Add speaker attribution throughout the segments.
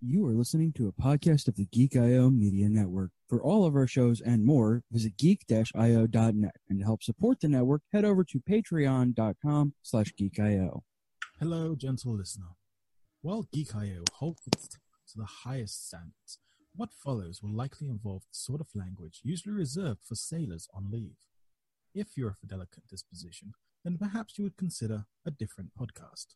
Speaker 1: You are listening to a podcast of the Geek IO Media Network. For all of our shows and more, visit geek-io.net. And to help support the network, head over to patreon.com slash geekio.
Speaker 2: Hello, gentle listener. While Geek.io holds its temper to the highest standards, what follows will likely involve the sort of language usually reserved for sailors on leave. If you're of a delicate disposition, then perhaps you would consider a different podcast.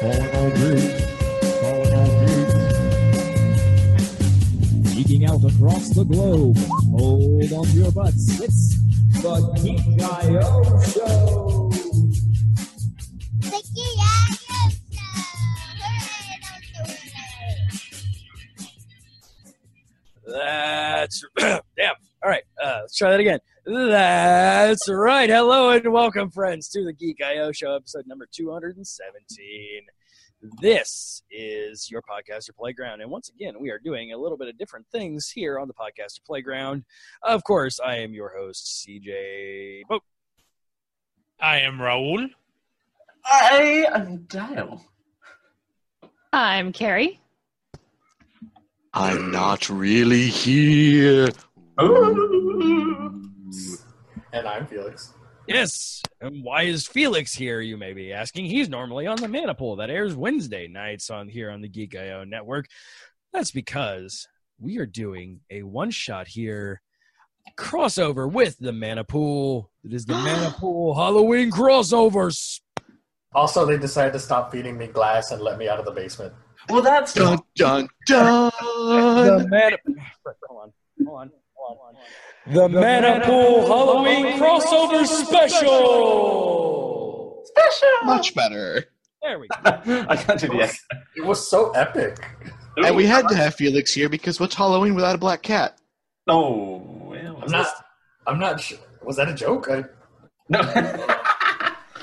Speaker 3: Calling all geeks. Calling all geeks.
Speaker 4: geeking out across the globe. Hold on to your butts. It's the Geek IO Show.
Speaker 5: Mickey Adams Show. Hooray, don't do it.
Speaker 6: That's damn. All right, uh, let's try that again. That's right. Hello and welcome, friends, to the Geek IO Show, episode number two hundred and seventeen. This is your podcaster playground, and once again, we are doing a little bit of different things here on the podcaster playground. Of course, I am your host, CJ. Bo-
Speaker 7: I am Raul.
Speaker 8: I am Dale.
Speaker 9: I'm Carrie.
Speaker 3: I'm not really here.
Speaker 8: And I'm Felix.
Speaker 6: Yes, and why is Felix here? You may be asking. He's normally on the Maniple that airs Wednesday nights on here on the Geek IO network. That's because we are doing a one shot here crossover with the Manipool. It is the Manipool Halloween crossovers.
Speaker 10: Also, they decided to stop feeding me glass and let me out of the basement.
Speaker 8: Well, that's
Speaker 3: Dun dun dun.
Speaker 6: The Manipool. Hold on. Hold on. Hold on. The, Manipool Halloween, crossover, special.
Speaker 3: Much better.
Speaker 6: There we go.
Speaker 8: I can't do the accent.
Speaker 10: It was so epic.
Speaker 3: And we had to have Felix here because what's Halloween without a black cat?
Speaker 8: Oh, well,
Speaker 10: I'm not. I'm not. Sh- was that a joke? I,
Speaker 8: No.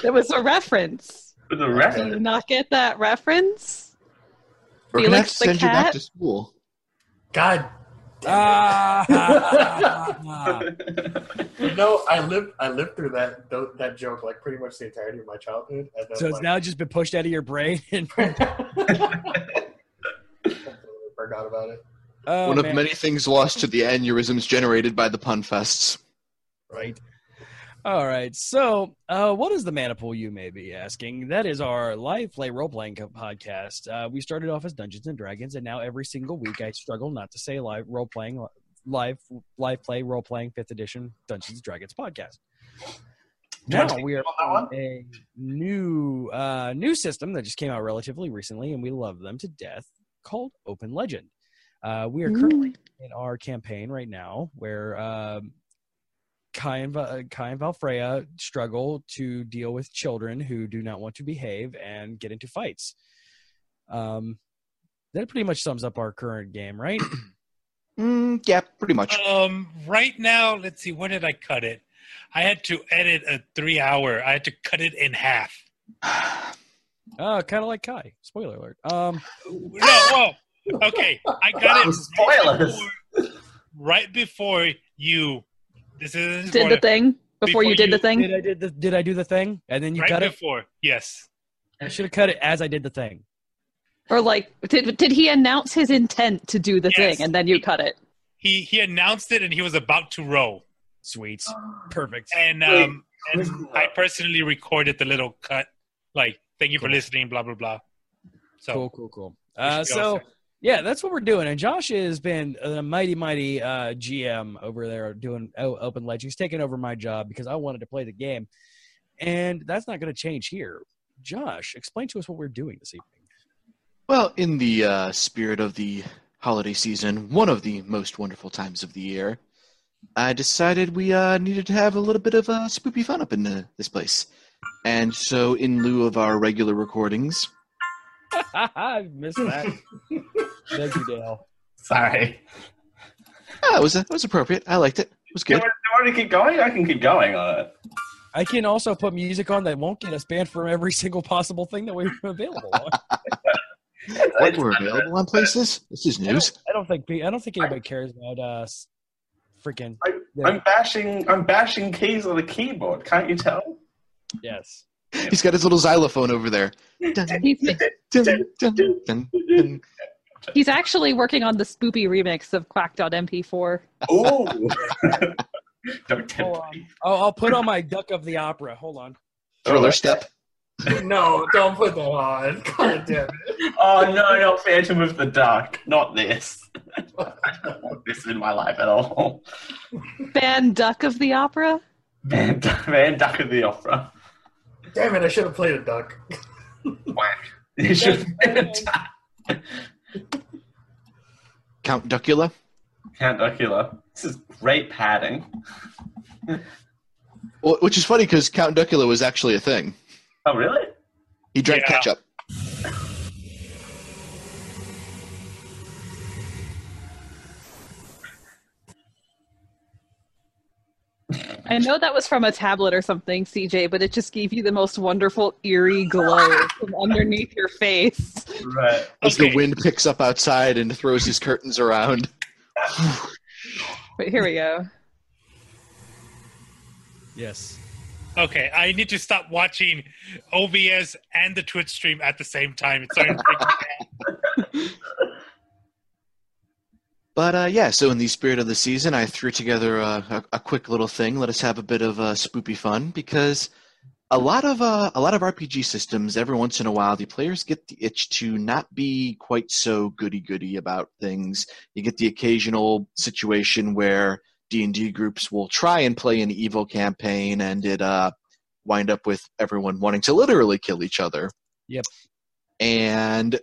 Speaker 9: It was a reference.
Speaker 8: the
Speaker 9: Do
Speaker 8: rest.
Speaker 9: you not get that reference?
Speaker 3: We're gonna have to
Speaker 9: Felix the
Speaker 3: send you back
Speaker 9: cat?
Speaker 3: to school.
Speaker 10: God.
Speaker 6: Ah.
Speaker 10: You know, I lived. I lived through that tho- that joke like pretty much the entirety of my childhood. And then,
Speaker 6: so it's
Speaker 10: like,
Speaker 6: now just been pushed out of your brain. And,
Speaker 10: completely forgot about it.
Speaker 6: oh,
Speaker 3: One of
Speaker 6: man.
Speaker 3: many things lost to the aneurysms generated by the pun fests.
Speaker 6: Right. All right. So, uh, what is the Manipool, you may be asking? That is our live play role playing co- podcast. Uh, we started off as Dungeons and Dragons, and now every single week I struggle not to say live role playing, live live play role playing fifth edition Dungeons and Dragons podcast. Now we are on a new uh, new system that just came out relatively recently, and we love them to death. Called Open Legend. Uh, we are currently
Speaker 9: Mm.
Speaker 6: in our campaign right now where um, Kai and, Va- uh, Kai and Valfreya struggle to deal with children who do not want to behave and get into fights. Um, that pretty much sums up our current game, right?
Speaker 3: Mm, yeah, pretty much.
Speaker 7: Um, right now, let's see, when did I cut it? I had to edit a three hour. I had to cut it in half.
Speaker 6: uh, kind of like Kai. Spoiler alert. Um,
Speaker 7: No, whoa. Okay, I got
Speaker 8: Wow,
Speaker 7: it.
Speaker 8: spoilers.
Speaker 7: before- Right before you. This is
Speaker 9: Did the thing before,
Speaker 7: Before
Speaker 9: you did
Speaker 7: you
Speaker 9: the thing?
Speaker 6: did I did the, did I do the thing? And then you
Speaker 7: right
Speaker 6: cut it.
Speaker 7: before. Yes.
Speaker 6: I should have cut it as I did the thing.
Speaker 9: Or like did did he announce his intent to do the
Speaker 7: Yes.
Speaker 9: thing and then you cut it?
Speaker 7: He he announced it and he was about to roll.
Speaker 6: Sweet. Perfect.
Speaker 7: And um and I personally recorded the little cut like thank you for
Speaker 6: Cool.
Speaker 7: listening, blah blah blah. So
Speaker 6: cool, cool, cool. Uh,
Speaker 7: should go
Speaker 6: so
Speaker 7: second.
Speaker 6: yeah, that's what we're doing. And Josh has been a mighty, mighty uh, GM over there doing o- Open Legends. He's taken over my job because I wanted to play the game, and that's not going to change here. Josh, explain to us what we're doing this evening.
Speaker 3: Well, in the uh, spirit of the holiday season, one of the most wonderful times of the year, I decided we uh, needed to have a little bit of uh, spoopy fun up in uh, this place. And so, in lieu of our regular recordings,
Speaker 6: I missed that. Thank you, Dale.
Speaker 8: Sorry.
Speaker 3: ah, it was it was appropriate. I liked it. It was
Speaker 8: Do you,
Speaker 3: good.
Speaker 8: want, do you want to keep going? I can keep going on it.
Speaker 6: I can also put music on that won't get us banned from every single possible thing that we're available on.
Speaker 3: Like we're available on places. This is
Speaker 6: I
Speaker 3: news.
Speaker 6: don't, I don't think pe- I don't think anybody cares about uh, s- freaking.
Speaker 8: I'm bashing. I'm bashing keys on the keyboard. Can't you tell?
Speaker 6: Yes.
Speaker 3: He's got his little xylophone over there. Dun,
Speaker 9: He's,
Speaker 3: dun, dun, dun, dun.
Speaker 9: he's actually working on the spoopy remix of Quacked on MP4.
Speaker 8: Oh, don't
Speaker 6: Hold
Speaker 8: tempt
Speaker 6: on.
Speaker 8: me.
Speaker 6: I'll, I'll put on my Duck of the Opera. Hold on.
Speaker 3: Thriller step.
Speaker 10: no, don't put that on. God damn it.
Speaker 8: Oh no, not Phantom of the Dark. Not this. I don't want this in my life at all.
Speaker 9: Van Duck of the Opera?
Speaker 8: Van, Van Duck of the Opera.
Speaker 10: Damn it, I should have played a duck.
Speaker 8: Whack. It should Van Duck.
Speaker 3: Count Duckula.
Speaker 8: Count Duckula. This is great padding.
Speaker 3: Wh- Which is funny because Count Duckula was actually a thing.
Speaker 8: Oh really?
Speaker 3: He drank
Speaker 7: Yeah.
Speaker 3: ketchup.
Speaker 9: I know that was from a tablet or something, CJ, but it just gave you the most wonderful eerie glow from underneath your face.
Speaker 8: Right.
Speaker 3: As
Speaker 7: Okay.
Speaker 3: the wind picks up outside and throws his curtains around.
Speaker 9: Wait, here we go.
Speaker 6: Yes.
Speaker 7: Okay, I need to stop watching OBS and the Twitch stream at the same time. It's starting to freak me out.
Speaker 3: But uh, yeah, so in the spirit of the season, I threw together a, a, a quick little thing. Let us have a bit of uh, spoopy fun because a lot of uh, a lot of RPG systems, every once in a while, the players get the itch to not be quite so goody goody about things. You get the occasional situation where D and D groups will try and play an evil campaign, and it uh, wind up with everyone wanting to literally kill each other.
Speaker 6: Yep.
Speaker 3: And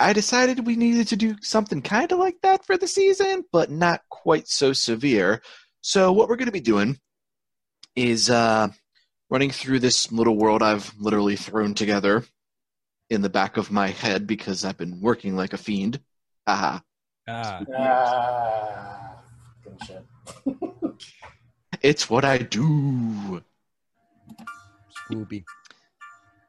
Speaker 3: I decided we needed to do something kind of like that for the season, but not quite so severe. So what we're going to be doing is uh, running through this little world I've literally thrown together in the back of my head because I've been working like a fiend. Haha.
Speaker 6: Ah.
Speaker 10: Ah, fucking shit.
Speaker 3: It's what I do.
Speaker 6: Spoopy.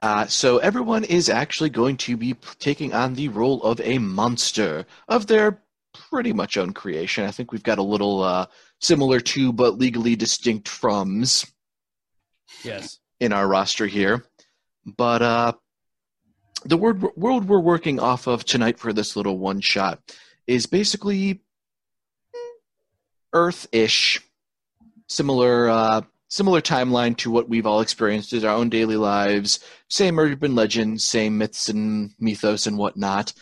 Speaker 3: Uh, so everyone is actually going to be p- taking on the role of a monster of their pretty much own creation. I think we've got a little uh, similar to but legally distinct froms
Speaker 6: Yes.
Speaker 3: in our roster here. But uh, the word, world we're working off of tonight for this little one shot is basically mm, Earth ish, similar, uh, similar timeline to what we've all experienced in our own daily lives. Same urban legends, same myths and mythos and whatnot.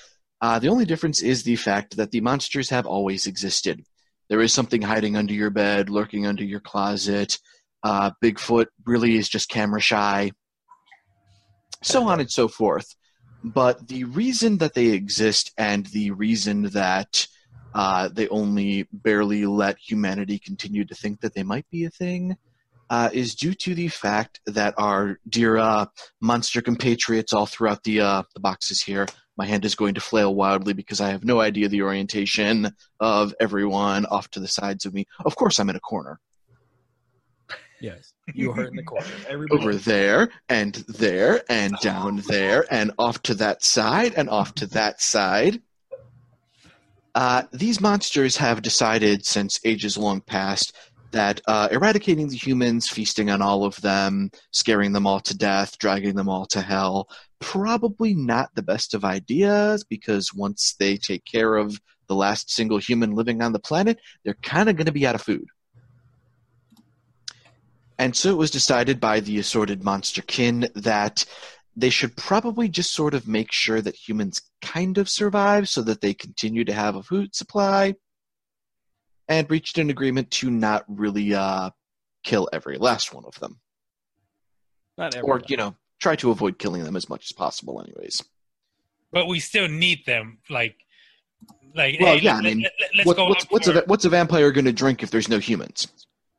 Speaker 3: Uh, the only difference is the fact that the monsters have always existed. There is something hiding under your bed, lurking under your closet, uh, Bigfoot really is just camera shy, so on and so forth. But the reason that they exist and the reason that uh, they only barely let humanity continue to think that they might be a thing uh, is due to the fact that our dear uh, monster compatriots all throughout the, uh, the boxes here. My hand is going to flail wildly because I have no idea the orientation of everyone off to the sides of me. Of course, I'm in a corner.
Speaker 6: Yes. You are in the corner. Everybody.
Speaker 3: over there and there and down there and off to that side and off to that side. Uh, these monsters have decided since ages long past that uh, eradicating the humans, feasting on all of them, scaring them all to death, dragging them all to hell, probably not the best of ideas because once they take care of the last single human living on the planet, they're kind of going to be out of food. And so it was decided by the assorted monster kin that they should probably just sort of make sure that humans kind of survive so that they continue to have a food supply and reached an agreement to not really uh, kill every last one of them.
Speaker 6: Not
Speaker 3: Or,
Speaker 6: everybody.
Speaker 3: you know, try to avoid killing them as much as possible, anyways.
Speaker 7: But we still need them. Like, like.
Speaker 3: Well,
Speaker 7: hey,
Speaker 3: yeah, I
Speaker 7: let,
Speaker 3: mean,
Speaker 7: us
Speaker 3: What-
Speaker 7: go
Speaker 3: what's,
Speaker 7: out
Speaker 3: what's,
Speaker 7: for
Speaker 3: a, what's a vampire going to drink if there's no humans?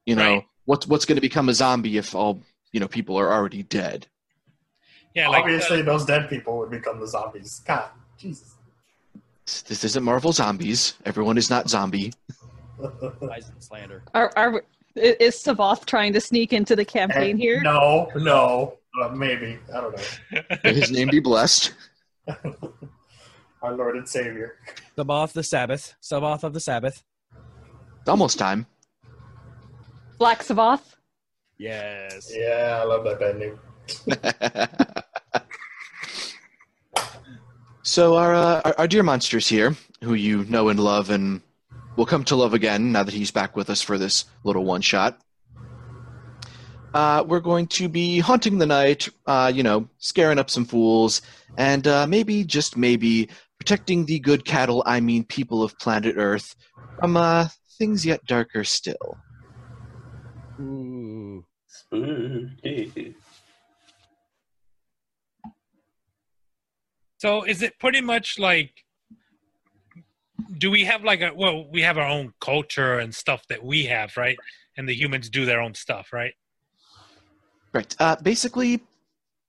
Speaker 3: You know,
Speaker 7: Right.
Speaker 3: what's, what's going to become a zombie if all, you know, people are already dead?
Speaker 7: yeah, like
Speaker 10: Obviously, those dead people would become the zombies. God, Jesus.
Speaker 3: This isn't Marvel Zombies. Everyone is not zombie.
Speaker 6: Lies and slander.
Speaker 9: Are, are, is Savoth trying to sneak into the campaign here?
Speaker 10: Eh, No, no, uh, maybe. I don't know.
Speaker 3: May his name be blessed.
Speaker 10: Our Lord and Savior.
Speaker 6: Saboth the Sabbath. Saboth of the Sabbath.
Speaker 3: It's almost time.
Speaker 9: Black Savoth?
Speaker 6: Yes.
Speaker 7: uh,
Speaker 10: Yeah, I love that band name.
Speaker 3: so our, uh, our our dear monsters here, who you know and love, and will come to love again now that he's back with us for this little one shot. Uh, we're going to be haunting the night, uh, you know, scaring up some fools, and uh, maybe just maybe protecting the good cattle. I mean, people of planet Earth from uh, things yet darker still.
Speaker 6: Ooh.
Speaker 8: Spooky.
Speaker 7: So is it pretty much like do we have like a well we have our own culture and stuff that we have, right? And the humans do their own stuff, right?
Speaker 3: Right. Uh, basically,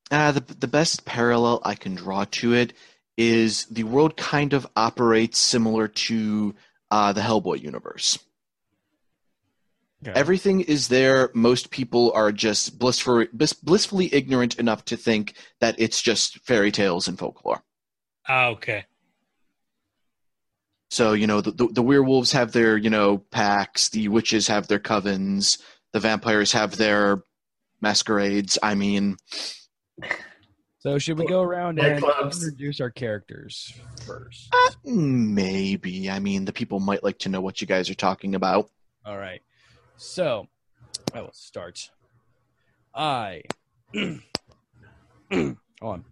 Speaker 3: uh, the the best parallel I can draw to it is the world kind of operates similar to uh, the Hellboy universe.
Speaker 6: Okay.
Speaker 3: Everything is there. Most people are just blissful, bliss, blissfully ignorant enough to think that it's just fairy tales and folklore.
Speaker 7: Ah, okay.
Speaker 3: So you know the, the the werewolves have their you know packs, the witches have their covens, the vampires have their masquerades. I mean,
Speaker 6: So should we go around
Speaker 8: Like
Speaker 6: and
Speaker 8: clubs.
Speaker 6: introduce our characters first?
Speaker 3: maybe. I mean, the people might like to know what you guys are talking about.
Speaker 6: All right. So I will start. I Hold on.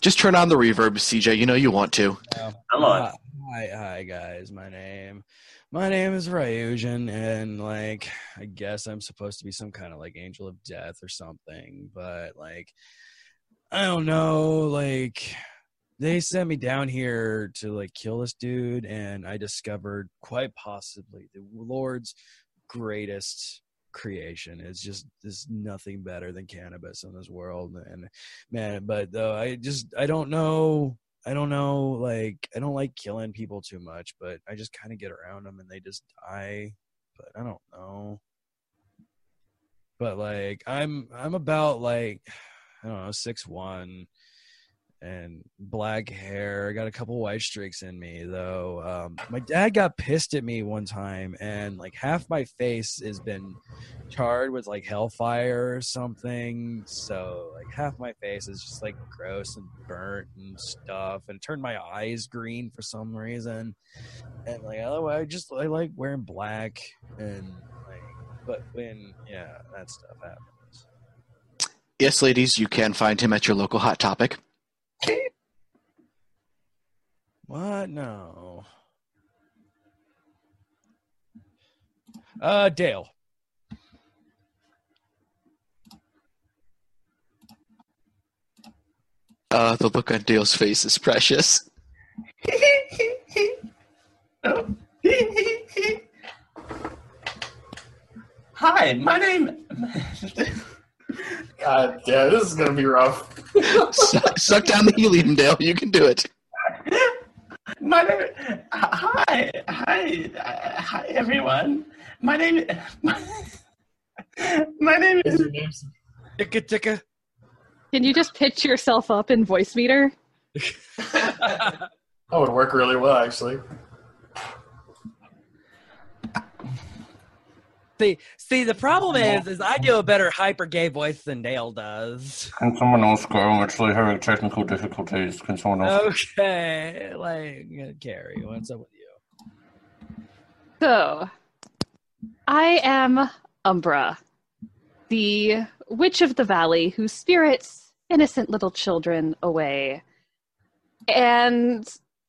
Speaker 3: Just turn on the reverb, CJ. You know you want to.
Speaker 8: Come on.
Speaker 6: Hi, hi, hi, guys. My name, my name is Ryujin, and like, I guess I'm supposed to be some kind of like angel of death or something, but like, I don't know. Like, they sent me down here to like kill this dude, and I discovered quite possibly the Lord's greatest creation It's just there's nothing better than cannabis in this world and man but though i just i don't know I don't know, like I don't like killing people too much, but I just kind of get around them and they just die. But I don't know. But like I'm I'm about like I don't know six one and black hair. I got a couple white streaks in me though. Um, my dad got pissed at me one time and like half my face has been charred with like hellfire or something. So like half my face is just like gross and burnt and stuff, and it turned my eyes green for some reason. And like otherwise, I just I like wearing black and like, but when yeah, that stuff happens.
Speaker 3: Yes, ladies, you can find him at your local Hot Topic.
Speaker 6: What no? Uh, Dale.
Speaker 3: Uh, the look on Dale's face is precious.
Speaker 8: Hi, my name.
Speaker 10: God, yeah, this is gonna be rough.
Speaker 3: suck, suck down the helium, Dale. You can do it.
Speaker 8: my name. Hi, hi, uh, hi, everyone. My name. My, name
Speaker 10: Is
Speaker 8: is.
Speaker 10: your name-
Speaker 6: Ticka ticka.
Speaker 9: Can you just pitch yourself up in voice meter?
Speaker 10: That would work really well, actually.
Speaker 11: See, see, the problem is, is I do a better hyper gay voice than Dale does.
Speaker 8: Can someone else go? I'm actually having technical difficulties. Can someone
Speaker 11: Okay, like uh, Carrie, what's up with you?
Speaker 9: So, I am Umbra, the witch of the valley who spirits innocent little children away. And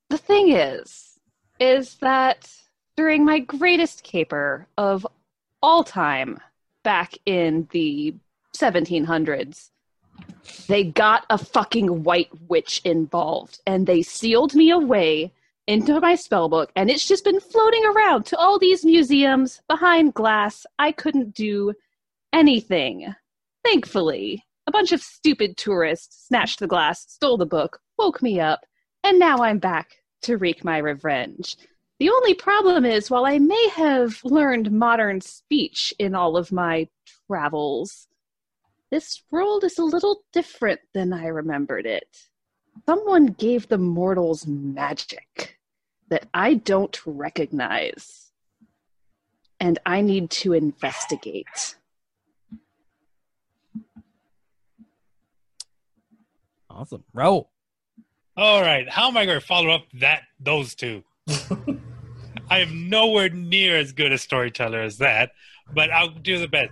Speaker 9: the thing is, is that during my greatest caper of all time back in the 1700s, they got a fucking white witch involved and they sealed me away into my spell book and it's just been floating around to all these museums behind glass. I couldn't do anything. Thankfully, a bunch of stupid tourists snatched the glass, stole the book, woke me up, and now I'm back to wreak my revenge. The only problem is, while I may have learned modern speech in all of my travels, this world is a little different than I remembered it someone gave the mortals magic that I don't recognize. And I need to investigate.
Speaker 6: Awesome. Raul.
Speaker 7: All right. How am I going to follow up that those two? I am nowhere near as good a storyteller as that, but I'll do the best.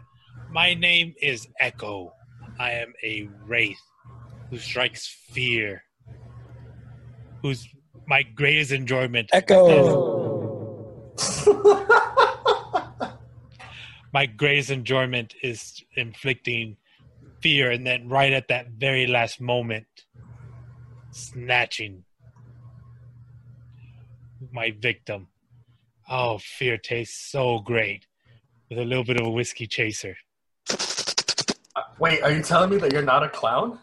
Speaker 7: My name is Echo. I am a wraith who strikes fear. Who's my greatest enjoyment? my greatest enjoyment is inflicting fear and then right at that very last moment snatching my victim oh fear tastes so great with a little bit of a whiskey chaser
Speaker 10: Wait, are you telling me that you're not a clown?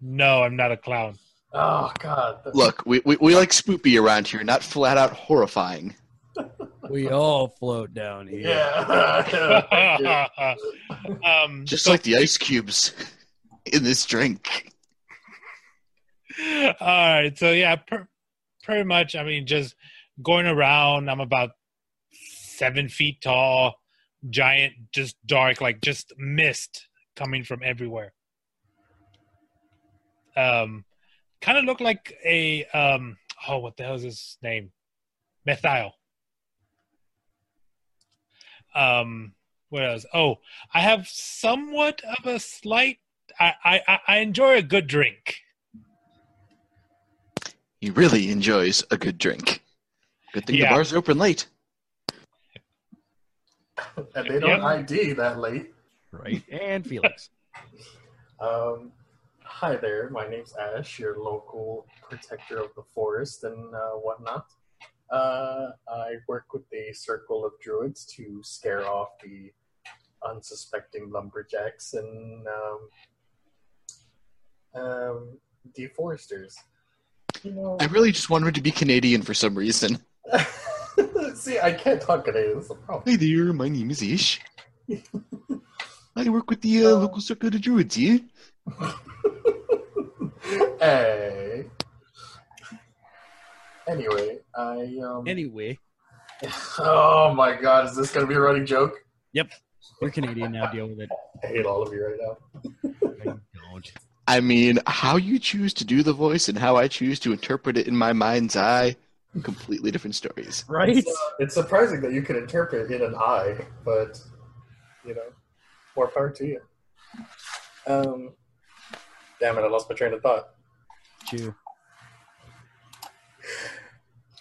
Speaker 7: no i'm not a clown
Speaker 10: Oh God.
Speaker 3: Look, we, we, we like spoopy around here, not flat out horrifying.
Speaker 6: We all float down here.
Speaker 10: Yeah.
Speaker 7: um,
Speaker 3: Just
Speaker 7: so-
Speaker 3: like the ice cubes in this drink.
Speaker 7: All right. So yeah, per, pretty much. I mean, just going around. I'm about seven feet tall, giant, just dark, like just mist coming from everywhere. Um, kind of look like a um. Oh, what the hell is his name? Methyl. Um, what else? Oh, I have somewhat of a slight. I I I- I enjoy a good drink.
Speaker 3: He really enjoys a good drink. Good thing
Speaker 7: Yeah.
Speaker 3: the bars are open late.
Speaker 10: And they don't
Speaker 7: Yep.
Speaker 10: ID that late.
Speaker 6: Right. And Felix.
Speaker 10: Um, hi there, my name's Ash, your local protector of the forest and uh, whatnot. Uh, I work with a circle of druids to scare off the unsuspecting lumberjacks and um, um, deforesters. You know,
Speaker 3: I really just wanted to be Canadian for some reason.
Speaker 10: see, I can't talk today. That's the problem.
Speaker 3: Hey there, my name is Ish. I work with the uh, local circle of druids here.
Speaker 10: Hey. Anyway, I um.
Speaker 6: Anyway,
Speaker 10: Oh my god, is this gonna be a running joke?
Speaker 6: you're Canadian now. Deal with it.
Speaker 10: I hate all of you right now.
Speaker 3: I mean, how you choose to do the voice and how I choose to interpret it in my mind's eye, completely different stories.
Speaker 6: Right?
Speaker 10: It's, uh, it's surprising that you can interpret in an eye, but you know, more power to you. Um, damn it, I lost my train of thought.
Speaker 6: Chew.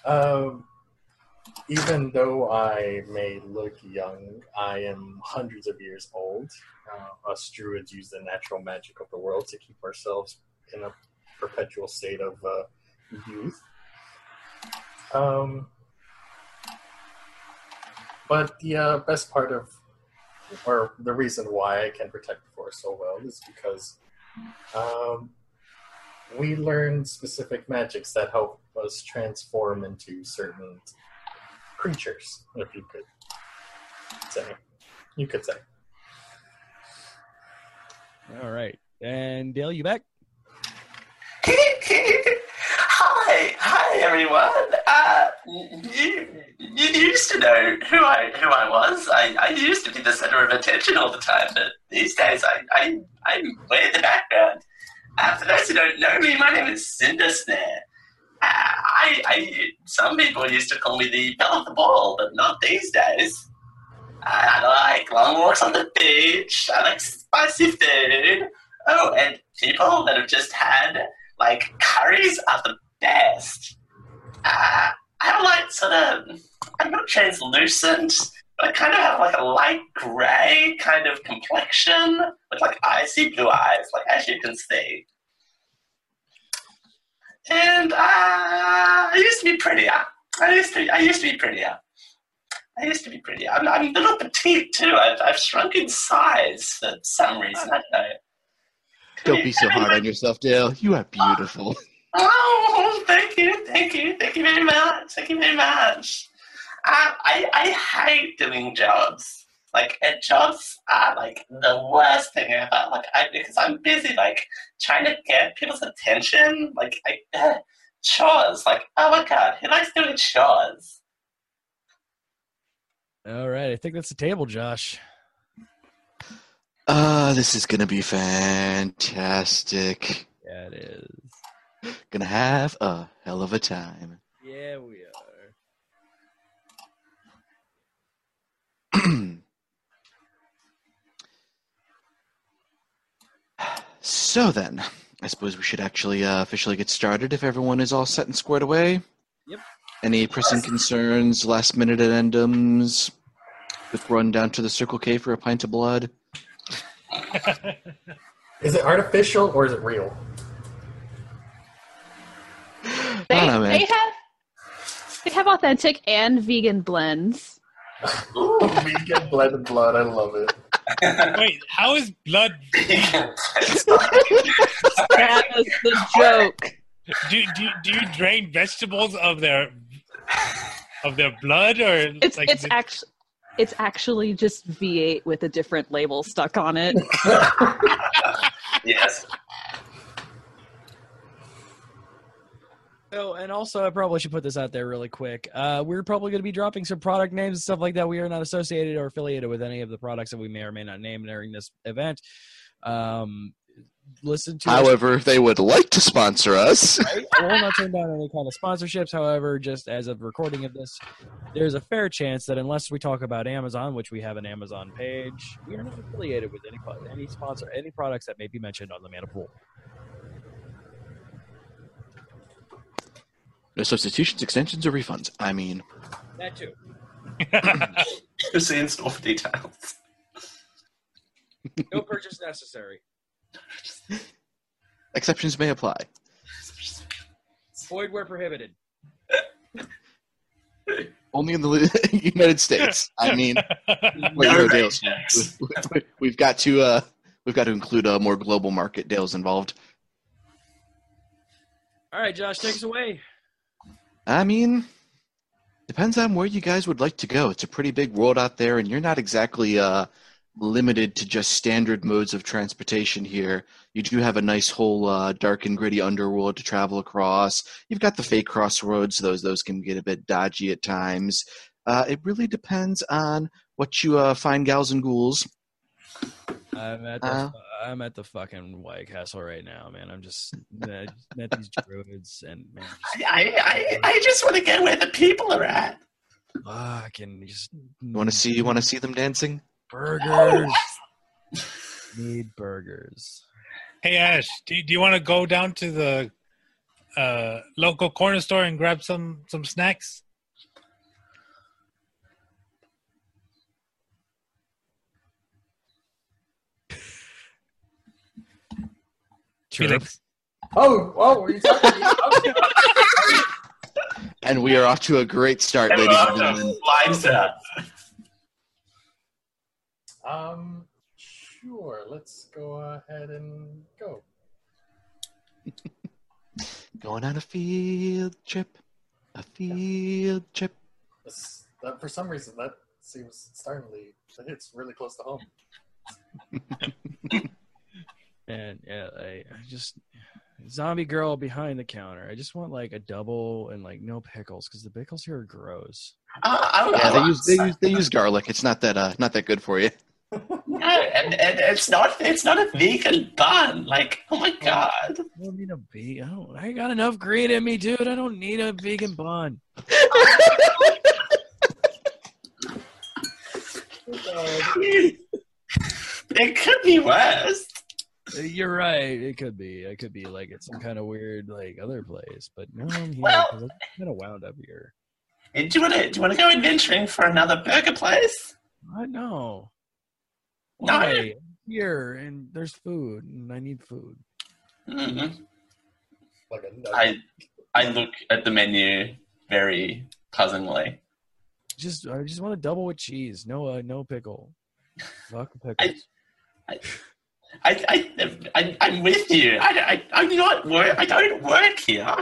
Speaker 10: Um, even though I may look young, I am hundreds of years old. Uh, us druids use the natural magic of the world to keep ourselves in a perpetual state of uh, youth. Um, but the uh, best part of, or the reason why I can protect the forest so well is because um, we learn specific magics that help us transform into certain creatures, if you could say. You could say.
Speaker 6: All right. And Dale, you back?
Speaker 8: hi, hi everyone. Uh, you, you used to know who I who I was. I, I used to be the center of attention all the time, but these days I, I I'm way in the background. Uh, for those who don't know me, my name is Cinder Snare. Uh, I, I some people used to call me the bell of the ball, but not these days. I, I like long walks on the beach. I like spicy food. Oh, and people that have just had like curries are the best. Uh, I have like sort of, I'm not translucent, but I kind of have like a light grey kind of complexion with like icy blue eyes, like as you can see. And uh, I used to be prettier. I used to, I used to be prettier. I used to be prettier. I'm, I'm a little petite too. I've, I've shrunk in size for some reason. I don't know.
Speaker 3: Don't be so hard on yourself, Dale. You are beautiful.
Speaker 8: Oh, thank you, thank you, thank you very much, thank you very much. Uh, I I hate doing jobs. Like uh, jobs are like the worst thing ever. Like I because I'm busy like trying to get people's attention. Like I uh, chores. Like oh my god, who likes doing chores?
Speaker 6: All right. I think that's the table, Josh.
Speaker 3: Uh, this is gonna be fantastic.
Speaker 6: Yeah, it is.
Speaker 3: Gonna have a hell of a time.
Speaker 6: Yeah, we are.
Speaker 3: so then, I suppose we should actually uh, officially get started if everyone is all set and squared away.
Speaker 6: Yep.
Speaker 3: Any pressing concerns, last minute addendums? Quick run down to the Circle K for a pint of blood.
Speaker 10: Is it artificial or is it real?
Speaker 9: They,
Speaker 3: I don't know, man.
Speaker 9: they have they have authentic and vegan blends.
Speaker 10: Ooh, vegan blood and blood. I love it.
Speaker 7: Wait, how is blood?
Speaker 11: That was the joke.
Speaker 7: Do, do, do you drain vegetables of their of their blood or
Speaker 9: It's it's actually it's actually just V8 with a different label stuck on it.
Speaker 8: yes.
Speaker 6: So, and also, I probably should put this out there really quick. Uh, we're probably going to be dropping some product names and stuff like that. We are not associated or affiliated with any of the products that we may or may not name during this event. Um, listen to. us-
Speaker 3: However, if they would like to sponsor us,
Speaker 6: I will not turn down any kind of sponsorships. However, just as of recording of this, there's a fair chance that unless we talk about Amazon, which we have an Amazon page, we are not affiliated with any pro- any sponsor, any products that may be mentioned on the Manipool.
Speaker 3: no substitutions, extensions, or refunds. I mean,
Speaker 6: That too.
Speaker 8: You're seeing store details.
Speaker 6: No purchase necessary.
Speaker 3: exceptions may apply.
Speaker 6: Void where prohibited.
Speaker 3: Only in the li- United States. I mean, wait, no,
Speaker 8: Alright,
Speaker 3: Dale's-
Speaker 8: yes.
Speaker 3: we- we've got to uh, we've got to include a more global market. Dale's involved.
Speaker 6: All right, Josh, take us away.
Speaker 3: I mean, depends on where you guys would like to go. It's a pretty big world out there, and you're not exactly uh, limited to just standard modes of transportation here. You do have a nice whole uh, dark and gritty underworld to travel across. You've got the fake crossroads; those those can get a bit dodgy at times. Uh, it really depends on what you uh, find, gals and ghouls.
Speaker 6: I'm at the,
Speaker 3: Uh.
Speaker 6: I'm at the fucking White Castle right now, man. I'm just I just met these druids and man, just
Speaker 8: I, I, I, I just want to get where the people are at.
Speaker 6: fucking just
Speaker 3: You want to see? You want to see them dancing?
Speaker 6: burgers. Need burgers.
Speaker 7: Hey Ash, do, do you want to go down to the uh, local corner store and grab some some snacks? Felix.
Speaker 10: Oh, oh, were you talking? okay.
Speaker 3: And we are off to a great start, ladies and gentlemen.
Speaker 8: Lines up.
Speaker 10: Um, sure. Let's go ahead and go.
Speaker 3: Going on a field trip, a field trip.
Speaker 10: This, that, for some reason, that seems startlingly. It hits really close to home.
Speaker 6: And yeah, I, I just zombie girl behind the counter. I just want like a double and like no pickles because the pickles here are gross.
Speaker 8: Uh, I,
Speaker 3: Yeah,
Speaker 8: I,
Speaker 3: they use they use, they use garlic. It's not that uh, not that good for you.
Speaker 8: No, and, and it's not it's not a vegan bun. Like, oh my god.
Speaker 6: I don't need a ve- I don't. I got enough green in me, dude. I don't need a vegan bun.
Speaker 8: it could be worse.
Speaker 6: Uh, You're right. It could be. It could be like at some kind of weird like other place. But no, I'm here.
Speaker 8: Well-
Speaker 6: 'cause I'm kind of wound up here.
Speaker 8: Do you wanna do you wanna go adventuring for another burger place?
Speaker 6: I know.
Speaker 8: No,
Speaker 6: Why?
Speaker 8: I-
Speaker 6: I'm here and there's food and I need food.
Speaker 8: Hmm.
Speaker 10: Like a nugget.
Speaker 8: I I look at the menu very puzzlingly.
Speaker 6: Just I just want a double with cheese. No uh, no pickle. Fuck pickles.
Speaker 8: I, I, I, I'm with you. I, I, I'm not work. I don't work here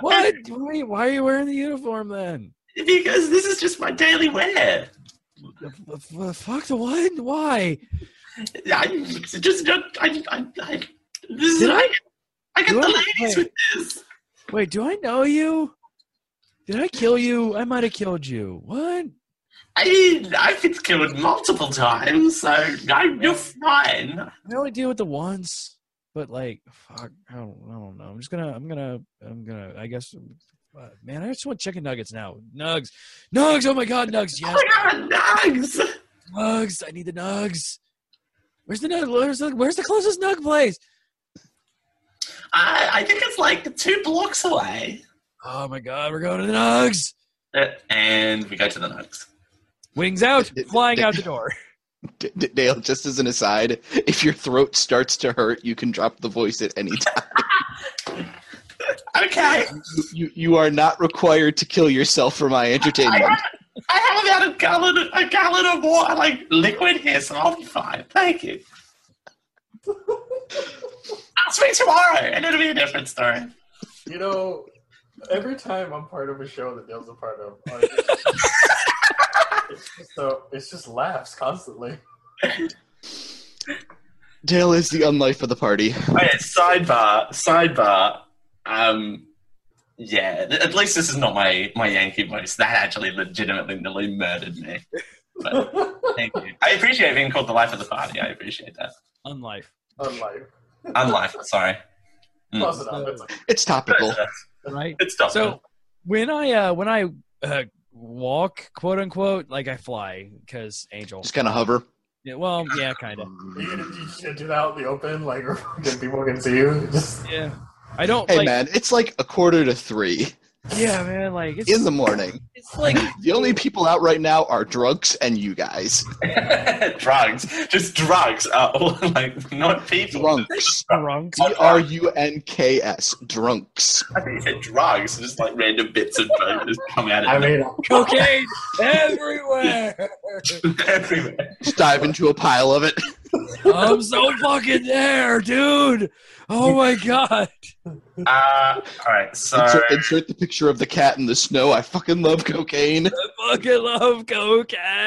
Speaker 6: What? Why, why are you wearing the uniform then?
Speaker 8: because this is just my daily wear.
Speaker 6: F- f- Fuck the what? Why?
Speaker 8: I'm just not. I, I, I, this is,
Speaker 6: Did
Speaker 8: I,
Speaker 6: I-
Speaker 8: I get
Speaker 6: do
Speaker 8: the
Speaker 6: I-
Speaker 8: ladies with this.
Speaker 6: Wait, do I know you? Did I kill you? I might have killed you. What?
Speaker 8: I I've been killed multiple times, so I, you're fine.
Speaker 6: I only deal with the once, but like, fuck, I don't, I don't know. I'm just gonna, I'm gonna, I'm gonna. I guess, uh, man, I just want chicken nuggets now. Nugs, nugs. Oh my god, nugs.
Speaker 8: Oh
Speaker 6: Yes,
Speaker 8: my god, nugs!
Speaker 6: nugs. I need the nugs. Where's the nug? Where's the, where's the closest nug place?
Speaker 8: I, I think it's like two blocks away.
Speaker 6: Oh my god, we're going to the nugs.
Speaker 8: Uh, And we go to the nugs.
Speaker 6: Wings out,
Speaker 3: Th- th-
Speaker 6: flying
Speaker 3: th-
Speaker 6: out the door.
Speaker 3: D- D- Dale, just as an aside, if your throat starts to hurt, you can drop the voice at any time.
Speaker 8: Okay,
Speaker 3: you, you are not required to kill yourself for my entertainment.
Speaker 8: I have about a gallon a gallon of water, like liquid here, so I'll be fine. Thank you. I'll speak tomorrow, and it'll be a different story.
Speaker 10: You know, every time I'm part of a show that Dale's a part of, I just, it's, just a, it's just laughs constantly.
Speaker 3: Dale is the unlife of the party.
Speaker 8: Okay, Oh, sidebar, sidebar. Um, yeah, th- at least this is not my my Yankee voice. That actually legitimately nearly murdered me. But thank you. I appreciate being called the life of the party. I appreciate that.
Speaker 6: Unlife.
Speaker 10: Unlike
Speaker 8: Unlife, sorry. Mm.
Speaker 10: close enough. It's okay.
Speaker 3: It's topical.
Speaker 6: Right.
Speaker 8: It's done.
Speaker 6: So when I uh when I uh walk, quote unquote, like I fly because angel.
Speaker 3: Just kind of hover.
Speaker 6: Yeah, well, yeah, kind of.
Speaker 10: You gonna, you gonna do that out in the open, like where fucking people can see you. Just
Speaker 6: Yeah. I don't
Speaker 3: Hey,
Speaker 6: like.
Speaker 3: man, it's like a quarter to three
Speaker 6: Yeah, man. Like it's,
Speaker 3: in the morning.
Speaker 6: it's like
Speaker 3: The only people out right now are drunks and you guys.
Speaker 8: drugs, just drugs. Uh, like not people.
Speaker 3: Drunks.
Speaker 6: drunk.
Speaker 3: D R U N K S. Drunks.
Speaker 8: I think you said drugs, just like random bits of drugs just come out
Speaker 10: I
Speaker 8: of
Speaker 10: mean,
Speaker 6: cocaine everywhere.
Speaker 8: everywhere.
Speaker 3: Just dive into a pile of it.
Speaker 6: I'm so fucking there, dude. Oh my god.
Speaker 8: Uh, all right, so
Speaker 3: Insert, insert the picture of the cat in the snow. I fucking love cocaine.
Speaker 6: I fucking love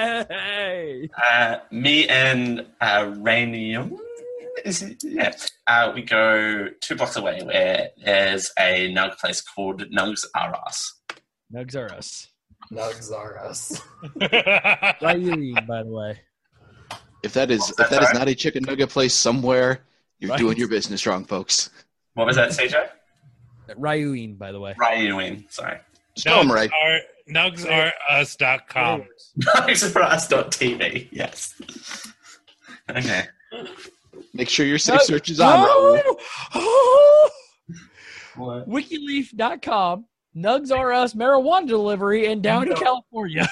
Speaker 6: cocaine.
Speaker 8: uh, me and uh, Rainium, is it? yeah, uh, we go two blocks away where there's a nug place called Nugs R Us.
Speaker 6: Nugs are us.
Speaker 10: nugs are us.
Speaker 6: Why you eating, by the way?
Speaker 3: If that is if that is not a chicken nugget place somewhere, you're
Speaker 6: Right.
Speaker 3: doing your business wrong, folks.
Speaker 8: What was that, CJ?
Speaker 6: Ryuin, by the way.
Speaker 8: Rainium, sorry.
Speaker 3: Storm Ray.
Speaker 7: are, nugs are us.com.
Speaker 8: Nugs R Us dot TV. Yes. Okay.
Speaker 3: Make sure your sex
Speaker 6: No.
Speaker 3: search is on. Raoul.
Speaker 6: Oh!
Speaker 8: What?
Speaker 6: Wikileaf.com. Nugs are us marijuana delivery in Downey, California.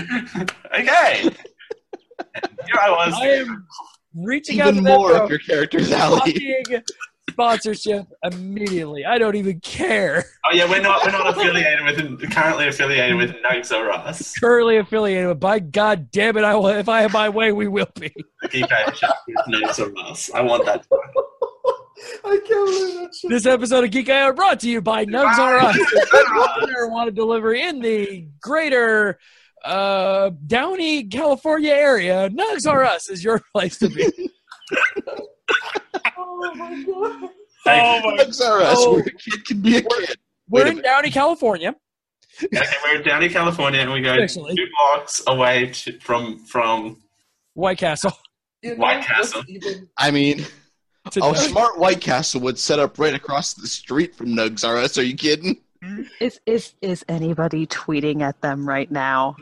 Speaker 8: okay. Here I was.
Speaker 6: I am reaching out to
Speaker 3: Even
Speaker 6: them
Speaker 3: more
Speaker 6: for
Speaker 3: of your character's
Speaker 6: a
Speaker 3: alley.
Speaker 6: fucking sponsorship immediately. I don't even care.
Speaker 8: Oh yeah, we're not we're not affiliated with currently affiliated with Nugs or Us.
Speaker 6: Currently affiliated, but by God damn it, I will, if I have my way, we will be.
Speaker 8: The key page is Nugs or Us. I want that.
Speaker 10: I can't believe that shit.
Speaker 6: This episode of Geek IO brought to you by Nugs R Us.
Speaker 8: Nugs
Speaker 6: marijuana delivery in the greater uh, Downey, California area. Nugs R Us is your place to be.
Speaker 10: Oh my god!
Speaker 7: Oh my!
Speaker 3: Drugs are us.
Speaker 6: Oh.
Speaker 3: Where a kid can be a kid.
Speaker 6: We're
Speaker 3: Wait a
Speaker 6: in Downey, California.
Speaker 8: Okay, we're in Downey, California, and we go
Speaker 6: Actually.
Speaker 8: two blocks away to, from from.
Speaker 6: White Castle.
Speaker 10: You
Speaker 8: White
Speaker 10: know,
Speaker 8: Castle.
Speaker 10: what's Even,
Speaker 3: I mean,
Speaker 6: To
Speaker 3: a
Speaker 6: Downey.
Speaker 3: Oh, smart White Castle would set up right across the street from Nugs R Us. Are you kidding?
Speaker 9: Is is is anybody tweeting at them right now?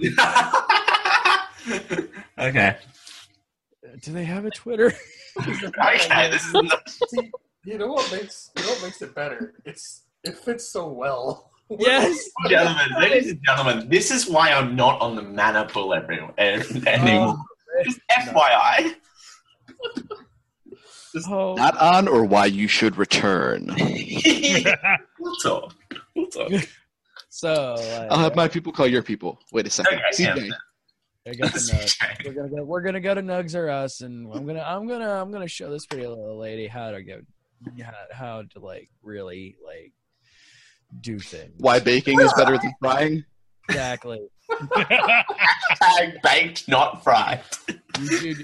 Speaker 8: okay.
Speaker 6: Do they have a Twitter?
Speaker 8: Okay. This is not,
Speaker 10: see, you know what makes you know what makes it better? It's it fits so well.
Speaker 6: yes.
Speaker 8: gentlemen, ladies and gentlemen, this is why I'm not on the mana pool every, every, anymore. Just FYI.
Speaker 6: Oh,
Speaker 3: Not on or why you should return.
Speaker 8: we'll talk. We'll talk.
Speaker 6: so uh,
Speaker 3: I'll have my people call your people. Wait a second.
Speaker 8: Okay, yeah.
Speaker 3: CJ,
Speaker 6: I got the nugs.
Speaker 8: Okay.
Speaker 6: We're gonna go. We're gonna go to Nugs or Us, and I'm gonna, I'm gonna, I'm gonna show this pretty little lady how to go, how, how to like really like do things.
Speaker 3: Why baking is better than frying?
Speaker 6: exactly?
Speaker 8: Hashtag baked, not fried.
Speaker 6: dude,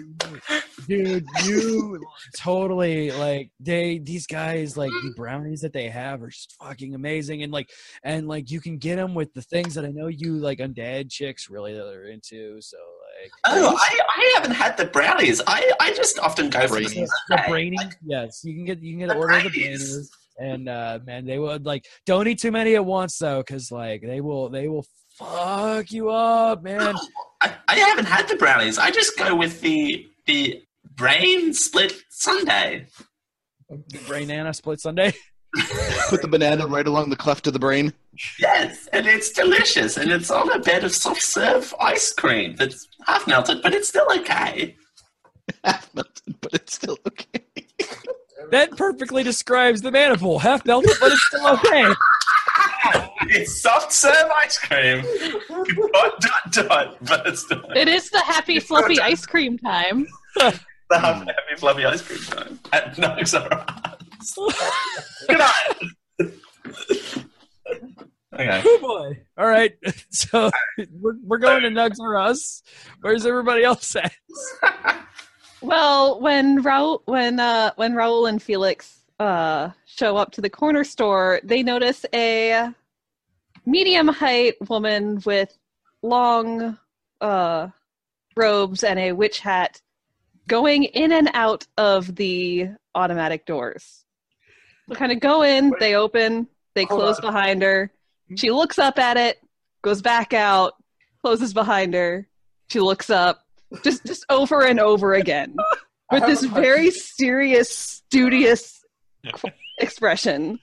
Speaker 6: dude, you totally like they these guys like the brownies that they have are just fucking amazing and like and like you can get them with the things that I know you like undead chicks really that are into. So like
Speaker 8: Oh, I, I haven't had the brownies. I, I just often go for the
Speaker 3: Brownies.
Speaker 6: the brainy, yes, you can get you can get an order of the
Speaker 8: Nice.
Speaker 6: brainers. And uh, man, they would like don't eat too many at once though, because like they will they will fuck you up, man.
Speaker 8: I, I haven't had the brownies. I just go with the the brain split Sunday.
Speaker 6: Brain Nana split Sunday.
Speaker 3: Put the banana right along the cleft of the brain.
Speaker 8: Yes, and it's delicious, and it's on a bed of soft serve ice cream that's half melted, but it's still okay.
Speaker 3: Half melted, but it's still okay.
Speaker 6: That perfectly describes the maniple. Half melted, but it's still okay.
Speaker 8: It's soft serve ice cream. dot dot dot, but it's still
Speaker 9: It is the happy fluffy ice cream time.
Speaker 8: the half happy fluffy ice cream Uh, time. At Knox Arts. Good night. okay.
Speaker 6: Oh boy. All right. So we're, we're going to Nugs or Us. Where's everybody else at?
Speaker 9: Well, when Raul when uh when Raul and Felix uh show up to the corner store, they notice a medium height woman with long uh robes and a witch hat going in and out of the automatic doors. They kind of go in, they open, they
Speaker 10: Hold
Speaker 9: close
Speaker 10: on. Hmm?
Speaker 9: behind her. She looks up at it, goes back out, closes behind her. She looks up, just just over and over again
Speaker 10: I
Speaker 9: with
Speaker 10: have
Speaker 9: this
Speaker 10: a question.
Speaker 9: very serious, studious qu- expression.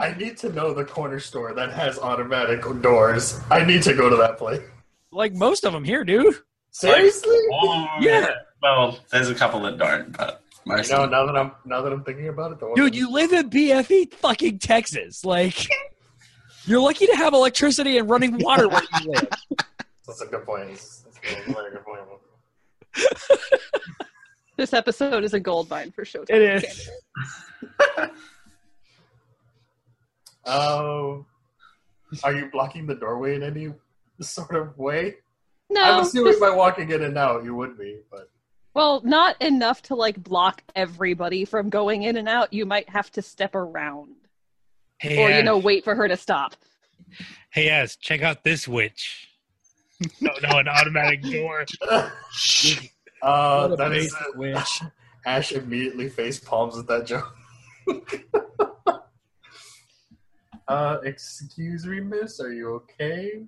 Speaker 10: I need to know the corner store that has automatic doors. I need to go to that place.
Speaker 6: Like most of them here, dude.
Speaker 10: Seriously?
Speaker 8: Oh,
Speaker 6: Yeah.
Speaker 8: Well, there's a couple that don't, but
Speaker 10: You
Speaker 8: most.
Speaker 10: know, now that I'm now that I'm thinking about it, the one
Speaker 6: Dude, you live in BFE fucking Texas. Like, you're lucky to have electricity and running water where you live.
Speaker 10: that's a good point. That's a very good point.
Speaker 9: This episode is a gold mine for Showtime.
Speaker 6: It is.
Speaker 10: Um, are you blocking the doorway in any sort of way? I'm
Speaker 9: No,
Speaker 10: assuming
Speaker 9: just-
Speaker 10: by walking in and out, you would be, but
Speaker 9: well, not enough to like block everybody from going in and out. You might have to step around,
Speaker 7: Hey,
Speaker 9: or you
Speaker 7: Ash,
Speaker 9: know, wait for her to stop.
Speaker 7: hey, Ash, check out this witch. no, no, an automatic door.
Speaker 10: uh,
Speaker 6: What a
Speaker 10: that is
Speaker 6: basic witch.
Speaker 10: Ash immediately face palms at that joke. uh, excuse me, miss. Are you okay?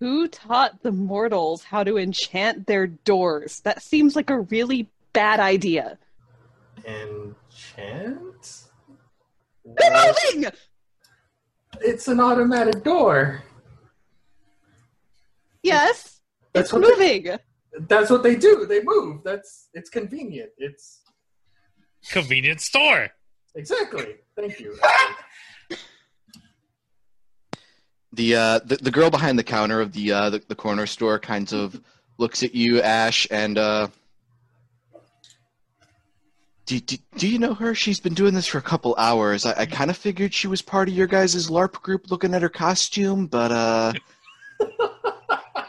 Speaker 9: Who taught the mortals how to enchant their doors? That seems like a really bad idea.
Speaker 10: Enchant?
Speaker 9: They're
Speaker 10: Well,
Speaker 9: moving!
Speaker 10: It's an automatic door.
Speaker 9: Yes,
Speaker 10: That's
Speaker 9: it's
Speaker 10: what they,
Speaker 9: moving.
Speaker 10: that's what they do. They move. That's it's convenient. It's
Speaker 7: Convenience store.
Speaker 10: exactly. Thank you.
Speaker 3: The, uh, the the girl behind the counter of the uh, the, the corner store kinds of looks at you, Ash, and uh, do, do, do you know her? She's been doing this for a couple hours. I, I kind of figured she was part of your guys' LARP group, looking at her costume, but uh,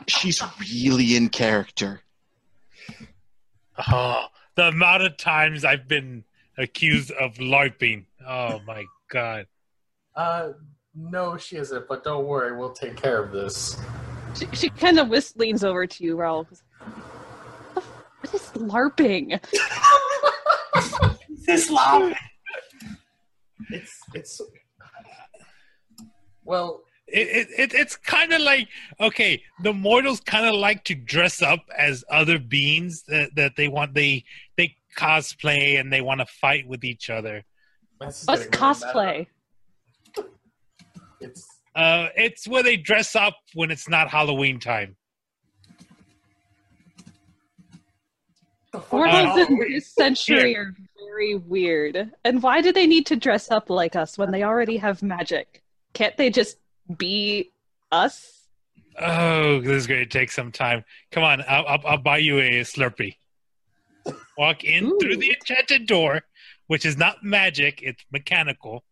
Speaker 3: she's really in character.
Speaker 7: Oh, the amount of times I've been accused of LARPing. Oh my god.
Speaker 10: Uh, no, she isn't. But don't worry, we'll take care of this.
Speaker 9: She, she kind of whist leans over to you, Raul. goes, What is LARPing?
Speaker 8: This laugh.
Speaker 10: It's it's. Well,
Speaker 7: It, it, it, it's kind of like okay the mortals kind of like to dress up as other beings that, that they want they they cosplay and they want to fight with each other
Speaker 10: that's
Speaker 9: What's cosplay?
Speaker 10: It's
Speaker 7: uh, it's where they dress up when it's not halloween time
Speaker 10: the fuck
Speaker 9: Portals
Speaker 7: Uh,
Speaker 10: is
Speaker 9: in
Speaker 10: Halloween?
Speaker 9: this century are very weird. And why do they need to dress up like us when they already have magic? Can't they just be us?
Speaker 7: oh this is going to take some time come on I'll, I'll, I'll buy you a slurpee walk in through the
Speaker 9: Ooh.
Speaker 7: enchanted door which is not magic it's mechanical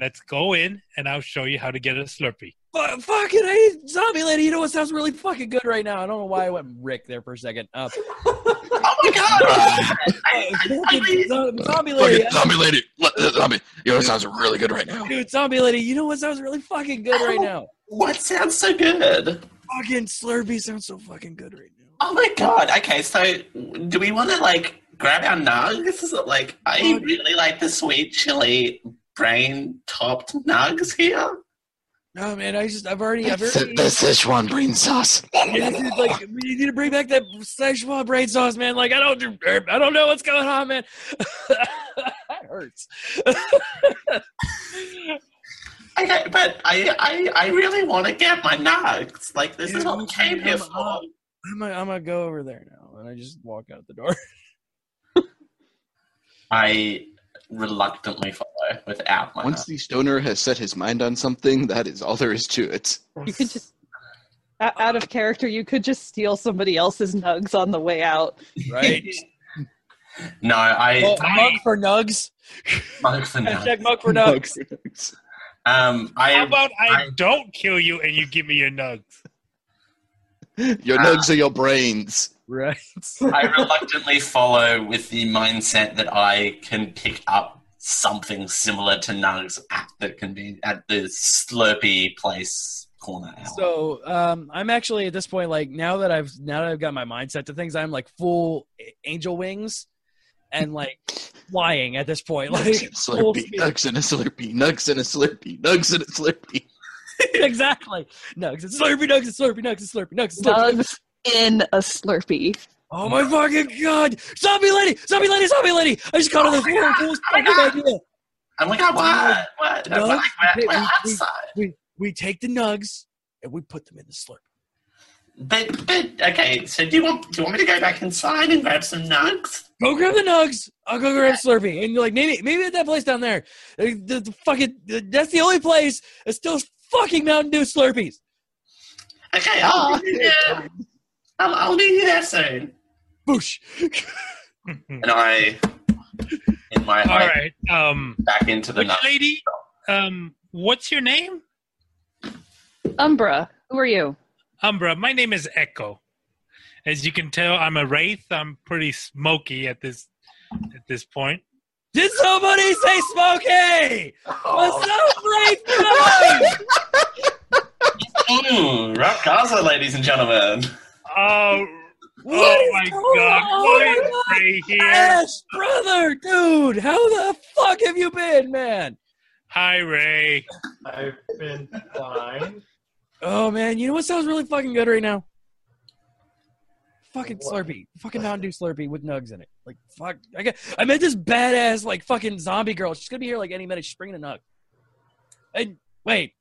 Speaker 7: let's go in and i'll show you how to get a slurpee
Speaker 6: But fucking hey, zombie lady, you know what sounds really fucking good right now? I don't know why I went Rick there for a second. Uh,
Speaker 8: Oh my god! I, I, I
Speaker 6: fucking
Speaker 8: mean,
Speaker 6: zo- zombie
Speaker 3: Fucking
Speaker 6: lady, Uh,
Speaker 3: zombie lady. Let- uh, Zombie. You know, it sounds really good right now.
Speaker 6: dude, zombie lady, you know what sounds really fucking good right now?
Speaker 8: what sounds so good?
Speaker 6: Fucking Slurpee sounds so fucking good right now.
Speaker 8: Oh my god! Okay, so do we want to like grab our nugs? Is it like I really like the sweet chili brain topped nugs here?
Speaker 6: No man, I just I've already I've
Speaker 3: This
Speaker 6: already.
Speaker 3: this Sichuan green sauce.
Speaker 6: Yeah, dude, like you need to bring back that Szechuan brain sauce, man. Like I don't, do- er, I don't know what's going on, man. that hurts.
Speaker 8: Okay, but I I, I really want to get my nugs. Like this is what we came here for.
Speaker 6: I'm gonna, I'm gonna go over there now, and I just walk out the door.
Speaker 8: I reluctantly follow without my
Speaker 3: Once the stoner has set his mind on something, that is all there is to it.
Speaker 9: You could just o- out of character. You could just steal somebody else's nugs on the way out.
Speaker 6: Right?
Speaker 8: nugs. No, I,
Speaker 6: Well,
Speaker 8: I
Speaker 6: mug for nugs.
Speaker 8: mug for now.
Speaker 6: Hashtag mug for nugs.
Speaker 8: Um, I
Speaker 7: How about I
Speaker 8: I-
Speaker 7: don't kill you and you give me your nugs?
Speaker 3: Your nugs are your brains.
Speaker 6: Right.
Speaker 8: I reluctantly follow with the mindset that I can pick up something similar to nugs at the conven- at the Slurpee place corner. hour.
Speaker 6: So um, I'm actually at this point, like now that I've now that I've got my mindset to things, I'm like full angel wings, and like flying at this point. Ah. Like
Speaker 3: Nugs and a
Speaker 6: full
Speaker 3: Slurpee.
Speaker 6: speed.
Speaker 3: Nugs and a Slurpee. Nugs and a Slurpee. Nugs and a Slurpee.
Speaker 6: exactly. Nugs and Slurpee, nugs and Slurpee, nugs and Slurpee, nugs and Slurpee.
Speaker 9: Nugs in a Slurpee.
Speaker 6: Oh my fucking god! Zombie lady! Zombie lady! Zombie lady! I just got on the floor. Coolest fucking idea.
Speaker 8: I'm like, oh, what? What?
Speaker 6: Nugs?
Speaker 8: Like, we're,
Speaker 6: We-
Speaker 8: we're
Speaker 6: we-
Speaker 8: outside.
Speaker 6: We we take the nugs and we put them in the slurp.
Speaker 8: But, but okay. So do you want do you want me to go back inside and grab some nugs?
Speaker 6: Go grab the nugs. I'll go grab Slurpee. And you're like, maybe maybe at that place down there. Uh, The, the fucking that's the only place that still fucking Mountain Dew Slurpees.
Speaker 8: Okay, I'll be there. I'll, I'll be there soon.
Speaker 6: Boosh.
Speaker 8: And I, in my
Speaker 7: All
Speaker 8: heart,
Speaker 7: right. Um,
Speaker 8: back into the
Speaker 7: which
Speaker 8: nugs.
Speaker 7: lady? Um, what's your name?
Speaker 9: Umbra, who are you?
Speaker 7: Umbra. My name is Echo. As you can tell, I'm a wraith. I'm pretty smoky at this at this point.
Speaker 6: Did somebody say Smokey?
Speaker 10: Oh,
Speaker 6: What's up, Rafe? Nugs?
Speaker 8: Mm, rock casa, ladies and gentlemen.
Speaker 7: Oh,
Speaker 6: What
Speaker 7: oh
Speaker 6: is
Speaker 7: my
Speaker 6: going
Speaker 7: god!
Speaker 6: on?
Speaker 7: Why
Speaker 6: Oh
Speaker 7: is
Speaker 6: my
Speaker 7: Ray here?
Speaker 6: Ash, brother, dude, how the fuck have you been, man?
Speaker 7: Hi, Ray.
Speaker 10: I've been fine.
Speaker 6: Oh man, you know what sounds really fucking good right now? Fucking
Speaker 10: What?
Speaker 6: Slurpee, fucking Mountain Dew Slurpee with nugs in it. Like fuck, I got, I met this badass like fucking zombie girl. She's gonna be here like any minute. She's bringing a nug. And wait,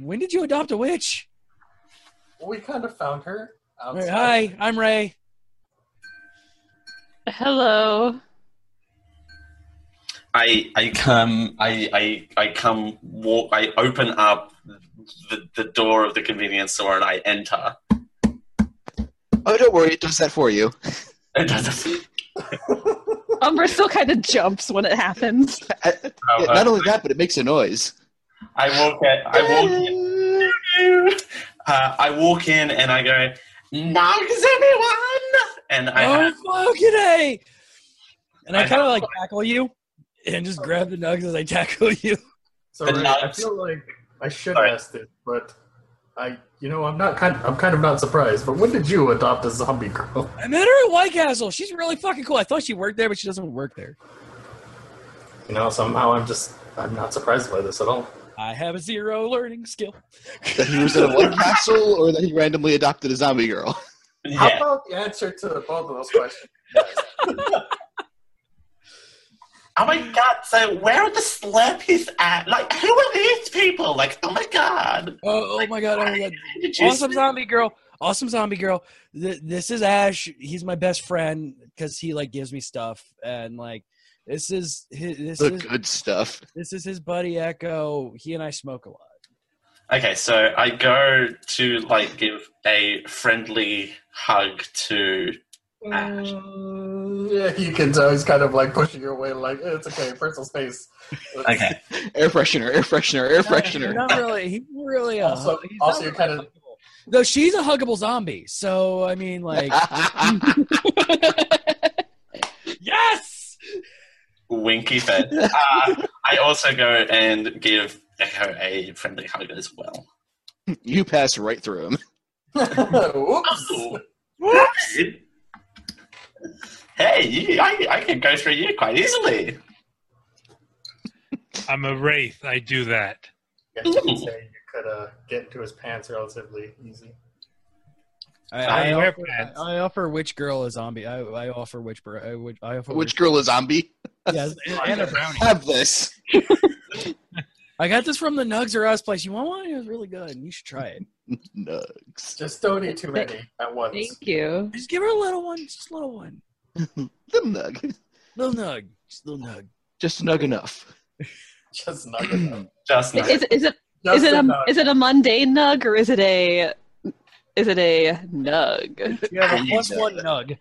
Speaker 6: when did you adopt a witch?
Speaker 10: We kind of found her
Speaker 6: All right,
Speaker 10: outside.
Speaker 6: hi, I'm Ray.
Speaker 9: Hello.
Speaker 8: I I come I I, I come walk I open up the, the door of the convenience store and I enter.
Speaker 3: Oh, don't worry. It does that for you.
Speaker 8: It doesn't-
Speaker 9: Umbra still kind of jumps when it happens.
Speaker 8: Oh,
Speaker 3: Yeah,
Speaker 8: uh,
Speaker 3: not only that, but it makes a noise.
Speaker 8: I walk in, I walk in, uh, I walk in and I go, Nugs everyone and I
Speaker 6: Oh
Speaker 8: have,
Speaker 6: fucking hey! And I,
Speaker 8: I
Speaker 6: kind of
Speaker 8: have-
Speaker 6: like tackle you, and just grab the nugs as I tackle you.
Speaker 10: So
Speaker 8: The
Speaker 10: Ray, I
Speaker 8: nugs.
Speaker 10: feel like I should
Speaker 8: Sorry.
Speaker 10: ask this, but I, you know, I'm not kind. I'm kind of not surprised. But when did you adopt a zombie girl?
Speaker 6: I met her at White Castle. She's really fucking cool. I thought she worked there, but she doesn't work there.
Speaker 10: You know, somehow I'm just. I'm not surprised by this at all.
Speaker 6: I have a zero learning skill.
Speaker 3: That he was in a white castle, or that he randomly adopted a zombie girl.
Speaker 10: How
Speaker 8: yeah.
Speaker 10: about the answer to both of those questions?
Speaker 8: Oh my god, so where are the Slurpees at? Like who are these people? Like, oh my god.
Speaker 6: Oh, oh my god! Oh my god!
Speaker 8: Why did you
Speaker 6: Awesome zombie girl. Awesome zombie girl. Th- this is Ash. He's my best friend because he like gives me stuff and like this is his, this
Speaker 3: The
Speaker 6: is
Speaker 3: good stuff.
Speaker 6: this is his buddy Echo. He and I smoke a lot.
Speaker 8: Okay, so I go to like give a friendly hug to Ash.
Speaker 9: Mm.
Speaker 10: Yeah, you can tell he's kind of like pushing your way, like it's okay, personal space.
Speaker 8: Okay.
Speaker 3: Air freshener, air freshener, air freshener.
Speaker 6: Not really. He's really a,
Speaker 10: Also,
Speaker 6: he's not
Speaker 10: also, you're kind of
Speaker 6: Though she's a huggable zombie, so I mean, like,
Speaker 11: Yes.
Speaker 8: Winky fit. Uh, I also go and give Echo a friendly hug as well.
Speaker 3: you pass right through him.
Speaker 10: whoops.
Speaker 9: Oh.
Speaker 8: Hey, you, I, I can go through you quite easily.
Speaker 7: I'm a wraith. I do that.
Speaker 10: Yeah, you could say you could uh, get into his pants relatively easy.
Speaker 6: I,
Speaker 7: I
Speaker 6: I,
Speaker 7: wear
Speaker 6: offer,
Speaker 7: pants.
Speaker 6: I, I offer which girl a zombie. I, I offer which bro- I, would- I offer
Speaker 3: Which girl is zombie?
Speaker 6: yes, and, and a brownie.
Speaker 3: Have this.
Speaker 6: I got this from the Nugs or Us place. You want one? It was really good. and You should try it.
Speaker 3: Nugs.
Speaker 10: Just don't eat too many at once.
Speaker 9: Thank you.
Speaker 6: Just give her a little one. Just a little one.
Speaker 3: The nug.
Speaker 6: Little nug. Just a little nug.
Speaker 3: Just nug enough.
Speaker 10: Just not enough.
Speaker 8: Just
Speaker 9: Is,
Speaker 8: nice.
Speaker 9: is, is it
Speaker 10: Just
Speaker 9: is it a
Speaker 10: enough.
Speaker 9: is it a mundane nug or is it a is it a nug?
Speaker 6: You have a
Speaker 3: You
Speaker 6: plus
Speaker 3: know
Speaker 6: one
Speaker 3: that.
Speaker 6: nug.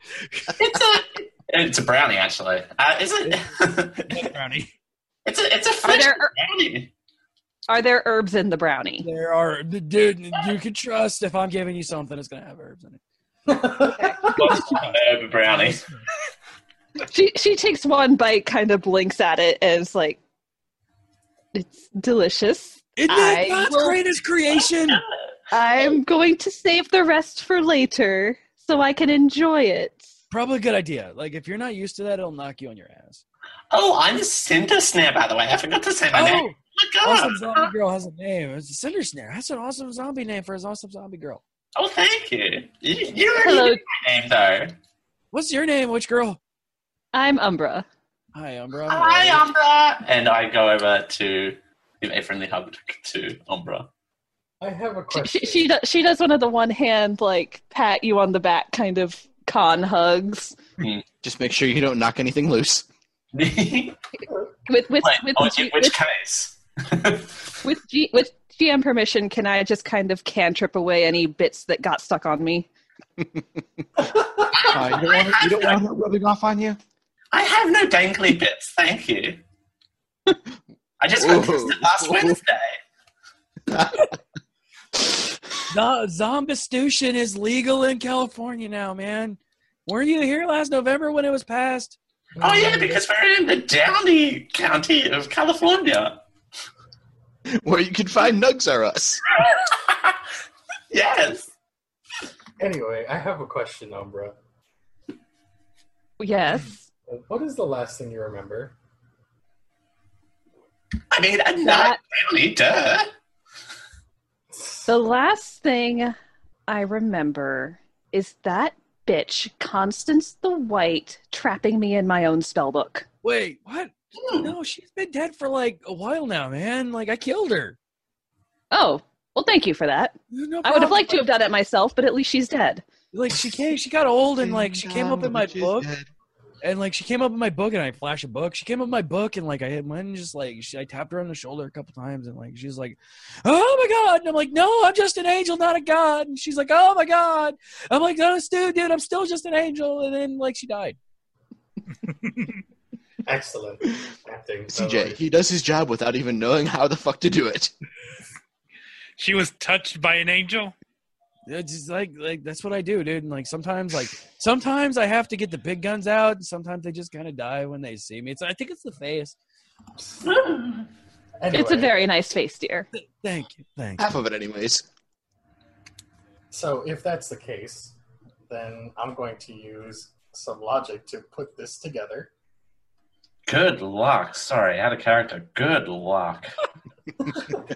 Speaker 8: It's a it's a brownie actually. Uh, is it?
Speaker 6: brownie.
Speaker 8: it's a it's a
Speaker 9: Are
Speaker 8: French
Speaker 9: there er-
Speaker 8: brownie.
Speaker 9: are there herbs in the brownie?
Speaker 6: There are, dude. You can trust if I'm giving you something, it's gonna have herbs in it.
Speaker 8: What's an herb brownie?
Speaker 9: She she takes one bite, kind of blinks at it, and is like, "It's delicious."
Speaker 6: Isn't
Speaker 9: I
Speaker 6: that God's
Speaker 9: will-
Speaker 6: greatest creation?
Speaker 9: I'm going to save the rest for later so I can enjoy it.
Speaker 6: Probably a good idea. Like if you're not used to that, it'll knock you on your ass.
Speaker 8: Oh, I'm Cinder Snare, by the way. I forgot to say my name.
Speaker 6: Oh,
Speaker 8: Oh my god!
Speaker 6: awesome zombie girl has a name. It's Cinder Snare. That's an awesome zombie name for his awesome zombie girl.
Speaker 8: Oh, thank you. You, you already
Speaker 9: Hello,
Speaker 8: knew my name though.
Speaker 6: What's your name? Which girl?
Speaker 9: I'm Umbra.
Speaker 6: Hi, Umbra.
Speaker 8: Hi, Umbra. And I go over to give a friendly hug to Umbra.
Speaker 10: I have a
Speaker 9: She,
Speaker 10: question.
Speaker 9: she she do- she does one of the one hand like pat you on the back kind of con hugs
Speaker 3: Just make sure you don't knock anything loose.
Speaker 8: Wait,
Speaker 9: with with with,
Speaker 8: on
Speaker 9: G-
Speaker 8: Oh, which
Speaker 9: with,
Speaker 8: case?
Speaker 9: with, G- with GM permission. Can I just kind of cantrip away any bits that got stuck on me?
Speaker 3: Uh, you, don't want, you don't want her rubbing off on you?
Speaker 8: I have no dangly bits, thank you. I just went
Speaker 3: Whoa.
Speaker 8: it last Wednesday.
Speaker 6: The zombistitution is legal in California now, man. Weren't you here last November when it was passed?
Speaker 8: Oh yeah, because we're in the Downey County of California.
Speaker 3: Where you can find Nugs Are Us.
Speaker 8: yes.
Speaker 10: Anyway, I have a question, Umbra.
Speaker 9: Yes.
Speaker 10: What is the last thing you remember?
Speaker 8: I mean, a night
Speaker 9: That
Speaker 8: brownie, duh.
Speaker 9: the last thing I remember is that bitch Constance the White trapping me in my own spellbook.
Speaker 6: Wait, what? No, she's been dead for like a while now, man. Like I killed her.
Speaker 9: Oh, well, thank you for that.
Speaker 6: No
Speaker 9: I would
Speaker 6: problem.
Speaker 9: have liked to have done it myself, but at least she's dead.
Speaker 6: Like she came, she got old, and like she came up in my book, and like she came up in my book, and I flash a book. She came up in my book, and like I had one, just like she, I tapped her on the shoulder a couple times, and like she's like, "Oh my god!" And I'm like, "No, I'm just an angel, not a god." And she's like, "Oh my god!" I'm like, "No, dude, dude, I'm still just an angel." And then like she died.
Speaker 10: Excellent acting. by the
Speaker 3: CJ,
Speaker 10: way.
Speaker 3: he does his job without even knowing how the fuck to do it.
Speaker 7: She was touched by an angel.
Speaker 6: It's just like like that's what I do, dude. And like sometimes like sometimes I have to get the big guns out, and sometimes they just kind of die when they see me. It's I think it's the face.
Speaker 10: Anyway,
Speaker 9: It's a very nice face, dear.
Speaker 6: Thank you, thank you.
Speaker 3: Half of it, anyways.
Speaker 10: so. If that's the case, then I'm going to use some logic to put this together.
Speaker 8: Good luck. Sorry, out of character. Good luck.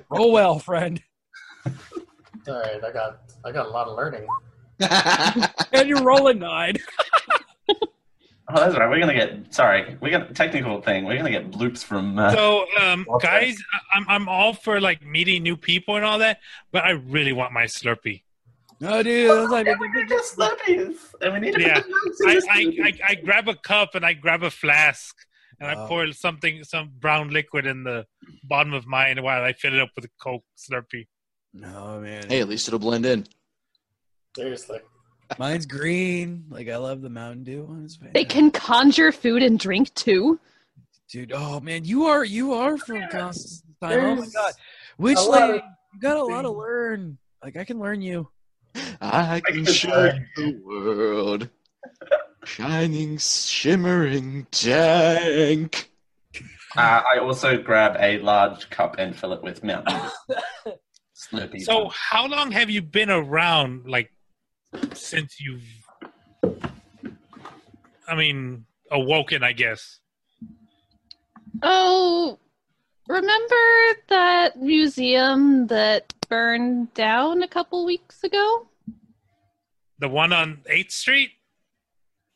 Speaker 6: Roll well, friend.
Speaker 10: All right, I got I got a lot of learning.
Speaker 6: And you're rolling nine.
Speaker 8: Oh, that's right. We're gonna get sorry. We got technical thing. We're gonna get loops from. Uh,
Speaker 7: So, um,
Speaker 10: Okay.
Speaker 7: guys, I- I'm I'm all for like meeting new people and all that, but I really want my Slurpee.
Speaker 6: No, dude. I was like,
Speaker 8: and we need
Speaker 7: to put Yeah. I, I, I, I grab a cup and I grab a flask and I
Speaker 6: Wow.
Speaker 7: pour something some brown liquid in the bottom of mine while I fill it up with a Coke Slurpee.
Speaker 6: no, man.
Speaker 3: hey, at least it'll blend in.
Speaker 10: Seriously,
Speaker 6: Mine's green. Like I love the Mountain Dew on his face.
Speaker 9: They can conjure food and drink too.
Speaker 6: dude. Oh man, you are you are from Constantine. Oh my
Speaker 10: There's
Speaker 6: god, witch
Speaker 10: a lot
Speaker 6: lady,
Speaker 10: of
Speaker 6: you got a lot to learn. Like I can learn you.
Speaker 3: I can show you the world. Shining, shimmering tank.
Speaker 8: Uh, I also grab a large cup and fill it with Mountain Dew. Slurpee.
Speaker 7: So, how long have you been around? Like, since you've, I mean, awoken, I guess.
Speaker 9: Oh, remember that museum that burned down a couple weeks ago?
Speaker 7: The one on Eighth Street.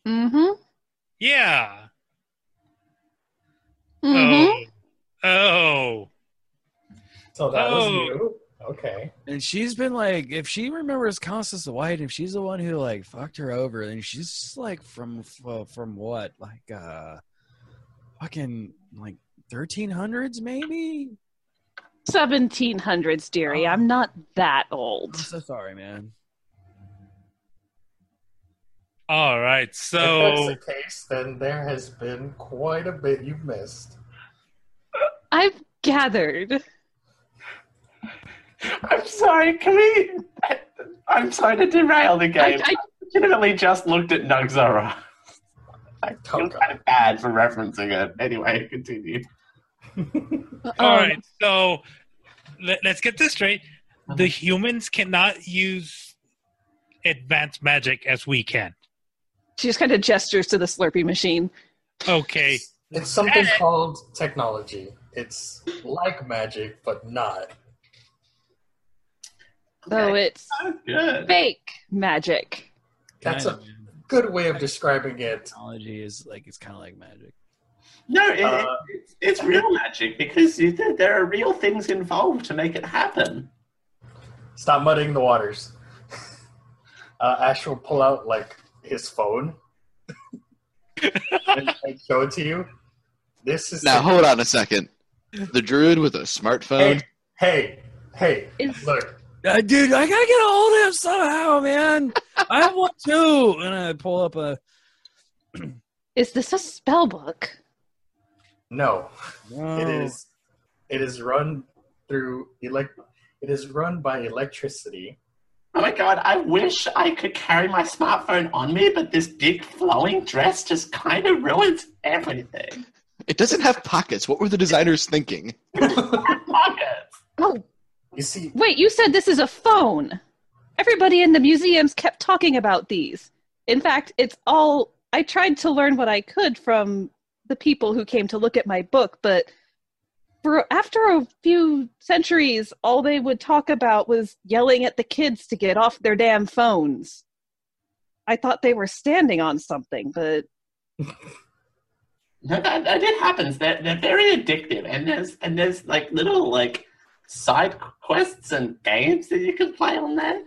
Speaker 9: Mm-hmm.
Speaker 7: Yeah.
Speaker 9: Mm-hmm.
Speaker 7: Oh. Oh.
Speaker 10: So that was
Speaker 7: Oh.
Speaker 10: new. Okay.
Speaker 6: And she's been like, if she remembers Constance the White, if she's the one who like fucked her over, then she's just, like from f- from what, like uh, fucking like thirteen hundreds maybe.
Speaker 9: 1700s, dearie. I'm not that old.
Speaker 6: I'm so sorry, man.
Speaker 7: All right.
Speaker 10: If
Speaker 7: So,
Speaker 10: that's the case, then there has been quite a bit you missed.
Speaker 9: I've gathered.
Speaker 8: I'm sorry, can we? I, I'm sorry to derail the
Speaker 9: I,
Speaker 8: game. I,
Speaker 9: I,
Speaker 8: legitimately just looked at Nugzara. I feel
Speaker 10: Tonka.
Speaker 8: kind of bad for referencing it. Anyway, continue.
Speaker 7: all
Speaker 9: um,
Speaker 7: right. So, let, us get this straight. The humans cannot use advanced magic as we can.
Speaker 9: She just kind of gestures to the Slurpee machine.
Speaker 7: Okay.
Speaker 10: It's something called technology. It's like magic, but not.
Speaker 9: Though
Speaker 8: Okay.
Speaker 9: it's
Speaker 7: Oh,
Speaker 8: That's good.
Speaker 9: fake magic.
Speaker 10: That's
Speaker 6: Kinda,
Speaker 10: a
Speaker 6: man.
Speaker 10: good way of describing it.
Speaker 6: technology is like it's kind of like magic.
Speaker 8: No, it,
Speaker 10: Uh,
Speaker 8: it's, it's real magic because you, there- there are real things involved to make it happen.
Speaker 10: Stop muddying the waters. Uh, Ash will pull out like his phone and, and show it to you. This is
Speaker 3: Now hold on a second. The druid with a smartphone.
Speaker 10: Hey, hey, hey!
Speaker 9: Is-
Speaker 10: Look,
Speaker 6: Uh, dude, I gotta get a hold of him somehow, man. I have one too. And I pull up a
Speaker 9: Is this a spell book?
Speaker 10: no,
Speaker 6: no.
Speaker 10: it is it is run through elect. It is run by electricity.
Speaker 8: Oh my god, I wish I could carry my smartphone on me, but this big flowing dress just kind of ruins everything.
Speaker 3: It doesn't have pockets. What were the designers thinking?
Speaker 8: Pockets.
Speaker 9: Oh,
Speaker 10: You see,
Speaker 9: wait, you said this is a phone. Everybody in the museums kept talking about these. In fact, it's all. I tried to learn what I could from the people who came to look at my book, but for after a few centuries, all they would talk about was yelling at the kids to get off their damn phones. I thought they were standing on something, but
Speaker 8: No, that, that it happens. They're, they're very addictive, and there's and there's like little like side quests and games that you can play on there.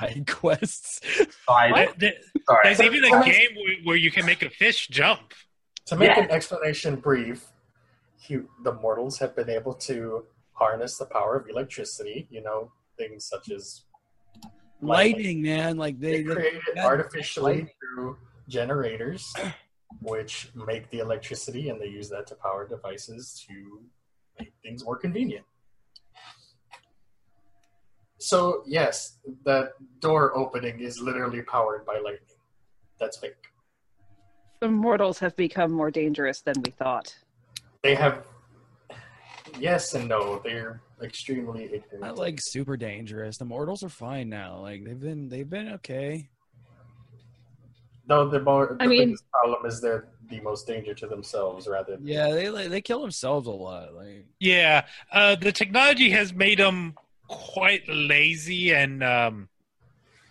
Speaker 6: Side quests.
Speaker 8: Side,
Speaker 7: There- there-
Speaker 8: sorry.
Speaker 7: There's even a game where, where you can make a fish jump.
Speaker 10: To make
Speaker 8: Yeah.
Speaker 10: an explanation brief, he, the mortals have been able to harness the power of electricity, you know, things such as
Speaker 6: Lightning, man. Like they,
Speaker 10: they
Speaker 6: they
Speaker 10: created artificially through generators, which make the electricity, and they use that to power devices to make things more convenient. So, yes, that door opening is literally powered by lightning. That's fake.
Speaker 9: the mortals have become more dangerous than we thought.
Speaker 10: They have. Yes and no. They're extremely ignorant.
Speaker 6: not like super dangerous. The mortals are fine now. Like they've been they've been okay.
Speaker 10: No, the more the
Speaker 9: I mean-
Speaker 10: biggest problem is they're the most danger to themselves rather than
Speaker 6: Yeah, they like they kill themselves a lot. Like
Speaker 7: Yeah, uh, the technology has made them quite lazy, and um,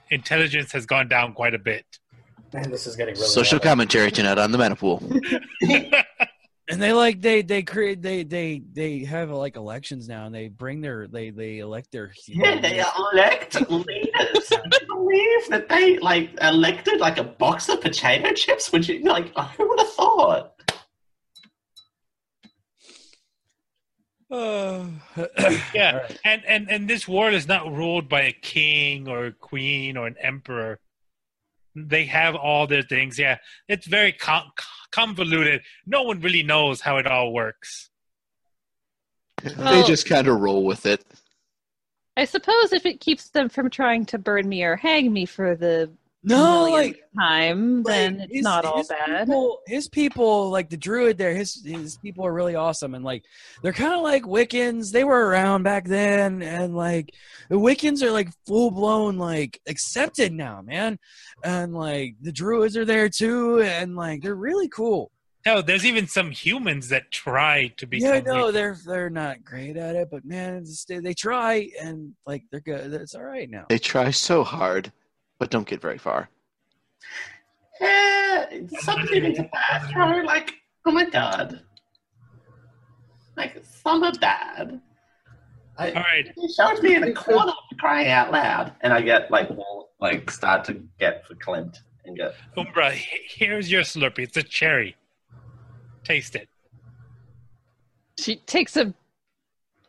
Speaker 7: intelligence has gone down quite a bit.
Speaker 10: man, this is getting really
Speaker 3: Social
Speaker 10: bad.
Speaker 3: commentary tonight on the Metapool.
Speaker 6: and they like they they create they they they have like elections now and they bring their they they elect their
Speaker 8: Yeah, they elect leaders. Can you believe that they like elected like a box of potato chips? Would you like? Who would have thought?
Speaker 6: Uh,
Speaker 7: Yeah, and, and and this world is not ruled by a king or a queen or an emperor. they have all their things. Yeah, it's very con- convoluted. No one really knows how it all works.
Speaker 3: they just kind of roll with it.
Speaker 9: I suppose if it keeps them from trying to burn me or hang me for the
Speaker 6: No,
Speaker 9: millionth
Speaker 6: like-
Speaker 9: time, then
Speaker 6: Like,
Speaker 9: it's not all bad.
Speaker 6: People, his people, like the druid there, his his people are really awesome, and like they're kind of like Wiccans. They were around back then, and like the Wiccans are like full blown like accepted now, man. And like the druids are there too, and like they're really cool.
Speaker 7: Hell, there's even some humans that try to become.
Speaker 6: yeah, no,
Speaker 7: Wiccans.
Speaker 6: they're they're not great at it, but man, it's, they, they try, and like they're good. It's all right now.
Speaker 3: They try so hard, but don't get very far.
Speaker 8: Yeah, some humans are bad. You're like, oh my god. Like, some are bad.
Speaker 10: I,
Speaker 7: All right,
Speaker 8: He shoved me in a corner crying out loud. And I get, like, all, like start to get verklempt and get.
Speaker 7: Umbra, he- here's your Slurpee. It's a cherry. Taste it.
Speaker 9: She takes a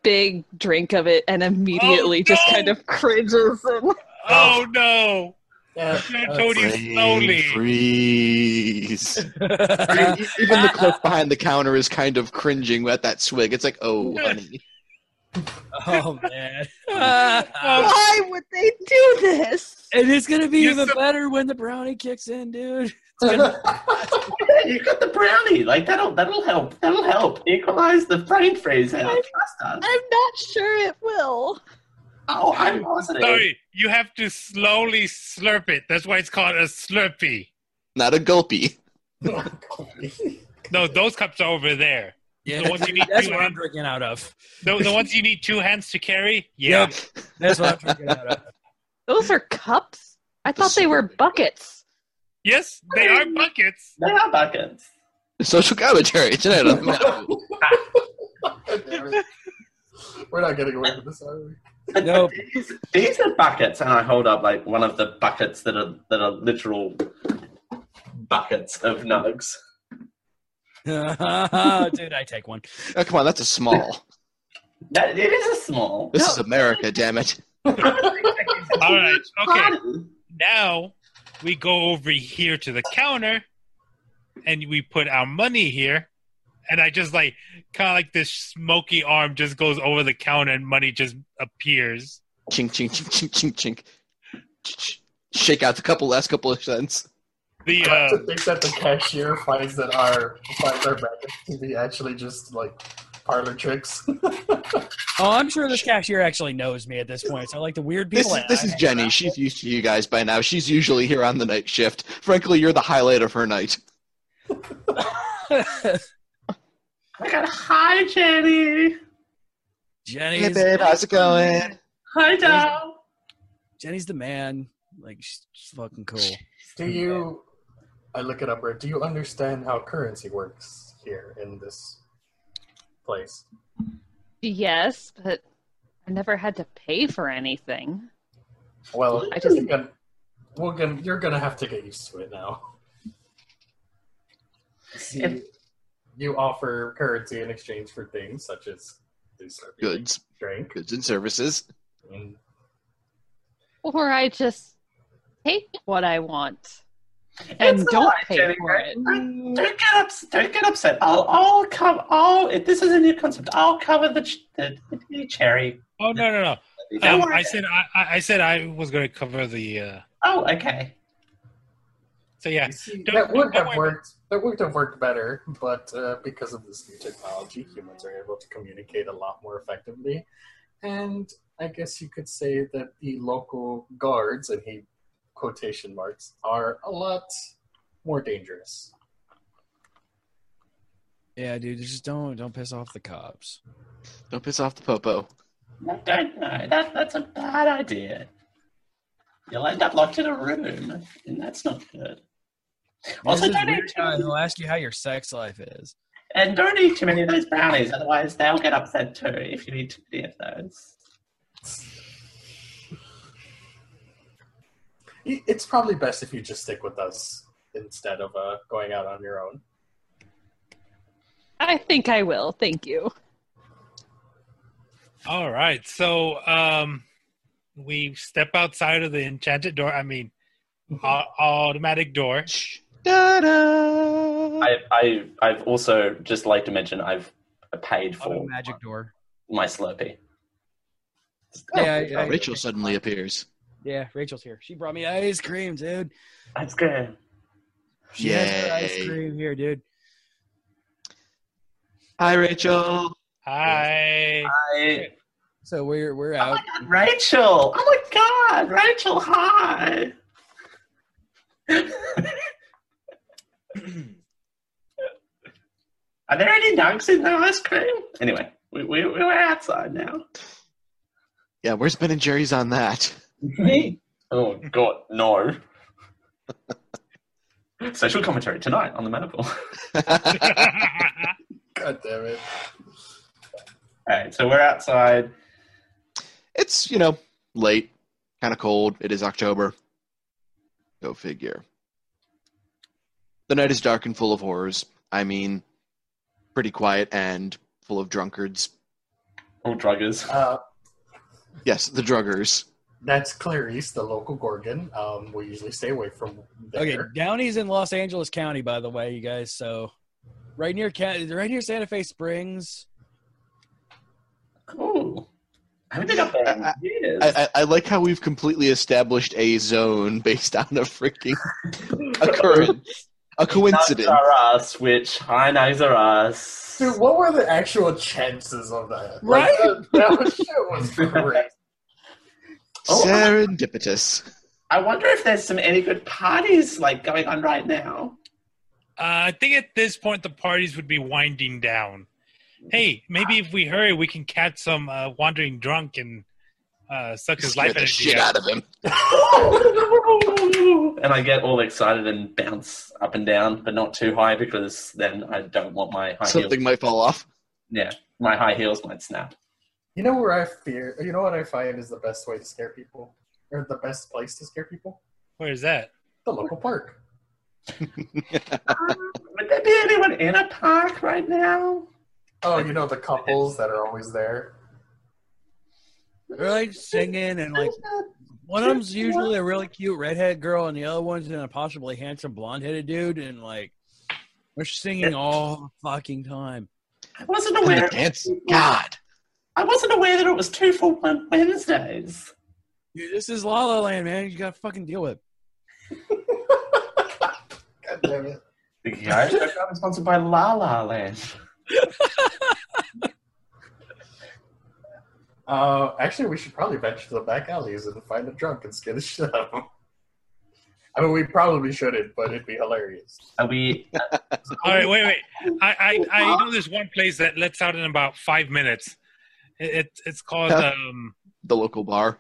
Speaker 9: big drink of it and immediately
Speaker 7: Oh,
Speaker 9: just
Speaker 7: no!
Speaker 9: kind of cringes. And
Speaker 7: Oh no!
Speaker 10: Yeah,
Speaker 7: I
Speaker 10: uh,
Speaker 7: told you slowly.
Speaker 3: Brain freeze. E- Even the clerk behind the counter is kind of cringing at that swig. It's like, oh, honey.
Speaker 6: oh man, Um,
Speaker 9: why would they do this?
Speaker 6: and it's gonna be
Speaker 7: You're
Speaker 6: even
Speaker 7: so-
Speaker 6: better when the brownie kicks in, dude.
Speaker 8: Yeah, Oh you got the brownie. Like, that'll that'll help. That'll help. Equalize the brain freeze out. Trust us.
Speaker 9: I'm not sure it will.
Speaker 8: Oh, I'm positive.
Speaker 7: Sorry, you have to slowly slurp it. That's why it's called a Slurpee.
Speaker 3: Not a gulpy.
Speaker 7: No, those cups are over there.
Speaker 6: Yeah,
Speaker 7: The ones you need
Speaker 6: that's
Speaker 7: to
Speaker 6: what I'm
Speaker 7: hand-
Speaker 6: drinking out of.
Speaker 7: The, the ones you need two hands to carry. Yeah,
Speaker 6: That's what I'm drinking out of.
Speaker 9: Those are cups? I thought they were buckets.
Speaker 7: yes, they are buckets.
Speaker 8: They are buckets.
Speaker 3: Social commentary tonight on the Mouthful.
Speaker 10: We're not getting away with this, are we?
Speaker 8: But-
Speaker 6: Nope.
Speaker 8: but These, these are buckets, and I hold up like one of the buckets that are that are literal buckets of nugs.
Speaker 6: Dude, I take one.
Speaker 3: Oh, come on, that's a small.
Speaker 8: That it is a small.
Speaker 3: This is America, damn it.
Speaker 7: All right, okay.
Speaker 8: Party.
Speaker 7: Now we go over here to the counter, and we put our money here. And I just like kind of like this smoky arm just goes over the counter, and money just appears.
Speaker 3: Chink, chink, chink, chink, chink, chink. Ch- ch- Shake out the couple last couple of cents.
Speaker 7: The
Speaker 10: I
Speaker 7: uh,
Speaker 10: like to think that the cashier finds that our finds our bracket to be actually just like parlor tricks.
Speaker 6: Oh, I'm sure this cashier actually knows me at this point. So like the weird
Speaker 3: This
Speaker 6: people.
Speaker 3: is,
Speaker 6: I-
Speaker 3: this
Speaker 6: I
Speaker 3: is
Speaker 6: hang
Speaker 3: Jenny.
Speaker 6: around
Speaker 3: She's
Speaker 6: with.
Speaker 3: used to you guys by now. She's usually here on the night shift. Frankly, you're the highlight of her night.
Speaker 8: I got hi Jenny.
Speaker 3: Hey,
Speaker 6: Jenny's
Speaker 3: babe, how's it going?
Speaker 8: Hi Dom.
Speaker 6: Jenny's the man. Like she's fucking cool.
Speaker 10: do you? I look it up. Right? Do you understand how currency works here in this place?
Speaker 9: Yes, but I never had to pay for anything.
Speaker 10: Well,
Speaker 9: I
Speaker 10: I
Speaker 9: just-
Speaker 10: just gonna, we're gonna, you're gonna have to get used to it now. See, you offer currency in exchange for things such as these sort of
Speaker 3: Goods,
Speaker 10: drink
Speaker 3: goods and services.
Speaker 10: and
Speaker 9: Or I just take what I want and
Speaker 8: It's all
Speaker 9: don't
Speaker 8: right,
Speaker 9: pay
Speaker 8: Jenny,
Speaker 9: for it.
Speaker 8: Don't get upset. Don't get upset. I'll I'll come. I'll. If this is a new concept, I'll cover the ch- the, the cherry.
Speaker 7: oh no no no!
Speaker 8: Don't
Speaker 7: Um,
Speaker 8: worry.
Speaker 7: I said I, I I said I was going to cover the. Uh,
Speaker 8: oh, okay.
Speaker 7: so yeah,
Speaker 10: You see,
Speaker 7: Don't-
Speaker 10: that would
Speaker 7: don't
Speaker 10: have
Speaker 7: worry.
Speaker 10: worked. That would have worked better, but uh, because of this new technology, humans are able to communicate a lot more effectively. And I guess you could say that the local guards, and he quotation marks, are a lot more dangerous.
Speaker 6: Yeah, dude. Just don't don't piss off the cops.
Speaker 3: Don't piss off the popo.
Speaker 8: No, don't know. That that's a bad idea. You'll end up locked in a room, and that's not good.
Speaker 6: There's
Speaker 8: Also,
Speaker 6: this
Speaker 8: don't
Speaker 6: weird
Speaker 8: eat too
Speaker 6: guy who'll
Speaker 8: many,
Speaker 6: ask you how your sex life is.
Speaker 8: and don't eat too many of those brownies, otherwise they'll get upset too if you eat too many of those.
Speaker 10: I- It's probably best if you just stick with us instead of uh, going out on your own.
Speaker 9: I think I will. Thank you.
Speaker 7: all right. So um, we step outside of the enchanted door. I mean,
Speaker 3: Mm-hmm.
Speaker 7: Au- automatic door.
Speaker 3: Da-da!
Speaker 8: I, I, I've also just like to mention I've paid
Speaker 7: Oh,
Speaker 8: for
Speaker 6: Auto magic door.
Speaker 8: my Slurpee.
Speaker 3: Oh,
Speaker 6: Yeah,
Speaker 8: Oh,
Speaker 6: I- I-
Speaker 3: Rachel suddenly appears.
Speaker 6: Yeah, Rachel's here. She brought me ice cream, dude.
Speaker 8: That's good.
Speaker 6: She has her ice
Speaker 3: Yay.
Speaker 6: cream here, dude.
Speaker 3: Hi, Rachel.
Speaker 7: Hi.
Speaker 8: I,
Speaker 6: So we're we're
Speaker 8: oh
Speaker 6: out.
Speaker 8: my god, Rachel! Oh my god, Rachel! Hi. Are there any nugs in the ice cream? Anyway, we, we, we were outside now.
Speaker 3: Yeah, where's Ben and Jerry's on that?
Speaker 8: Me? Oh god, no. Social commentary tonight on the maniple.
Speaker 7: Uh,
Speaker 10: God damn it.
Speaker 8: Alright, so we're outside.
Speaker 3: it's, you know, late, kind of cold. It is October. Go figure. The night is dark and full of horrors. I mean, pretty quiet and full of drunkards.
Speaker 8: All druggers.
Speaker 10: Uh,
Speaker 3: Yes, the druggers.
Speaker 10: that's Clarice, the local Gorgon. Um, we usually stay away from there.
Speaker 6: Okay, Downey's in Los Angeles County, by the way, you guys. So right near Ca- right near Santa Fe Springs.
Speaker 8: Cool. I haven't been up there in
Speaker 3: I-
Speaker 8: years.
Speaker 3: I, I, I like how we've completely established a zone based on a freaking occurrence,
Speaker 7: uh,
Speaker 3: a coincidence.
Speaker 8: Nugs are us, which high nugs are us. Oh,
Speaker 10: Dude, what were the actual chances of that?
Speaker 6: Right?
Speaker 10: Like, that, that was, shit was crazy.
Speaker 8: Oh,
Speaker 3: Serendipitous.
Speaker 8: I wonder if there's some any good parties like going on right now.
Speaker 7: Uh, I think at this point the parties would be winding down. Hey, maybe if we hurry, we can catch some uh, wandering drunk and uh, suck his
Speaker 3: Scare
Speaker 7: life
Speaker 3: the
Speaker 7: energy
Speaker 3: shit
Speaker 7: out.
Speaker 3: out of him.
Speaker 8: and I get all excited and bounce up and down, but not too high because then I don't want my high heels.
Speaker 3: Something might fall off.
Speaker 8: Yeah, my high heels might snap.
Speaker 10: You know where I fear? You know what I find is the best way to scare people, or the best place to scare people?
Speaker 7: Where is that?
Speaker 10: The local park.
Speaker 8: Would there be anyone in a park right now?
Speaker 10: Oh, you know the couples that are always there.
Speaker 6: They're like singing and like one of them's usually a really cute redhead girl and the other one's an impossibly handsome blonde headed dude and like they're singing all the fucking time.
Speaker 8: I wasn't
Speaker 3: And the
Speaker 8: aware.
Speaker 3: dance. God.
Speaker 8: I wasn't aware that it was two for one Wednesdays.
Speaker 6: Dude, this is La La Land, man. You gotta fucking deal with it.
Speaker 10: God damn it.
Speaker 8: The Irish program is sponsored by La La Land.
Speaker 10: Uh, actually, we should probably venture to the back alleys and find a drunk and scare the shit out of him. I mean, we probably shouldn't, but it'd be hilarious.
Speaker 8: Are we?
Speaker 7: All right, wait, wait. I, I, I know there's one place that lets out in about five minutes. It, it, it's called um,
Speaker 3: The local bar.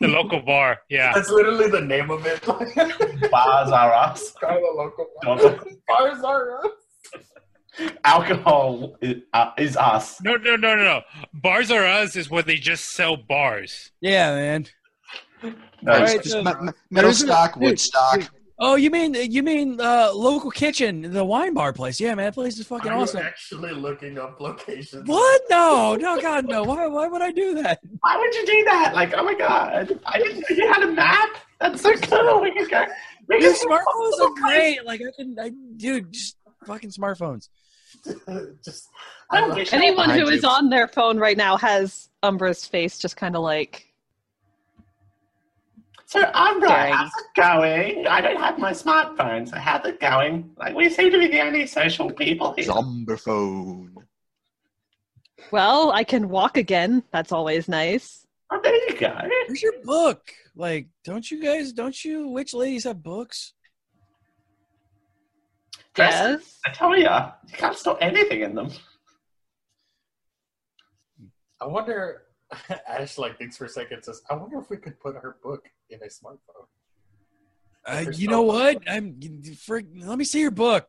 Speaker 7: the local bar. Yeah.
Speaker 10: That's literally the name of it.
Speaker 8: Bars are us.
Speaker 10: Try the local
Speaker 8: Don't-
Speaker 10: bars are us.
Speaker 8: Alcohol is, uh, is us.
Speaker 7: No, no, no, no, no. Bars Are Us is where they just sell bars.
Speaker 6: Yeah, man.
Speaker 8: No,
Speaker 6: All
Speaker 3: It's
Speaker 6: right,
Speaker 3: just
Speaker 6: so-
Speaker 3: me- me- metal
Speaker 6: There's a-
Speaker 3: stock, wood
Speaker 6: dude,
Speaker 3: stock.
Speaker 6: Oh, you mean you mean uh, local kitchen, the wine bar place? Yeah, man, that place is fucking
Speaker 10: Are you
Speaker 6: awesome.
Speaker 10: actually looking up locations?
Speaker 6: What? No, no, God, no. Why? Why would I do that?
Speaker 8: Why would you do that? Like, oh my god, I didn't know you had a map. That's so cool. We can go. We
Speaker 6: Your
Speaker 8: can
Speaker 6: smartphones are great. Like I can, I dude, just fucking smartphones.
Speaker 10: Just
Speaker 8: I
Speaker 10: I
Speaker 8: wish I,
Speaker 9: Anyone who
Speaker 3: Behind
Speaker 9: is
Speaker 3: you.
Speaker 9: on their phone right now has Umbra's face just kind of like.
Speaker 8: so Umbra,
Speaker 9: Dang.
Speaker 8: how's it going? I don't have my smartphone, so how's it going? Like, we seem to be the only social people here.
Speaker 3: Zomberphone.
Speaker 9: Well, I can walk again. That's always nice.
Speaker 8: Oh, there you go.
Speaker 6: Where's your book? Like, don't you guys? Don't you? Which ladies have books?
Speaker 8: Yes.
Speaker 9: Yes.
Speaker 8: I tell ya, you can't store anything in them.
Speaker 10: I wonder. Ash like thinks for a second. Says, "I wonder if we could put her book in a smartphone."
Speaker 6: Uh, you know what? I'm. Frick, let me see your book.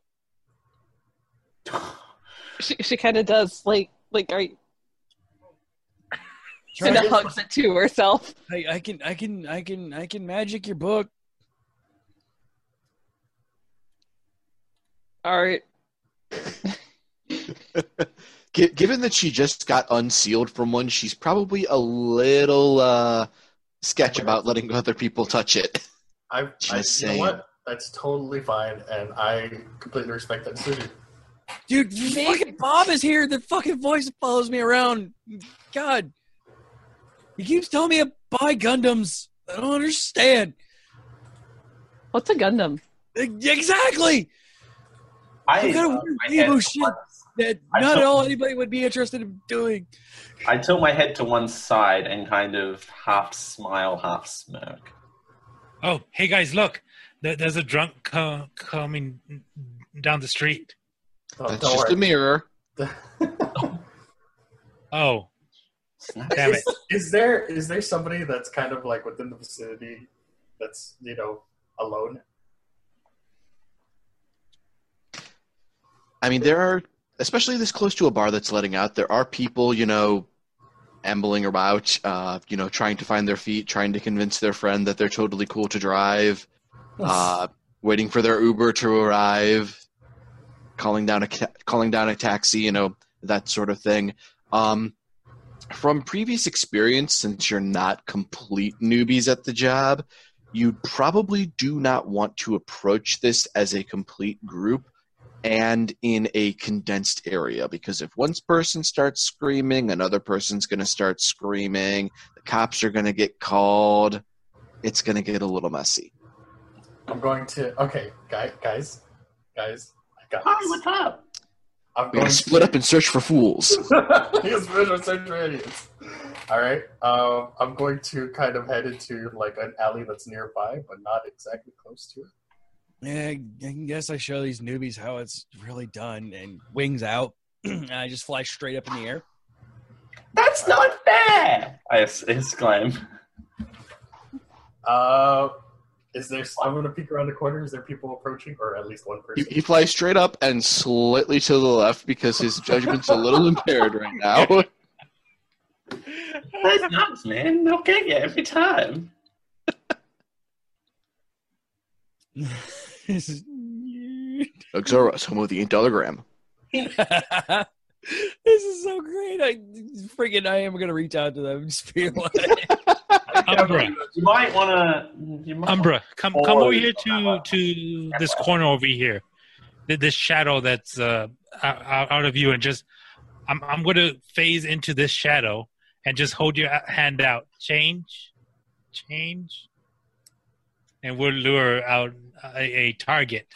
Speaker 9: She, she kind of does like like are
Speaker 6: Try-
Speaker 9: kind of hugs it to herself.
Speaker 6: I, I can, I can, I can, I can magic your book.
Speaker 9: All right.
Speaker 3: Gi- Given that she just got unsealed from one, she's probably a little uh, sketch about letting other people touch it.
Speaker 10: I, I
Speaker 3: Just
Speaker 10: you know
Speaker 3: saying.
Speaker 10: what? That's totally fine, and I completely respect that decision.
Speaker 6: Dude, fucking Bob is here. The fucking voice follows me around. God. He keeps telling me to buy Gundams. I don't understand.
Speaker 9: What's a Gundam?
Speaker 6: Exactly.
Speaker 8: I,
Speaker 6: Some kind
Speaker 8: uh,
Speaker 6: of weird
Speaker 8: my head
Speaker 6: Weibo
Speaker 8: to
Speaker 6: shit
Speaker 8: one-
Speaker 6: that
Speaker 8: I
Speaker 6: not
Speaker 8: don't-
Speaker 6: at all anybody would be interested in doing.
Speaker 8: I tilt my head to one side and kind of half smile, half smirk.
Speaker 7: Oh, hey guys, look. There- There's a drunk co- coming down the street.
Speaker 10: Oh,
Speaker 3: That's
Speaker 10: don't
Speaker 3: just a
Speaker 10: worry.
Speaker 3: mirror.
Speaker 7: Oh,
Speaker 8: Snap.
Speaker 7: damn it.
Speaker 10: Is, is there is there somebody that's kind of like within the vicinity that's you know alone?
Speaker 3: I mean, there are, especially this close to a bar that's letting out, there are people, you know, ambling about, uh, you know, trying to find their feet, trying to convince their friend that they're totally cool to drive, uh, waiting for their Uber to arrive, calling down a ca- calling down a taxi, you know, that sort of thing. Um, from previous experience, since you're not complete newbies at the job, you probably do not want to approach this as a complete group and in a condensed area because if one person starts screaming another person's going to start screaming the cops are going to get called it's going to get a little messy
Speaker 10: I'm going to okay, guy, guys, guys, I got
Speaker 8: Hi,
Speaker 10: this.
Speaker 8: what's up?
Speaker 10: I'm
Speaker 3: we're going to split up and search for fools
Speaker 10: He's visual central idiots. All right, um, I'm going to kind of head into like an alley that's nearby, but not exactly close to it.
Speaker 6: Yeah, I I guess I show these newbies how it's really done and wings out. and I just fly straight up in the air.
Speaker 8: That's not fair! I ex- exclaim.
Speaker 10: Uh, is there? I'm going to peek around the corner. Is there people approaching, or at least one
Speaker 3: he,
Speaker 10: person?
Speaker 3: he flies straight up and slightly to the left because his judgment's a little impaired right now
Speaker 8: That's nuts, man. They'll get you every time.
Speaker 6: This is-
Speaker 3: Exorus, home of the eight dollar gram
Speaker 6: this is so great. I freaking I am gonna reach out to them. Just be like,
Speaker 7: Umbra,
Speaker 8: You might want to.
Speaker 7: Umbra, come come over here to to this corner over here. Th- This shadow that's uh, out- out out of you, and just I'm I'm gonna phase into this shadow and just hold your hand out. Change, change, and we'll lure out a, a target.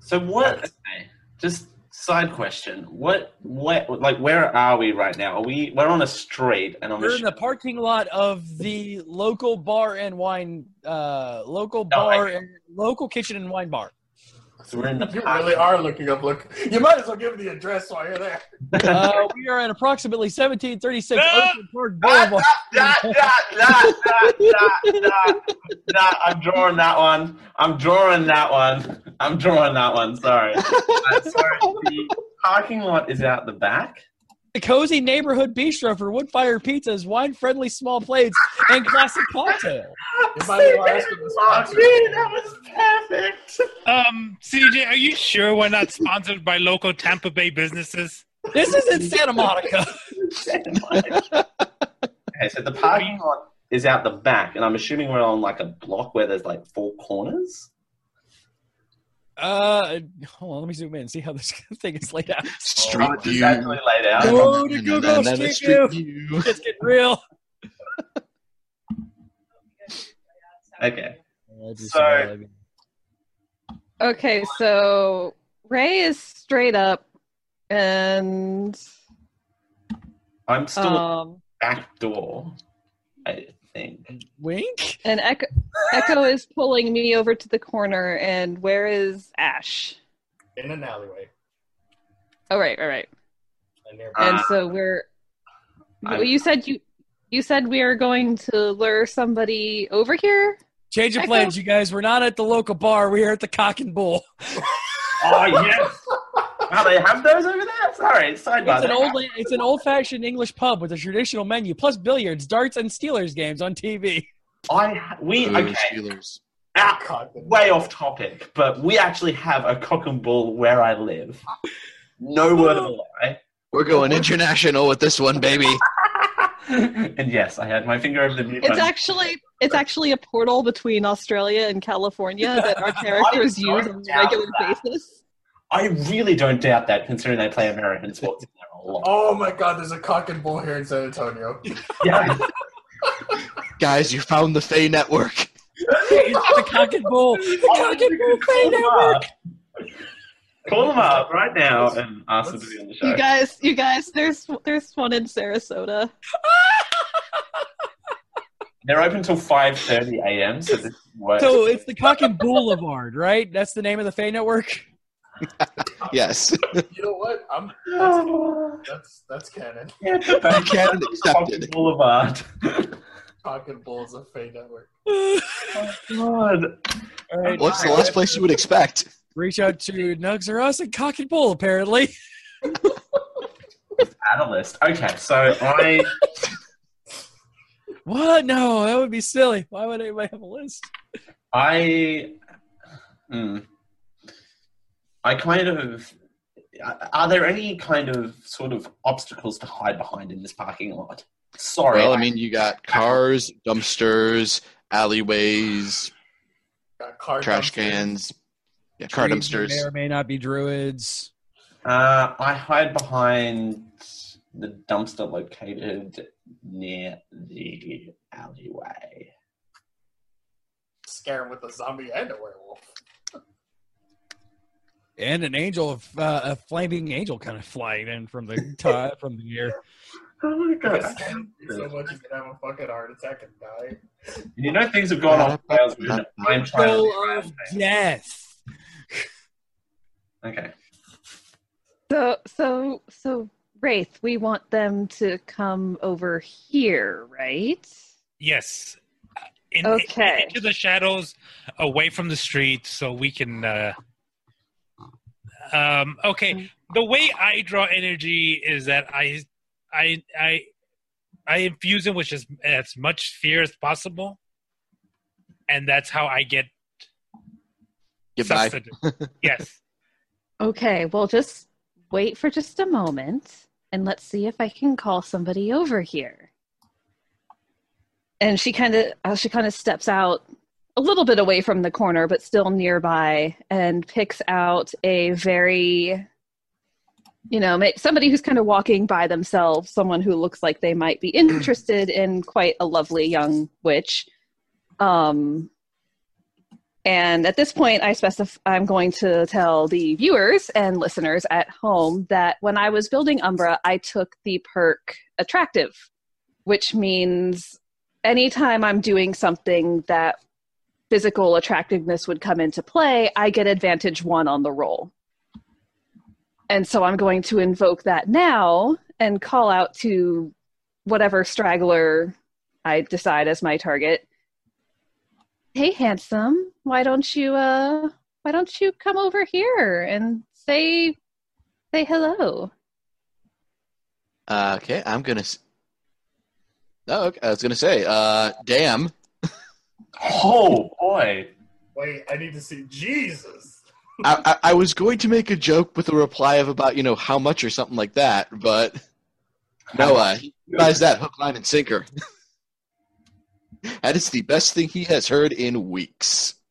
Speaker 8: So what? okay, Just side question. What? Where? Like, where are we right now? Are we? We're on a street, and on
Speaker 6: We're
Speaker 8: the
Speaker 6: in the parking lot of the local bar and wine, uh, local
Speaker 8: No, I-
Speaker 6: bar and local kitchen and wine bar.
Speaker 8: So we're in the
Speaker 10: You
Speaker 8: park.
Speaker 10: really are looking up. Look, you might as well give me the address while you're there.
Speaker 6: Uh, we are at approximately 1736
Speaker 7: No!
Speaker 6: Ocean Park
Speaker 8: Nah,
Speaker 6: Boulevard.
Speaker 8: nah, nah, nah, nah, nah, nah, nah. I'm drawing that one. I'm drawing that one. I'm drawing that one. Sorry. Uh, sorry. The parking lot is out the back.
Speaker 6: The cozy neighborhood bistro for wood fire pizzas, wine friendly small plates, and classic cocktail.
Speaker 10: You might as well ask
Speaker 8: See,
Speaker 10: him this
Speaker 8: that
Speaker 10: question.
Speaker 8: was perfect.
Speaker 7: Um, CJ, are you sure we're not sponsored by local Tampa Bay businesses?
Speaker 6: This is in Santa Monica.
Speaker 8: okay, so the parking lot is out the back, and I'm assuming we're on like a block where there's like four corners.
Speaker 6: Uh, hold on, let me zoom in and see how this thing is laid out.
Speaker 3: street
Speaker 8: Oh, it's
Speaker 3: view
Speaker 8: actually laid out.
Speaker 6: Go to Google Street View.
Speaker 3: view
Speaker 6: It's getting real.
Speaker 8: Okay.
Speaker 6: Sorry.
Speaker 9: Okay, so Ray is straight up, and
Speaker 8: I'm still at
Speaker 9: um,
Speaker 8: the back door, I think.
Speaker 6: Wink.
Speaker 9: and Echo, Echo is pulling me over to the corner. And where is Ash?
Speaker 10: in an alleyway.
Speaker 9: Oh, right, all right.
Speaker 10: And
Speaker 3: Uh,
Speaker 10: nearby.
Speaker 9: And
Speaker 8: Ah.
Speaker 9: so we're.
Speaker 8: I-
Speaker 9: you said you you said we are going to lure somebody over here.
Speaker 6: Change of plans, you guys. We're not at the local bar. We are at the Cock and Bull.
Speaker 8: Oh, yes! wow, they have those over there? Sorry, sidebar.
Speaker 6: It's an
Speaker 8: They
Speaker 6: old
Speaker 8: have-
Speaker 6: la- it's an old fashioned English pub with a traditional menu plus billiards, darts, and Steelers games on TV.
Speaker 8: I, ha- we, okay,
Speaker 3: Steelers.
Speaker 8: out,
Speaker 10: God, the-
Speaker 8: way off topic, but we actually have a cock and bull where I live. No word of a lie.
Speaker 3: we're going international with this one baby
Speaker 8: and yes, I had my finger over the mute
Speaker 9: It's
Speaker 8: button.
Speaker 9: actually It's actually a portal between Australia and California that our characters
Speaker 8: I
Speaker 9: use
Speaker 8: don't
Speaker 9: on a
Speaker 8: doubt
Speaker 9: regular
Speaker 8: that.
Speaker 9: basis.
Speaker 8: I really don't doubt that, considering they play American sports in there a lot.
Speaker 10: Oh my god, there's a cock and bull here in San Antonio.
Speaker 8: Yeah,
Speaker 3: Guys, you found the Fey Network.
Speaker 11: the cock and bull. The cock and bull
Speaker 8: call
Speaker 11: Fey
Speaker 8: them
Speaker 11: Network.
Speaker 8: up. Call them up right now and ask them to be on the
Speaker 9: You
Speaker 8: show.
Speaker 9: guys, you guys, there's there's one in Sarasota.
Speaker 8: They're open till five thirty a.m. So this works.
Speaker 11: So it's the cock and boulevard, right? That's the name of the Fey Network.
Speaker 3: Yes.
Speaker 10: You know what? I'm
Speaker 8: Oh,
Speaker 10: that's that's canon.
Speaker 8: yeah,
Speaker 3: You can't accept
Speaker 8: Fucking
Speaker 3: it.
Speaker 8: Boulevard.
Speaker 10: Cock and bull is a fey network.
Speaker 8: Oh, God.
Speaker 11: All right,
Speaker 3: What's the last place you would expect?
Speaker 11: reach out to Nugs or us and cock and bull. Apparently,
Speaker 8: Analyst. Okay, so I
Speaker 11: what? No, that would be silly. Why would anybody have a list?
Speaker 8: I hmm. I kind of are there any kind of sort of obstacles to hide behind in this parking lot? Sorry.
Speaker 3: Well, I mean, you got cars, dumpsters, alleyways,
Speaker 10: Got car
Speaker 3: trash
Speaker 10: dumpsters.
Speaker 3: cans, yeah, car
Speaker 11: Trees that
Speaker 3: dumpsters.
Speaker 11: may or may not be druids.
Speaker 8: Uh, I hide behind the dumpster located near the alleyway.
Speaker 10: Scare him with a zombie and a werewolf.
Speaker 11: and an angel, of, uh, a flaming angel, kind of flying in from the t- from the air.
Speaker 8: Oh my god!
Speaker 10: Scare him so much he's gonna have a fucking heart attack and die.
Speaker 8: You know things have gone off the rails. with it. I'm trying to.
Speaker 11: Angel of death.
Speaker 8: Okay.
Speaker 9: So, so, so, Wraith, we want them to come over here, right?
Speaker 7: Yes. In,
Speaker 9: Okay.
Speaker 7: Into the shadows, away from the street, so we can. Uh, um, okay. The way I draw energy is that I, I, I, I infuse it with as, as much fear as possible, and that's how I get
Speaker 3: Goodbye.
Speaker 7: substance. yes.
Speaker 9: Okay, well, just wait for just a moment and let's see if I can call somebody over here. And she kind of she kind of steps out a little bit away from the corner, but still nearby, and picks out a very, you know, ma- somebody who's kind of walking by themselves, someone who looks like they might be interested in quite a lovely young witch. Um, and at this point, I specif- I'm going to tell the viewers and listeners at home that when I was building Umbra, I took the perk attractive, which means anytime I'm doing something that physical attractiveness would come into play, I get advantage one on the roll. And so I'm going to invoke that now and call out to whatever straggler I decide as my target hey handsome why don't you uh why don't you come over here and say say hello
Speaker 3: Uh, okay, I'm gonna. s- No, okay, I was gonna say, uh, damn.
Speaker 8: Oh boy!
Speaker 10: Wait, I need to see Jesus.
Speaker 3: I, I, I was going to make a joke with a reply of about you know how much or something like that, but no, I buys that hook, line, and sinker. that is the best thing he has heard in weeks.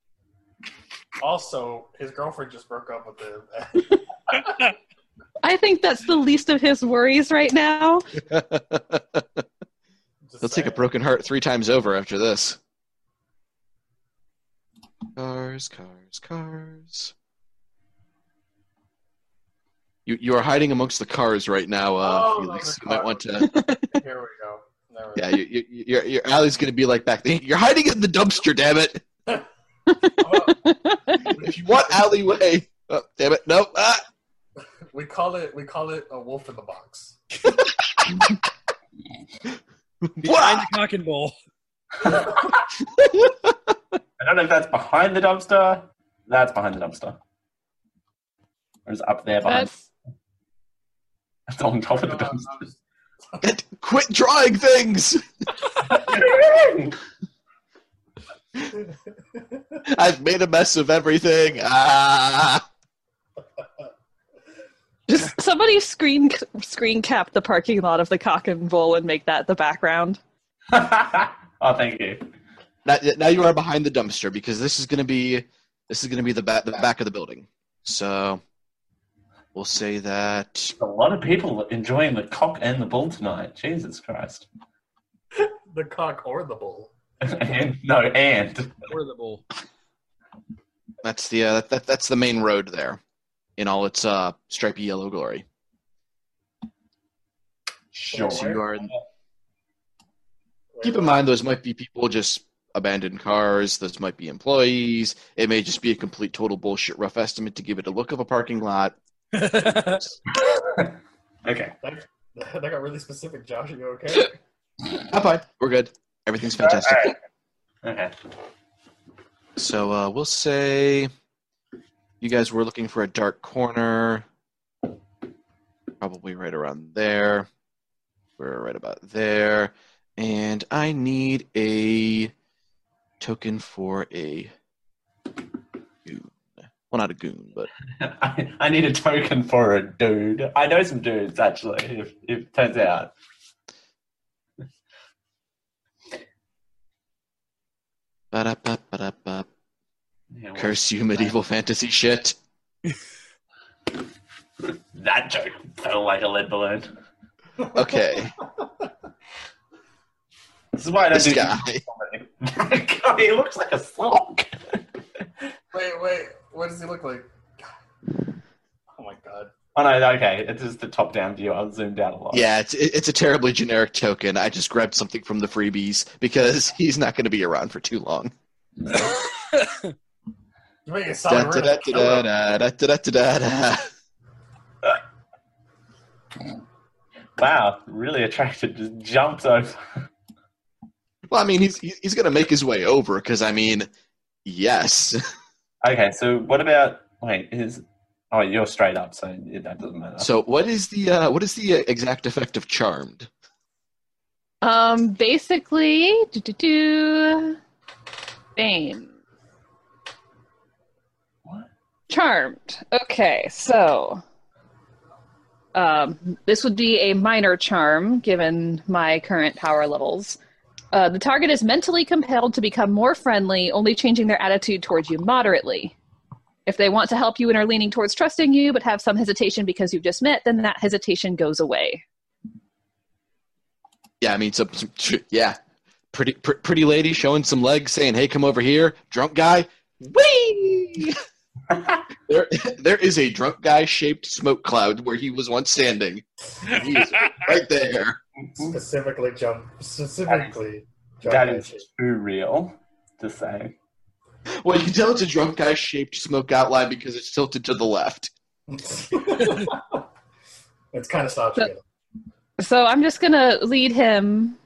Speaker 10: Also, his girlfriend just broke up with him.
Speaker 9: i think that's the least of his worries right now
Speaker 3: He'll
Speaker 10: Just
Speaker 3: take a
Speaker 10: saying.
Speaker 3: broken heart three times over after this. Cars, cars, cars. You you are hiding amongst the cars right now, uh,
Speaker 10: Oh,
Speaker 3: Felix.
Speaker 10: the
Speaker 3: You might
Speaker 10: cars.
Speaker 3: want to.
Speaker 10: Here we go. Never
Speaker 3: Yeah, you, you, you- your your alley's gonna be like back. there. You're hiding in the dumpster, damn it.
Speaker 10: mind.
Speaker 3: If you want alleyway, oh, damn it, no. Ah.
Speaker 10: we call it we call it a wolf in the box.
Speaker 11: Behind
Speaker 3: What?
Speaker 11: the cock and bull.
Speaker 8: I don't know if that's behind the dumpster. That's behind the dumpster. Or is it up there behind?
Speaker 9: that's
Speaker 8: That's on top of the
Speaker 10: I'm-
Speaker 8: dumpster.
Speaker 10: I'm just-
Speaker 3: Quit drawing things. I've made a mess of everything. Ah.
Speaker 9: just somebody screen screen cap the parking lot of the cock and bull and make that the background
Speaker 8: oh, thank you.
Speaker 3: Now, now you are behind the dumpster because this is going to be this is going to be the back the back of the building. So we'll say that
Speaker 8: A lot of people enjoying the cock and the bull tonight. Jesus Christ.
Speaker 10: The cock or the bull.
Speaker 8: and, no, and
Speaker 6: Or the bull.
Speaker 3: that's the uh, that, that's the main road there in all its uh, stripy yellow glory.
Speaker 8: sure.
Speaker 3: So you are in keep in mind those might be people just abandoned cars those might be employees it may just be a complete total bullshit rough estimate to give it a look of a parking lot
Speaker 8: okay.
Speaker 10: That, that got really specific, Josh. Are you okay?
Speaker 3: i'm fine we're good everything's fantastic
Speaker 8: All right. Okay.
Speaker 3: so uh, we'll say you guys were looking for a dark corner probably right around there we're right about there and i need a token for a goon well not a goon but
Speaker 8: I, I need a token for a dude. I know some dudes actually. If, if it turns out,
Speaker 3: ba-da-ba-ba-da-ba.
Speaker 8: Yeah, well,
Speaker 3: Curse you, medieval fantasy shit.
Speaker 8: that joke fell like a lead balloon.
Speaker 3: Okay,
Speaker 8: This is why I don't
Speaker 3: this
Speaker 8: do
Speaker 3: guy.
Speaker 8: comedy. That guy, he looks like a slog.
Speaker 10: wait, wait. What does he look like? Oh my god.
Speaker 8: Oh no, okay, it's just the top-down view. I've zoomed out a lot.
Speaker 3: Yeah, it's it- it's a terribly generic token. I just grabbed something from the freebies because he's not going to be around for too long.
Speaker 10: You make it sound like we're gonna kill him.
Speaker 3: Da-da-da-da-da-da-da-da-da.
Speaker 8: Wow, really attracted. Just jumped over.
Speaker 3: Well, I mean, he's he's going to make his way over because I mean, yes,
Speaker 8: Okay, so what about? Wait, is oh you're straight up, so it- that doesn't matter.
Speaker 3: So, what is the uh, what is the exact effect of charmed?
Speaker 9: Um, basically, do do do, Bane.
Speaker 8: What?
Speaker 9: Charmed. Okay, so um, this would be a minor charm given my current power levels. Uh, the target is mentally compelled to become more friendly, only changing their attitude towards you moderately. If they want to help you and are leaning towards trusting you, but have some hesitation because you've just met, then that hesitation goes away.
Speaker 3: Yeah, I mean, some, some yeah, pretty pr- pretty lady showing some legs, saying, "Hey, come over here." Drunk guy, wee. there, there is a drunk guy shaped smoke cloud where he was once standing. He is right there.
Speaker 10: Specifically, jump. Specifically, jump.
Speaker 8: that is too real to say.
Speaker 3: Well, you can tell it's a drunk guy shaped smoke outline because it's tilted to the left.
Speaker 10: it's kind of stops you.
Speaker 9: So I'm just gonna lead him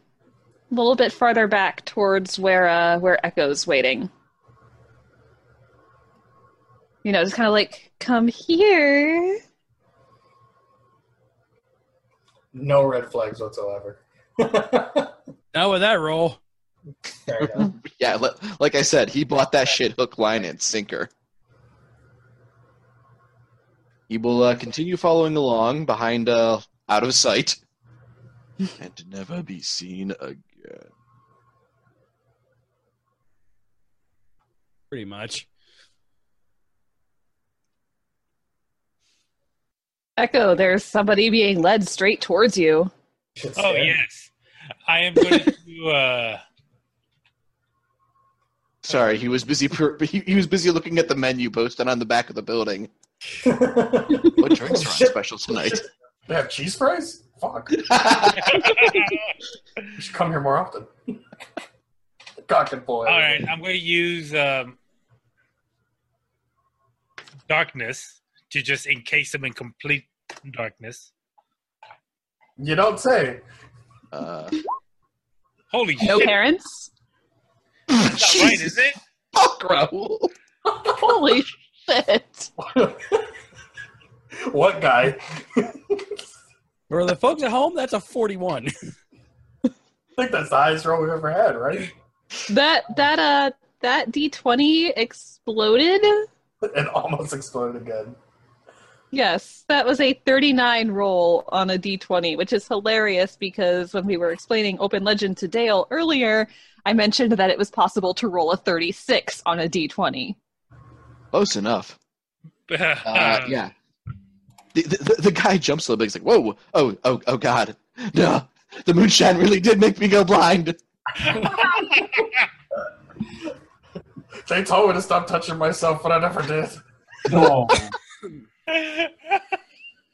Speaker 9: a little bit farther back towards where uh, where Echo's waiting. You know, just kind of like come here.
Speaker 10: No red flags whatsoever. Fair
Speaker 6: Not with that roll.
Speaker 10: enough.
Speaker 3: Yeah, li- like I said, he bought that shit hook, line, and sinker. He will uh, continue following along behind, uh, out of sight, and to never be seen again.
Speaker 6: Pretty much.
Speaker 9: Echo, there's somebody being led straight towards you.
Speaker 10: Should
Speaker 7: Oh
Speaker 10: stare.
Speaker 7: yes, I am going to do. Uh,
Speaker 3: Sorry, he was busy. Per- he, he was busy looking at the menu posted on the back of the building. What drinks are on
Speaker 10: Shit.
Speaker 3: special tonight? Uh,
Speaker 10: They have cheese fries? Fuck. You should come here more often. Cock and boy.
Speaker 7: all right, I'm going to use um, darkness to just encase them in complete darkness.
Speaker 10: You don't say.
Speaker 3: uh,
Speaker 7: Holy
Speaker 9: No
Speaker 7: shit!
Speaker 9: parents.
Speaker 7: That's not right, is it?
Speaker 3: fuck, Raul.
Speaker 9: Holy shit!
Speaker 10: what guy?
Speaker 6: For the folks at home, that's a 41.
Speaker 10: I think that's the highest roll we've ever had, right?
Speaker 9: That that uh that D20 exploded.
Speaker 10: It almost exploded again.
Speaker 9: Yes, that was a 39 roll on a d20, which is hilarious because when we were explaining Open Legend to Dale earlier, I mentioned that it was possible to roll a 36 on a d20.
Speaker 3: Close enough. Uh,
Speaker 7: Um,
Speaker 3: yeah. The, the, the guy jumps a little bit. He's like, whoa, oh, oh, oh, God. No, the moonshine really did make me go blind.
Speaker 10: They told me to stop touching myself, but I never did.
Speaker 8: Oh,
Speaker 4: No.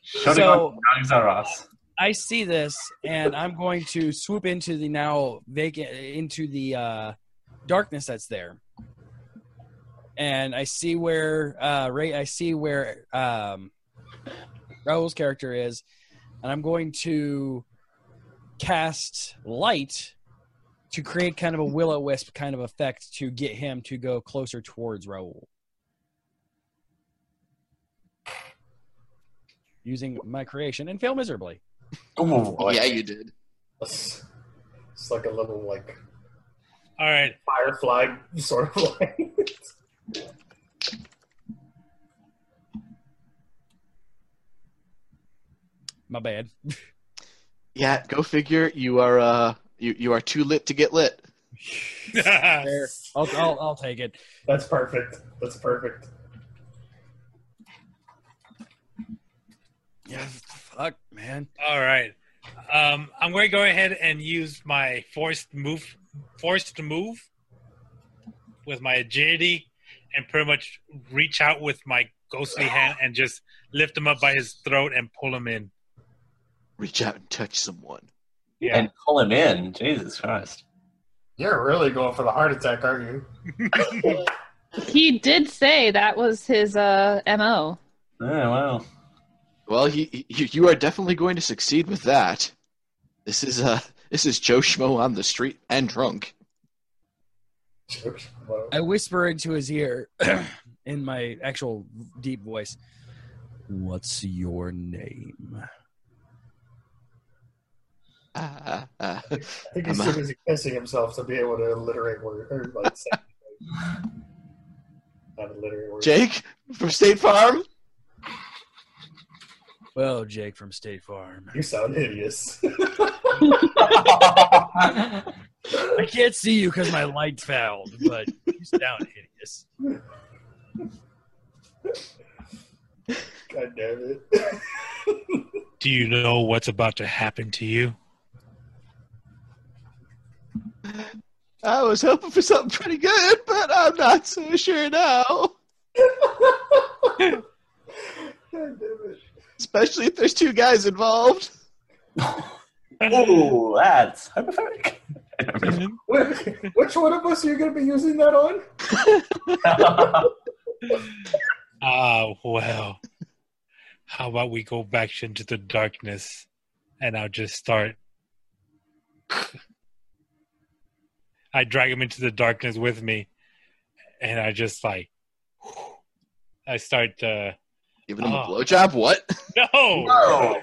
Speaker 8: Shutting
Speaker 6: So-
Speaker 8: off dogs are us.
Speaker 6: I see this, and I'm going to swoop into the now vacant, into the uh, darkness that's there. And I see where uh, Ray, I see where um, Raul's character is, and I'm going to cast light to create kind of a will o wisp kind of effect to get him to go closer towards Raul. Using my creation and fail miserably.
Speaker 10: Oh, boy.
Speaker 3: yeah, you did.
Speaker 10: It's, it's like a little like
Speaker 7: All right.
Speaker 10: firefly sort of like.
Speaker 6: My bad.
Speaker 3: Yeah, go figure. You are uh, you you are too lit to get lit.
Speaker 6: Fair. I'll, I'll, I'll take it.
Speaker 10: That's perfect. That's perfect.
Speaker 6: Yeah, fuck, man.
Speaker 7: All right. Um, I'm going to go ahead and use my forced move, forced move, with my agility, and pretty much reach out with my ghostly hand and just lift him up by his throat and pull him in.
Speaker 3: Reach out and touch someone.
Speaker 7: Yeah.
Speaker 8: And pull him in. Jesus Christ.
Speaker 10: You're really going for the heart attack, aren't you?
Speaker 9: He did say that was his uh, MO.
Speaker 8: Oh, wow.
Speaker 3: Well, he, he you- you are definitely going to succeed with that. This is uh, this is Joe Schmo on the street and drunk.
Speaker 6: I whisper into his ear in my actual deep voice. What's your name?
Speaker 3: Uh,
Speaker 10: I
Speaker 3: uh,
Speaker 10: think he's
Speaker 3: I'm, uh,
Speaker 10: too busy kissing himself to be able to alliterate words. Or like, say, not alliterate words.
Speaker 3: Jake from State Farm.
Speaker 6: Well, Jake from State Farm.
Speaker 10: You sound hideous.
Speaker 6: I can't see you because my light failed, but you sound hideous.
Speaker 10: God damn it.
Speaker 7: Do you know what's about to happen to you?
Speaker 3: I was hoping for something pretty good, but I'm not so sure now.
Speaker 10: God damn it.
Speaker 3: Especially if there's two guys involved.
Speaker 8: Ooh, that's homophobic.
Speaker 10: Wh- Which one of us are you going to be using that on?
Speaker 7: Ah, well. How about we go back into the darkness and I'll just start. I drag him into the darkness with me and I just like. I start. Uh,
Speaker 3: Giving him a
Speaker 7: Oh.
Speaker 3: blowjob? What?
Speaker 7: no!
Speaker 8: Whoa.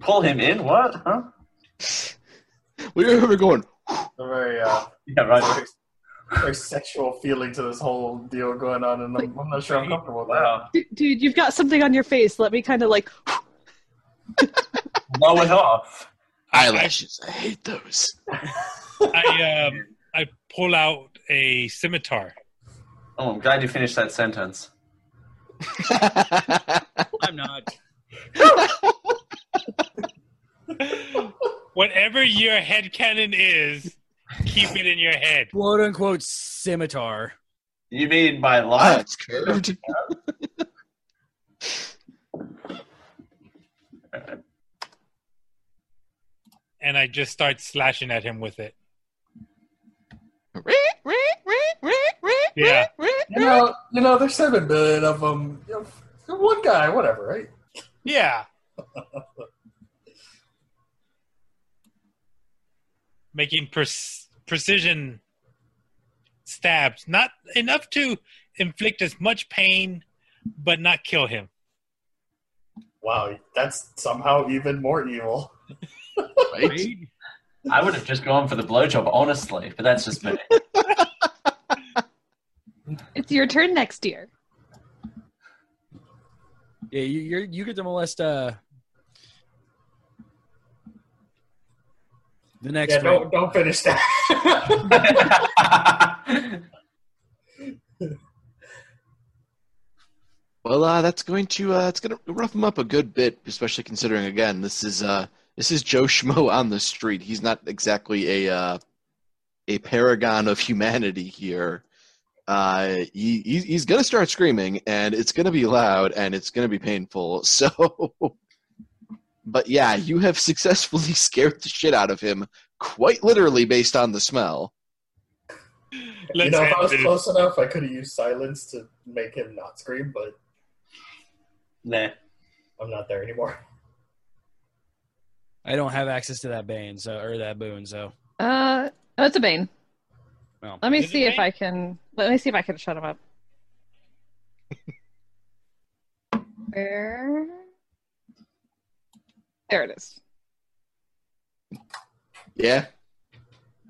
Speaker 8: Pull him in? What? Huh?
Speaker 3: We were going,
Speaker 10: A very, uh,
Speaker 8: Yeah, right.
Speaker 10: very sexual feeling to this whole deal going on, and I'm, I'm not sure I'm comfortable with that.
Speaker 8: Wow.
Speaker 9: D- dude, you've got something on your face. Let me kind of like.
Speaker 8: Blow it off.
Speaker 3: eyelashes. I hate those.
Speaker 7: I, um, I pull out a scimitar.
Speaker 8: Oh, I'm glad you finished that sentence.
Speaker 6: I'm not.
Speaker 7: Whatever your headcanon is, keep it in your head.
Speaker 6: Quote unquote scimitar.
Speaker 8: You mean my
Speaker 3: Ah,
Speaker 8: life?
Speaker 3: it's curved.
Speaker 7: And I just start slashing at him with it. Yeah.
Speaker 10: You know, you know, there's seven billion of them. You know, one guy, whatever, right?
Speaker 7: Yeah. Making pres- precision stabs, not enough to inflict as much pain, but not kill him.
Speaker 10: Wow, that's somehow even more evil.
Speaker 3: Right?
Speaker 8: I would have just gone for the blowjob, honestly, but that's just me.
Speaker 9: It's your turn next year.
Speaker 6: Yeah, you you're, you get to molest uh the next
Speaker 10: yeah,
Speaker 6: one.
Speaker 10: don't, don't finish that.
Speaker 3: Well, uh, that's going to uh, it's going to rough him up a good bit, especially considering again this is uh, this is Joe Schmo on the street. He's not exactly a uh, a paragon of humanity here. Uh, he, he's- he's going to start screaming, and it's going to be loud, and it's going to be painful. So, but yeah, you have successfully scared the shit out of him, quite literally, based on the smell.
Speaker 10: you
Speaker 7: Let's
Speaker 10: know, if I
Speaker 7: end
Speaker 10: was
Speaker 7: this.
Speaker 10: close enough, I could have used silence to make him not scream, but
Speaker 8: Nah.
Speaker 10: I'm not there anymore.
Speaker 6: I don't have access to that bane, so or that boon, so
Speaker 9: Uh, oh, it's a bane.
Speaker 6: Well,
Speaker 9: let me
Speaker 7: is it
Speaker 9: see if
Speaker 7: Bane?
Speaker 9: I can. Let me see if I can shut him up. Where? There it is.
Speaker 3: Yeah,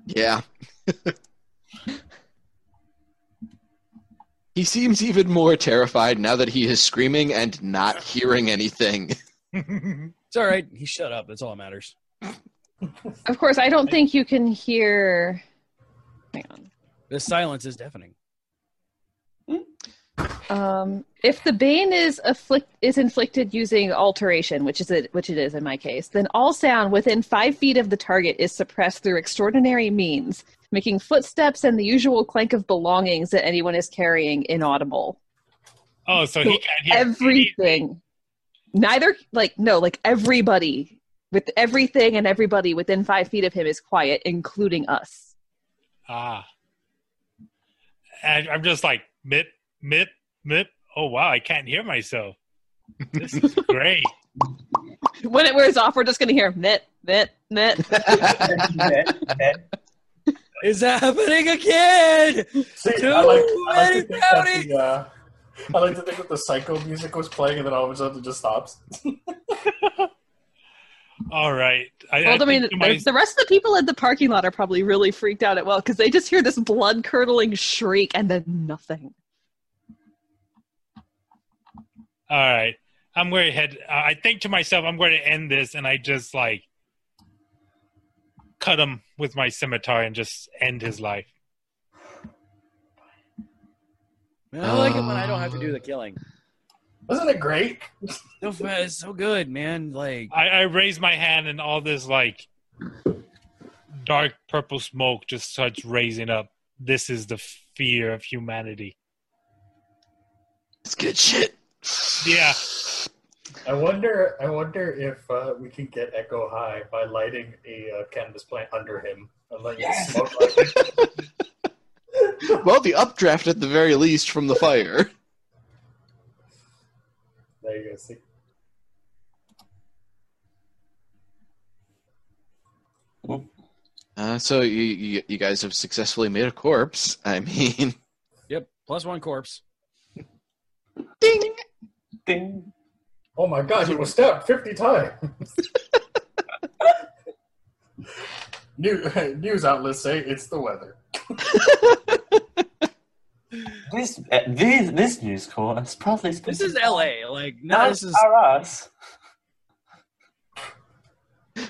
Speaker 3: yeah. he seems even more terrified now that he is screaming and not hearing anything.
Speaker 6: it's all right. He shut up. That's all that matters.
Speaker 9: Of course, I don't think you can hear. Hang on.
Speaker 6: The silence is deafening.
Speaker 9: Um, if the bane is afflict is inflicted using alteration, which is it, which it is in my case, then all sound within five feet of the target is suppressed through extraordinary means, making footsteps and the usual clank of belongings that anyone is carrying inaudible.
Speaker 7: Oh, so he can't hear
Speaker 9: Everything, neither like no, like everybody with everything and everybody within five feet of him is quiet, including us.
Speaker 7: Ah. And I'm just like, mip, mip, mip. Oh, wow, I can't hear myself. This is great.
Speaker 9: When it wears off, we're just gonna hear net, net, net.
Speaker 6: Is that happening again?
Speaker 10: See,
Speaker 6: Too
Speaker 10: I like, I like to
Speaker 6: many
Speaker 10: think that
Speaker 6: brownies!
Speaker 10: the, uh, I like to think that the psycho music was playing, and then all of a sudden it just stops.
Speaker 7: All right. I,
Speaker 9: Well, I mean,
Speaker 7: think to
Speaker 9: there's- the rest of the people in the parking lot are probably really freaked out at well because they just hear this blood curdling shriek and then nothing.
Speaker 7: All right. I'm going to head. Uh, I think to myself, I'm going to end this, and I just like cut him with my scimitar and just end his life.
Speaker 6: Man, I like it when I don't have to do the killing.
Speaker 10: Wasn't it great?
Speaker 6: So fa- It's so good, man. Like
Speaker 7: I, I raise my hand, and all this like dark purple smoke just starts raising up. This is the fear of humanity.
Speaker 3: It's good shit.
Speaker 7: Yeah.
Speaker 10: I wonder. I wonder if uh, we can get Echo High by lighting a uh, cannabis plant under him and letting it smoke. Like it.
Speaker 3: Well, the updraft at the very least from the fire.
Speaker 10: There you go. See.
Speaker 3: Uh, so you, you you guys have successfully made a corpse. I mean,
Speaker 6: Yep. Plus one corpse.
Speaker 3: ding.
Speaker 8: Ding.
Speaker 10: Oh my God! He was stabbed fifty times. New, news outlets say it's the weather.
Speaker 8: This, uh, these, this news course probably
Speaker 6: This is LA. Like no,
Speaker 8: Not
Speaker 6: this is
Speaker 8: our us.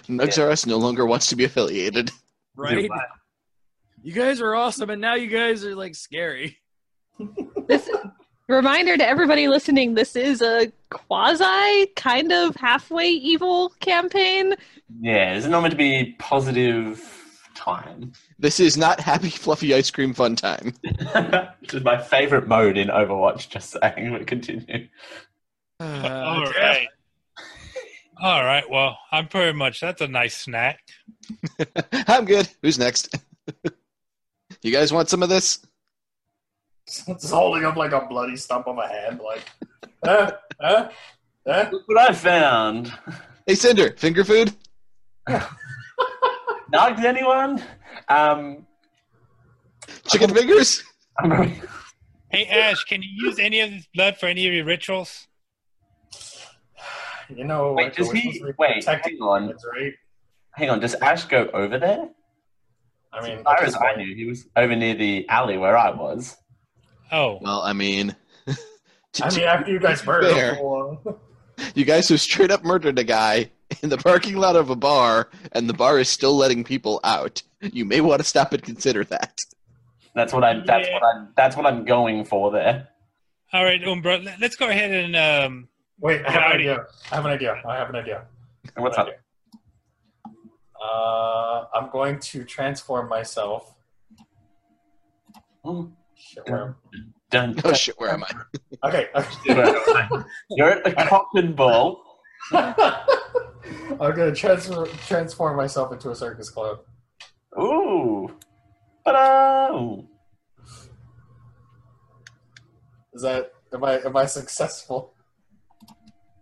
Speaker 3: Nugs R Us no longer wants to be affiliated.
Speaker 6: right. You guys are awesome, and now you guys are like scary.
Speaker 9: This reminder to everybody listening: this is a quasi kind of halfway evil campaign.
Speaker 8: Yeah, it's not meant to be positive time.
Speaker 3: This is not happy fluffy ice cream fun time.
Speaker 8: Which is my favorite mode in Overwatch, just saying, but continue.
Speaker 6: Uh,
Speaker 7: all right. All right. Well, I'm pretty much. That's a nice snack.
Speaker 3: I'm good. Who's next? you guys want some of this?
Speaker 10: It's holding up like a bloody stump of a hand. Like, uh, uh, uh.
Speaker 8: Look what I found.
Speaker 3: Hey, Cinder, finger food.
Speaker 8: Nugs, anyone? Um,
Speaker 3: Chicken fingers?
Speaker 8: I'm-
Speaker 7: Hey Ash, can you use any of this blood for any of your rituals?
Speaker 10: You know,
Speaker 8: Wait,
Speaker 10: Echo,
Speaker 8: does
Speaker 10: we're
Speaker 8: he-
Speaker 10: supposed to be
Speaker 8: wait,
Speaker 10: protecting
Speaker 8: hang on.
Speaker 10: humans, right?
Speaker 8: hang on, does Ash go over there?
Speaker 10: I mean,
Speaker 8: As
Speaker 10: at
Speaker 8: far
Speaker 10: this
Speaker 8: as I
Speaker 10: point-
Speaker 8: knew, he was over near the alley where I was.
Speaker 7: Oh,
Speaker 3: Well, I mean,
Speaker 10: I mean, after you guys murdered
Speaker 3: Fair.
Speaker 10: him for long.
Speaker 3: You guys who straight up murdered a guy in the parking lot of a bar, and the bar is still letting people out. You may want to stop and consider that.
Speaker 8: That's what I'm. That's what I'm. That's what I'm going for there.
Speaker 7: All right, Umbra, let- let's go ahead and um,
Speaker 10: Wait, I have an
Speaker 7: Howdy.
Speaker 10: idea. I have an idea. I have an idea.
Speaker 8: And What's up?
Speaker 10: Uh, I'm going to transform myself. Shit, where
Speaker 8: Dun,
Speaker 3: Oh shit, where am I?
Speaker 10: am- Okay.
Speaker 8: You're a cotton ball.
Speaker 10: I'm going to transfer, transform myself into a circus clown.
Speaker 8: Ooh. Ta-da! Ooh.
Speaker 10: Is that am I am I successful?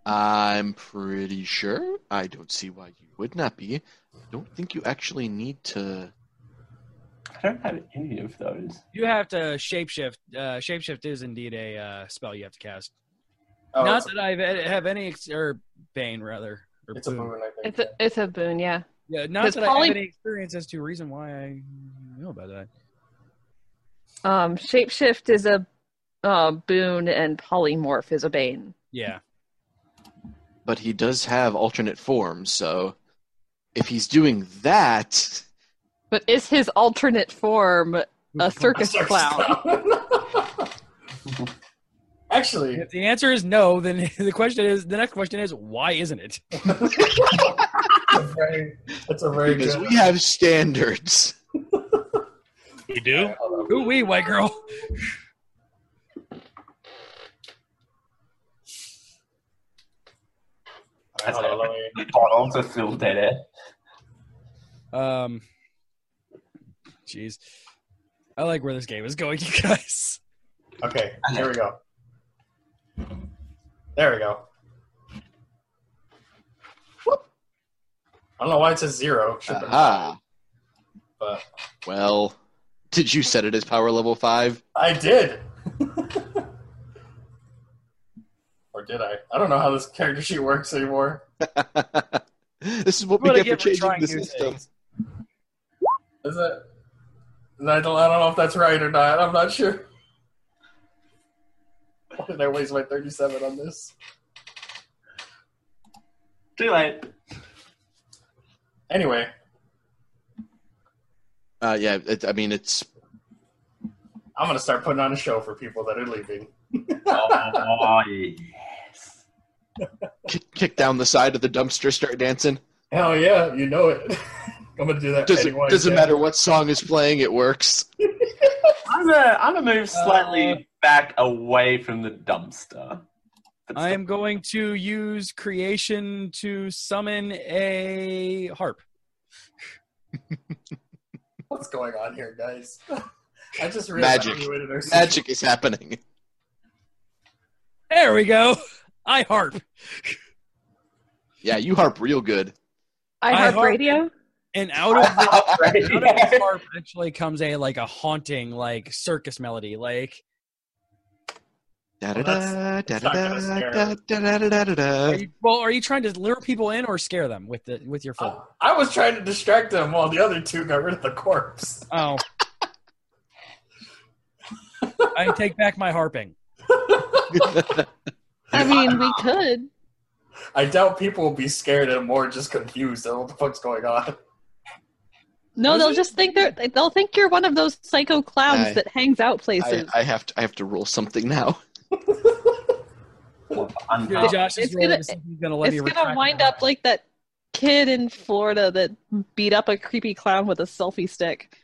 Speaker 3: I'm pretty sure. I don't see why you would not be. I don't think you actually need to.
Speaker 8: I don't have any of those.
Speaker 6: You have to shapeshift. Uh, shapeshift is indeed a uh, spell you have to cast.
Speaker 10: Oh,
Speaker 6: Not
Speaker 10: it's,
Speaker 6: that I have any ex- or Bane rather. Or
Speaker 10: a, it's a
Speaker 6: Boon.
Speaker 10: moon, I think.
Speaker 9: It's a, it's a boon, yeah.
Speaker 6: Yeah, not
Speaker 9: Does
Speaker 6: that I
Speaker 9: poly-
Speaker 6: have any experience as to reason why I know about that.
Speaker 9: Um, shapeshift is a uh, boon, and polymorph is a bane.
Speaker 6: Yeah.
Speaker 3: But he does have alternate forms, so if he's doing that,
Speaker 9: But is his alternate form a circus
Speaker 10: Circus
Speaker 9: clown?
Speaker 10: clown. Actually,
Speaker 6: If the answer is no, then the question is the next question is why isn't it?
Speaker 10: it's a very, it's a very
Speaker 3: because
Speaker 10: good.
Speaker 3: we have standards.
Speaker 7: we do.
Speaker 6: Ooh wee, white girl.
Speaker 10: Hold on, let me-
Speaker 8: Bottles are still dead air.
Speaker 6: Um, jeez, I like where this game is going, you guys.
Speaker 10: Okay, here we go. There we go. I don't know why it says zero.
Speaker 3: Uh,
Speaker 10: It should have been
Speaker 3: Aha.
Speaker 10: but
Speaker 3: Well, did you set it as power level five?
Speaker 10: I did. or did I? I don't know how this character sheet works anymore.
Speaker 3: this is what we
Speaker 6: What I
Speaker 3: get,
Speaker 6: get
Speaker 3: for
Speaker 6: for
Speaker 3: changing
Speaker 6: trying
Speaker 3: the
Speaker 6: new
Speaker 3: system.
Speaker 10: Is it? I don't, I don't know if that's right or not. I'm not sure. Why did I waste my 37 on this?
Speaker 8: Too late.
Speaker 10: Anyway,
Speaker 3: Uh, yeah, it, I mean it's
Speaker 10: I'm going to start putting on a show for people that are leaving.
Speaker 8: Oh, yes.
Speaker 3: kick, kick down the side of the dumpster, start dancing.
Speaker 10: Hell yeah, you know it. I'm going to do that
Speaker 3: Doesn't
Speaker 10: anyway.
Speaker 3: doesn't
Speaker 10: yeah.
Speaker 3: matter what song is playing, it works.
Speaker 8: I'm gonna, I'm gonna move slightly
Speaker 10: Uh,
Speaker 8: back away from the dumpster. That's
Speaker 6: I am going to use creation to summon a harp.
Speaker 10: What's going on here, guys? I just
Speaker 3: Magic.
Speaker 10: reevaluated our
Speaker 3: Magic is happening.
Speaker 6: There we go. I harp
Speaker 3: Yeah, you harp real good.
Speaker 9: I
Speaker 6: I
Speaker 9: have
Speaker 6: heart-
Speaker 9: radio.
Speaker 6: and out of the,
Speaker 8: the- Oh, Right,
Speaker 6: out of this
Speaker 8: yeah.
Speaker 6: harp actually comes a like a haunting like circus melody like
Speaker 3: Da da
Speaker 10: Well,
Speaker 3: da da
Speaker 10: that's not
Speaker 3: da
Speaker 10: gonna scare
Speaker 3: da da da da da da
Speaker 6: are
Speaker 3: da.
Speaker 6: you, well are you trying to lure people in or scare them with the with your foot?
Speaker 10: Uh, I was trying to distract them while the other two got rid of the corpse.
Speaker 6: Oh. I take back my harping.
Speaker 9: I mean, we could.
Speaker 10: I doubt people will be scared and more just confused at what the fuck's going on.
Speaker 9: No,
Speaker 6: Is
Speaker 9: they'll
Speaker 6: it?
Speaker 9: just think they're they'll think you're one of those psycho clowns
Speaker 3: Aye.
Speaker 9: that hangs out
Speaker 3: I,
Speaker 9: places.
Speaker 3: I have to I have to roll something now.
Speaker 6: Yeah,
Speaker 8: Unpack.
Speaker 6: Josh is
Speaker 9: It's
Speaker 6: rolling
Speaker 9: gonna-
Speaker 6: to see if he's gonna let me
Speaker 9: it's gonna
Speaker 6: retract my
Speaker 9: wind up like that kid in Florida that beat up a creepy clown with a selfie stick.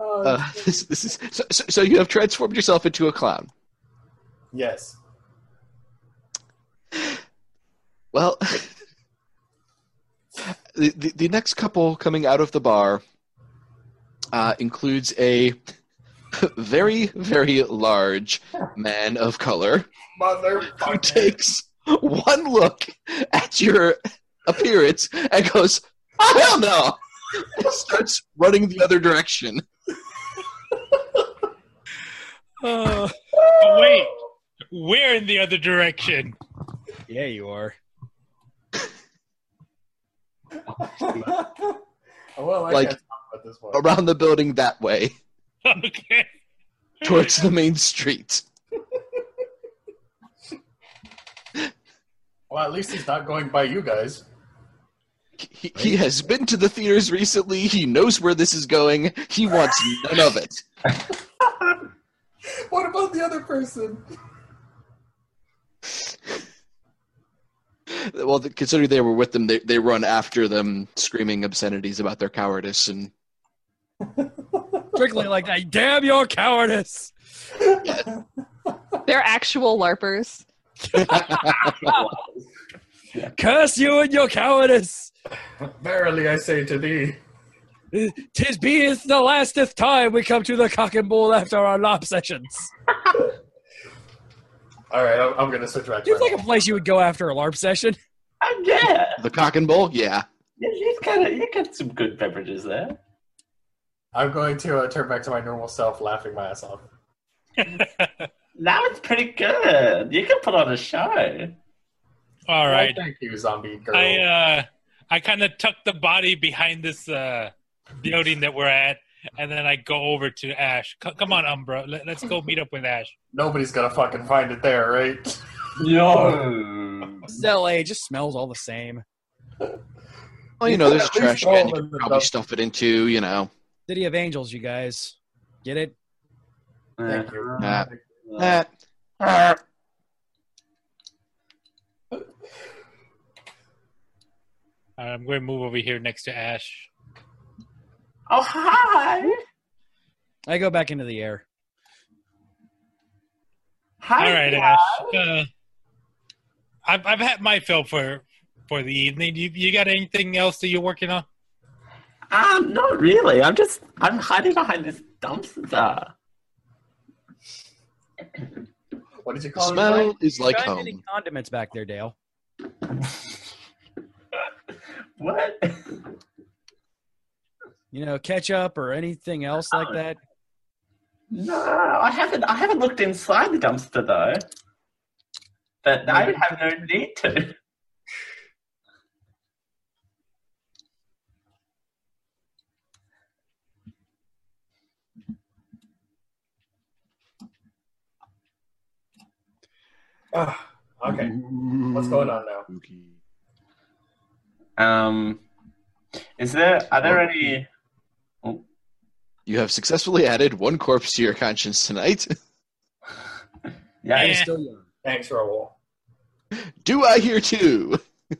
Speaker 10: Oh,
Speaker 3: Uh, this, this is so, so so you have transformed yourself into a clown.
Speaker 10: yes.
Speaker 3: Well, the, the the next couple coming out of the bar uh, includes a very very large man of color. who
Speaker 10: Motherfucker.
Speaker 3: takes one look at your appearance and goes, "Oh hell no!" and starts running the other direction.
Speaker 6: harping.
Speaker 7: But Oh, wait, we're in the other direction.
Speaker 6: Oh, yeah, you are.
Speaker 10: well, I
Speaker 3: Like-
Speaker 10: can't talk about this one.
Speaker 3: around the building that way.
Speaker 7: Okay.
Speaker 3: towards the main street.
Speaker 10: Well, at least he's not going by you guys.
Speaker 3: He, he has been to the theaters recently. He knows where this is going. He wants none of it.
Speaker 10: What about the other person?
Speaker 3: Well, th- considering they were with them, they, they run after them, screaming obscenities about their cowardice. And
Speaker 6: Strictly like that. Damn your cowardice.
Speaker 9: They're actual LARPers.
Speaker 6: Curse you and your cowardice.
Speaker 10: Verily I say to thee.
Speaker 6: Tis beeth the lasteth time we come to the cock and bull after our LARP sessions.
Speaker 10: All right, I'm, I'm gonna switch back. to
Speaker 6: Seems
Speaker 10: my-
Speaker 6: like a place you would go after a LARP session.
Speaker 8: Uh, yeah,
Speaker 3: the cock and bull, yeah.
Speaker 8: yeah you've got a, you got some good beverages there.
Speaker 10: I'm going to uh, turn back to my normal self, laughing my ass off.
Speaker 8: That one's pretty good. You can put on a show.
Speaker 7: All right.
Speaker 10: Well, thank you, zombie girl.
Speaker 7: I uh, I kind of tuck the body behind this uh, building that we're at, and then I go over to Ash. C- come on, Umbra, Let- let's go meet up with Ash.
Speaker 10: Nobody's gonna fucking find it there, right?
Speaker 8: No.
Speaker 6: This is LA. It just smells all the same.
Speaker 3: Well, you know, there's
Speaker 10: At
Speaker 3: a
Speaker 10: least
Speaker 3: trash
Speaker 10: all
Speaker 3: can you
Speaker 10: of
Speaker 3: can
Speaker 10: the
Speaker 3: probably
Speaker 10: stuff-
Speaker 3: stuff it into, you know.
Speaker 6: City of Angels, you guys. Get it?
Speaker 10: Thank you.
Speaker 3: Uh,
Speaker 8: Uh,
Speaker 3: Eh. Eh.
Speaker 7: All right, I'm going to move over here next to Ash.
Speaker 8: oh, hi.
Speaker 6: I go back into the air.
Speaker 7: All
Speaker 8: Hi.
Speaker 7: right, Ash. Uh, I've I've had my fill for for the evening. You you got anything else that you're working on?
Speaker 8: Um, not really. I'm just I'm hiding behind this dumpster.
Speaker 10: What did you call it?
Speaker 3: Smell is like
Speaker 6: Did you find Any
Speaker 3: home.
Speaker 6: condiments back there, Dale?
Speaker 8: What?
Speaker 6: You know, ketchup or anything else like
Speaker 8: Oh.
Speaker 6: that?
Speaker 8: No, I haven't. I haven't looked inside the dumpster though. But I would have no need to.
Speaker 10: Ah, okay, what's going on now?
Speaker 8: Um, is there? Are there any?
Speaker 3: You have successfully added one corpse to your conscience tonight.
Speaker 8: Yeah.
Speaker 7: Yeah.
Speaker 6: Still young.
Speaker 10: Thanks, Raul.
Speaker 3: Do I hear too?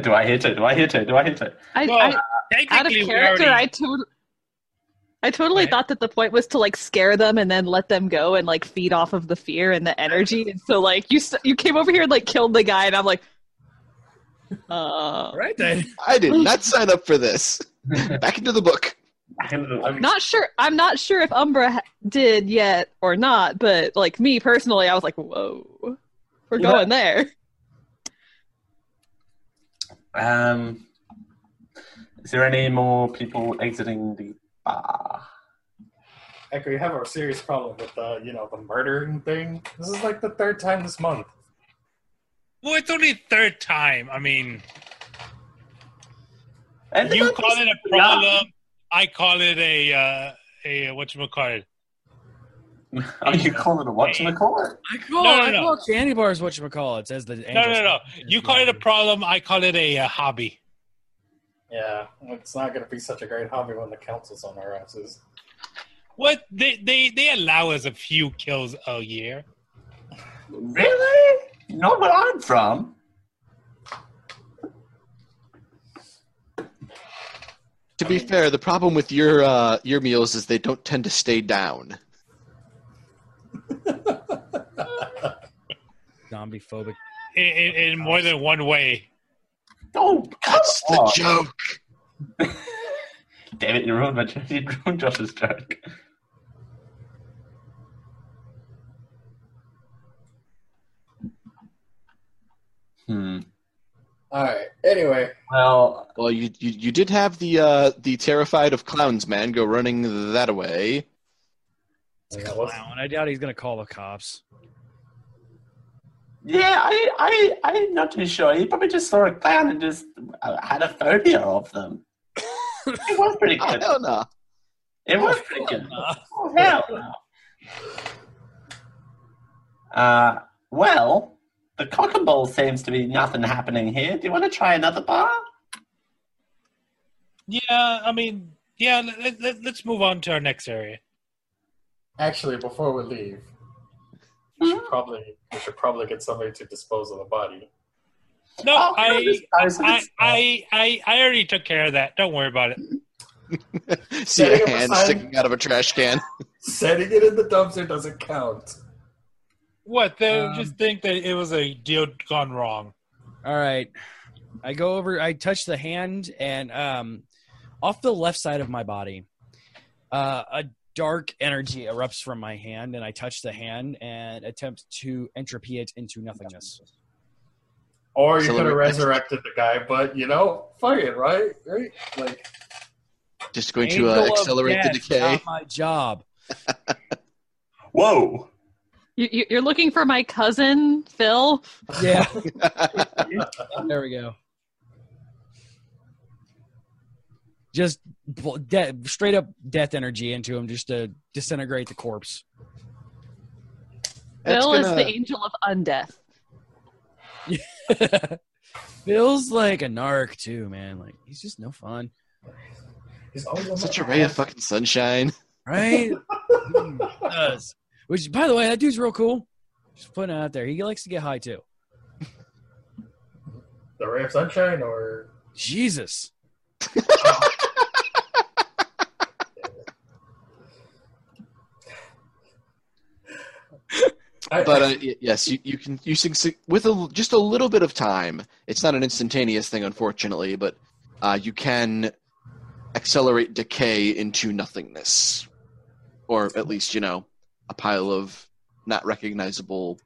Speaker 8: do I hit it? Do I hit it? Do I hit it?
Speaker 9: I,
Speaker 7: Well,
Speaker 9: I, out of
Speaker 7: Technically, we
Speaker 9: character,
Speaker 7: already-
Speaker 9: I, to- I totally
Speaker 7: Right.
Speaker 9: thought that the point was to like scare them and then let them go and like feed off of the fear and the energy. And so like you s- you came over here and like killed the guy, and I'm like, uh,
Speaker 6: All right then.
Speaker 3: I did not sign up for this. Back into the book.
Speaker 8: I'm
Speaker 9: not sure. I'm not sure if Umbra ha- did yet or not, but like me personally, I was like, whoa, we're
Speaker 8: Yeah.
Speaker 9: going there.
Speaker 8: Um, is there any more people exiting the bar?
Speaker 10: Echo, you have a serious problem with the, you know, the murdering thing. This is like the third time this month.
Speaker 7: Well, it's only third time. I mean,
Speaker 8: And
Speaker 7: you call it a problem. I call it a uh, a what you call it.
Speaker 8: Oh, you call it a what? You call it?
Speaker 6: I call
Speaker 7: No, no,
Speaker 6: I
Speaker 7: no.
Speaker 6: call candy bars what you call it. Says the
Speaker 7: No,
Speaker 6: Angels.
Speaker 7: no, no. You call it a problem. I call it a, uh hobby.
Speaker 10: Yeah, it's not going to be such a great hobby when the council's on our asses.
Speaker 7: What they they they allow us a few kills a year.
Speaker 8: Really? Not where I'm from.
Speaker 3: To be fair, the problem with your uh, your meals is they don't tend to stay down.
Speaker 6: Zombie phobic.
Speaker 7: in, in, in more than one way.
Speaker 8: Oh,
Speaker 3: That's
Speaker 8: come
Speaker 3: the
Speaker 8: on.
Speaker 3: joke.
Speaker 8: Damn it! You ruined my joke. You ruined Josh's joke. Hmm.
Speaker 10: All right. Anyway,
Speaker 8: Well,
Speaker 3: Well, you you, you did have the uh, the terrified of clowns man go running that away.
Speaker 10: that was-
Speaker 6: Clown. I doubt he's gonna call the cops.
Speaker 8: yeah, I, I, I'm not too sure. He probably just saw a clown and just uh, had a phobia of them. it was pretty
Speaker 3: Oh,
Speaker 8: good.
Speaker 3: hell no.
Speaker 8: It was pretty good. Oh, hell no. Uh, well, the cock and bull seems to be nothing happening here. Do you want to try another bar?
Speaker 7: Yeah, I mean, yeah. Let, let, let's move on to our next area.
Speaker 10: Actually, before we leave, we should probably we should probably get somebody to dispose of the body.
Speaker 7: No,
Speaker 8: Oh, no,
Speaker 7: I,
Speaker 8: this guy's-
Speaker 7: I, I, I, I already took care of that. Don't worry about it.
Speaker 3: See
Speaker 10: Setting
Speaker 3: a
Speaker 10: up a
Speaker 3: hand
Speaker 10: sign.
Speaker 3: sticking out of a trash can.
Speaker 10: Setting it in the dumpster doesn't count.
Speaker 7: What? They
Speaker 6: Um,
Speaker 7: just think that it was a deal gone wrong.
Speaker 6: All right. I go over, I touch the hand, and um, off the left side of my body, uh, a dark energy erupts from my hand, and I touch the hand and attempt to entropy it into nothingness.
Speaker 10: Or you
Speaker 3: So
Speaker 10: could
Speaker 3: let
Speaker 10: have
Speaker 3: me-
Speaker 10: resurrected the guy, but you know, fuck it, right? Right? Like
Speaker 3: Just going to uh,
Speaker 6: Angel of
Speaker 3: accelerate the
Speaker 6: death,
Speaker 3: decay.
Speaker 6: Not my job.
Speaker 8: Whoa.
Speaker 9: You, you, you're looking for my cousin, Phil?
Speaker 6: Yeah. there we go. Just bl- de- straight up death energy into him just to disintegrate the corpse.
Speaker 3: That's
Speaker 9: Phil
Speaker 3: been,
Speaker 9: is
Speaker 3: uh,
Speaker 9: the angel of undeath.
Speaker 6: Phil's like a narc too, man. Like he's just no fun,
Speaker 10: he's always on
Speaker 3: such a
Speaker 10: my
Speaker 3: ray of
Speaker 10: ass.
Speaker 3: fucking sunshine.
Speaker 6: right? He does. Which, by the way, that dude's real cool. Just putting it out there. He likes to get high too.
Speaker 10: the ray of sunshine or
Speaker 6: Jesus.
Speaker 10: I-
Speaker 3: But uh, y- yes, you, you can you succeed with a, l- just a little bit of time. It's not an instantaneous thing, unfortunately, but uh, you can accelerate decay into nothingness, or at least you know a pile of not recognizable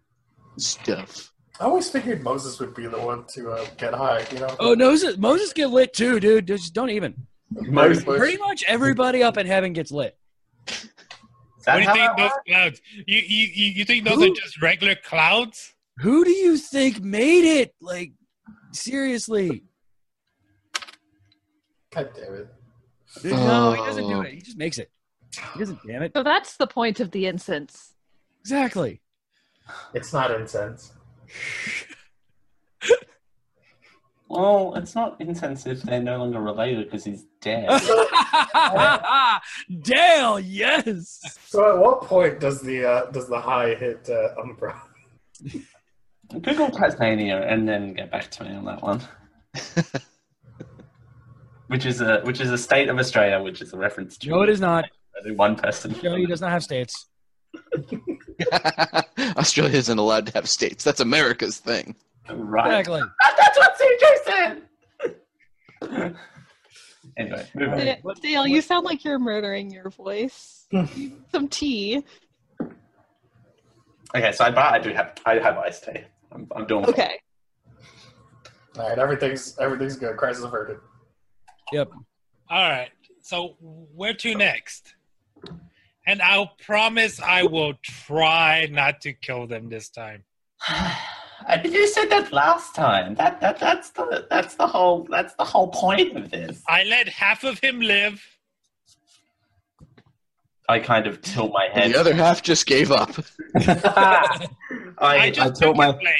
Speaker 3: stuff.
Speaker 10: I always figured Moses would be the one to uh, get high, you know.
Speaker 6: Oh, Moses. Moses get lit too, dude. Just don't even.
Speaker 10: Moses.
Speaker 6: Pretty much everybody up in heaven gets lit.
Speaker 8: Is
Speaker 7: What
Speaker 8: that
Speaker 7: do you
Speaker 8: how
Speaker 7: think
Speaker 8: that
Speaker 7: those
Speaker 8: works?
Speaker 7: clouds? You, you, you you think those
Speaker 6: Who?
Speaker 7: are just regular clouds?
Speaker 6: Who do you think made it? Like, seriously.
Speaker 10: God damn it.
Speaker 6: Dude, no, he doesn't
Speaker 3: Oh.
Speaker 6: do it. He just makes it. He doesn't, damn it.
Speaker 9: So that's the point of the incense.
Speaker 6: Exactly.
Speaker 10: It's not incense.
Speaker 8: Well, it's not incense if they're no longer related because he's dead.
Speaker 6: Dale, yes.
Speaker 10: So at what point does the uh, does the high hit uh, Umbra?
Speaker 8: Google Tasmania and then get back to me on that one. which is a which is a state of Australia, which is a reference to
Speaker 6: No, it is not.
Speaker 8: only one person.
Speaker 6: Joey does not have states.
Speaker 3: Australia isn't allowed to have states. That's America's thing.
Speaker 8: Right.
Speaker 6: Exactly.
Speaker 8: That- that's what CJ said. anyway, move on.
Speaker 9: Da- Dale, you sound like you're murdering your voice. You- Some tea.
Speaker 8: Okay, so I, but I do have I have iced tea. I'm, I'm doing fine.
Speaker 9: Okay.
Speaker 10: All right, everything's everything's good. Crisis averted.
Speaker 7: All right. So where to next? And I'll promise I will try not to kill them this time.
Speaker 8: I mean, you said that last time. That that that's the that's the whole that's the whole point of this.
Speaker 7: I let half of him live.
Speaker 8: I kind of tilt my
Speaker 3: And
Speaker 8: head.
Speaker 3: the other half just gave up.
Speaker 8: I,
Speaker 7: I,
Speaker 8: I,
Speaker 7: just
Speaker 8: tilt
Speaker 7: took
Speaker 8: my
Speaker 7: his blade.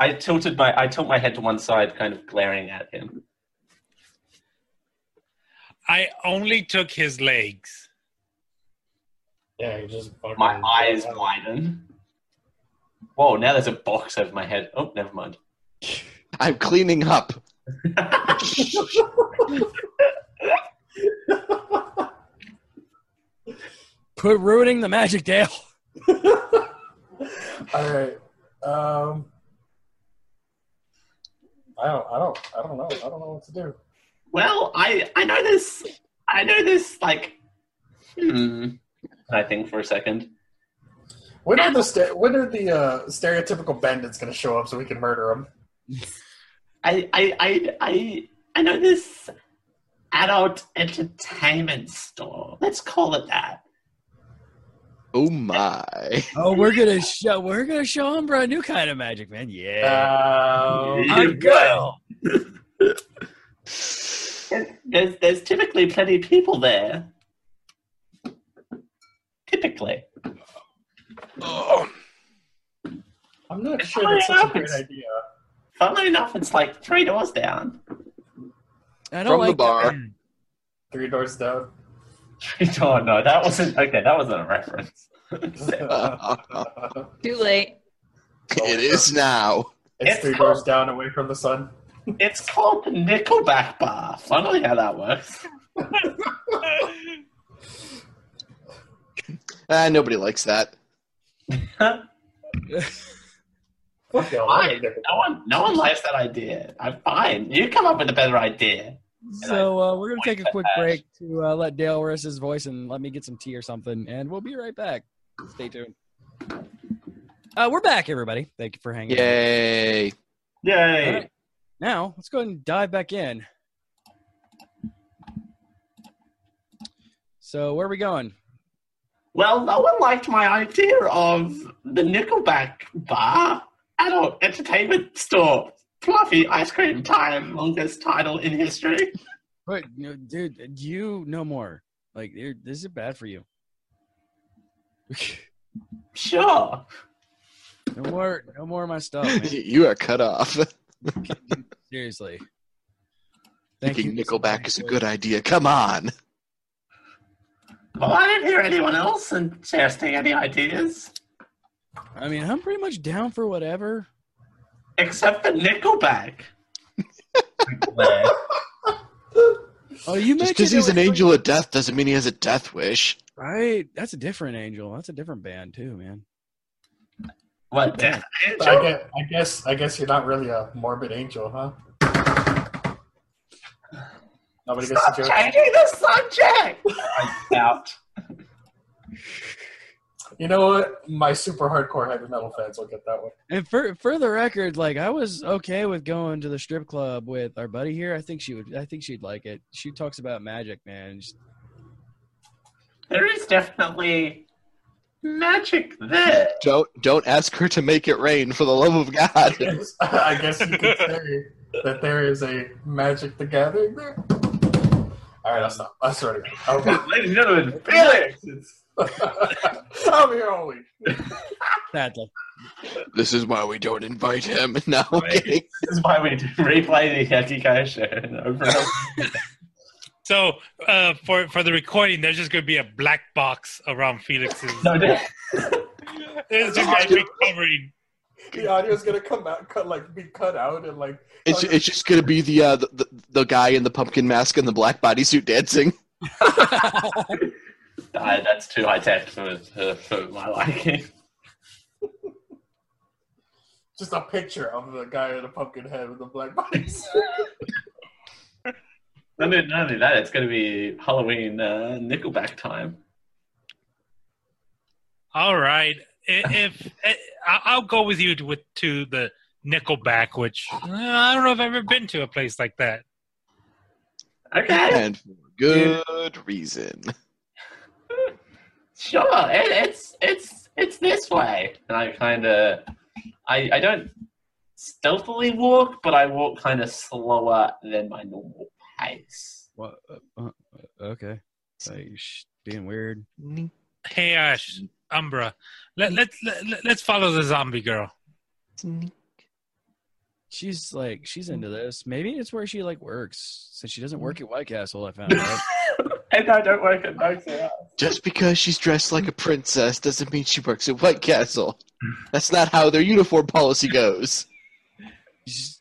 Speaker 8: I tilted my I tilt my head to one side, kind of glaring at him.
Speaker 7: I only took his legs.
Speaker 10: Yeah, you just fucking-
Speaker 8: My eyes widen. Whoa! Now there's a box over my head. Oh, never mind.
Speaker 3: I'm cleaning up.
Speaker 6: Quit ruining the magic, Dale.
Speaker 10: All right. Um, I don't. I don't. I don't know. I don't know what to do.
Speaker 8: Well, I I know this. I know this. Like, hmm. And I think for a second.
Speaker 10: When are the st- when are the uh, stereotypical bandits going to show up so we can murder them?
Speaker 8: I I I I I know this adult entertainment store. Let's call it that.
Speaker 3: Oh my.
Speaker 6: Oh, we're gonna show we're gonna show Umbra a new kind of magic, man.
Speaker 3: Uh,
Speaker 6: Yeah.
Speaker 10: Um,
Speaker 8: You
Speaker 6: I'm good.
Speaker 8: There's there's typically plenty of people there. Typically.
Speaker 7: Oh,
Speaker 10: I'm not
Speaker 8: It's
Speaker 10: sure
Speaker 8: fine
Speaker 10: that's such a
Speaker 8: enough,
Speaker 10: great
Speaker 8: it's-
Speaker 10: idea.
Speaker 8: Funnily enough, it's like three doors down.
Speaker 11: I don't
Speaker 3: From
Speaker 11: like
Speaker 3: the bar.
Speaker 10: Three doors down.
Speaker 8: Three door? No, that wasn't okay. That wasn't a reference.
Speaker 12: Too late.
Speaker 3: it is now.
Speaker 10: it's three doors down away from the sun.
Speaker 8: It's called the Nickelback Bar. Funnily, how that works.
Speaker 3: Ah, nobody likes that.
Speaker 10: Fuck y'all. I ain't never-
Speaker 8: No one, no one likes that idea. I'm fine. You come up with a better idea.
Speaker 6: So uh, we're gonna take a quick
Speaker 8: Ash.
Speaker 6: break to uh, let Dale rest his voice and let me get some tea or something, and we'll be right back. Stay tuned. Uh, we're back, everybody. Thank you for hanging. out.
Speaker 3: Yay.
Speaker 8: Yay!
Speaker 6: Alright. Now let's go ahead and dive back in. So where are we going?
Speaker 8: Well, no one liked my idea of the Nickelback Bar adult entertainment store. Fluffy ice cream time, longest title in history.
Speaker 6: But no, dude, you no more. Like you're- this is bad for you.
Speaker 8: Sure.
Speaker 6: No more, no more of my stuff. Man.
Speaker 3: you are cut off.
Speaker 6: Seriously.
Speaker 3: Thinking
Speaker 6: you.
Speaker 3: Nickelback is a good idea. Come on.
Speaker 8: Well, I didn't hear anyone else suggesting any ideas
Speaker 6: I mean, I'm pretty much down for whatever.
Speaker 8: except for Nickelback.
Speaker 6: Oh, you
Speaker 3: Just
Speaker 6: mentioned
Speaker 3: because
Speaker 6: it
Speaker 3: he's an
Speaker 6: was-
Speaker 3: angel of death doesn't mean he has a death wish.
Speaker 6: Right. That's a different angel. That's a different band too, man.
Speaker 8: what? Death
Speaker 10: But I
Speaker 8: Angel?
Speaker 10: guess, I guess I guess you're not really a morbid angel, huh? Nobody gets
Speaker 8: Stop
Speaker 10: to joke.
Speaker 8: changing the subject. I doubt.
Speaker 10: You know what? My super hardcore heavy metal fans will get that one.
Speaker 6: And for for the record, like I was okay with going to the strip club with our buddy here. I think she would. I think she'd like it. She talks about magic, man. Just-
Speaker 8: There is definitely magic there.
Speaker 3: Don't don't ask her to make it rain for the love of God.
Speaker 10: I guess you could say that there is a Magic the Gathering there. All right, I'll stop. I swear to God.
Speaker 8: Ladies and gentlemen, Felix. It's-
Speaker 10: I'll be, I'll be all week.
Speaker 6: Sadly,
Speaker 3: this is why we don't invite him. No, I'm
Speaker 8: Right.
Speaker 3: kidding.
Speaker 8: This is why we do replay the Yakikai show over and over.
Speaker 7: so uh, for for the recording, there's just going to be a black box around Felix's.
Speaker 8: No, no.
Speaker 7: it's just going to be covering.
Speaker 10: The audio's gonna come out, cut like be cut out, and like
Speaker 3: It's it's just gonna be the uh the, the, the guy in the pumpkin mask and the black bodysuit dancing.
Speaker 8: Uh, that's too high tech for, for, for my liking.
Speaker 10: just a picture of the guy in a pumpkin head with the black bodies.
Speaker 8: Not only, not only that, it's going to be Halloween uh, Nickelback time.
Speaker 7: All right, I- if I- I'll go with you to, with to the Nickelback, which uh, I don't know if I've ever been to a place like that.
Speaker 8: Okay,
Speaker 3: And for good reason.
Speaker 8: sure. It, it's it's it's this way, and I kind of, I I don't stealthily walk, but I walk kind of slower than my normal pace.
Speaker 6: well, uh, uh, okay. Like, sh- being weird.
Speaker 7: Hey, Ash, Umbra, let let, let let's follow the zombie girl.
Speaker 6: She's like she's into this. Maybe it's where she like works since she doesn't work at White Castle. I found out.
Speaker 8: And I don't work at Nokia.
Speaker 3: Just because she's dressed like a princess doesn't mean she works at White Castle. That's not how their uniform policy goes.
Speaker 6: She's-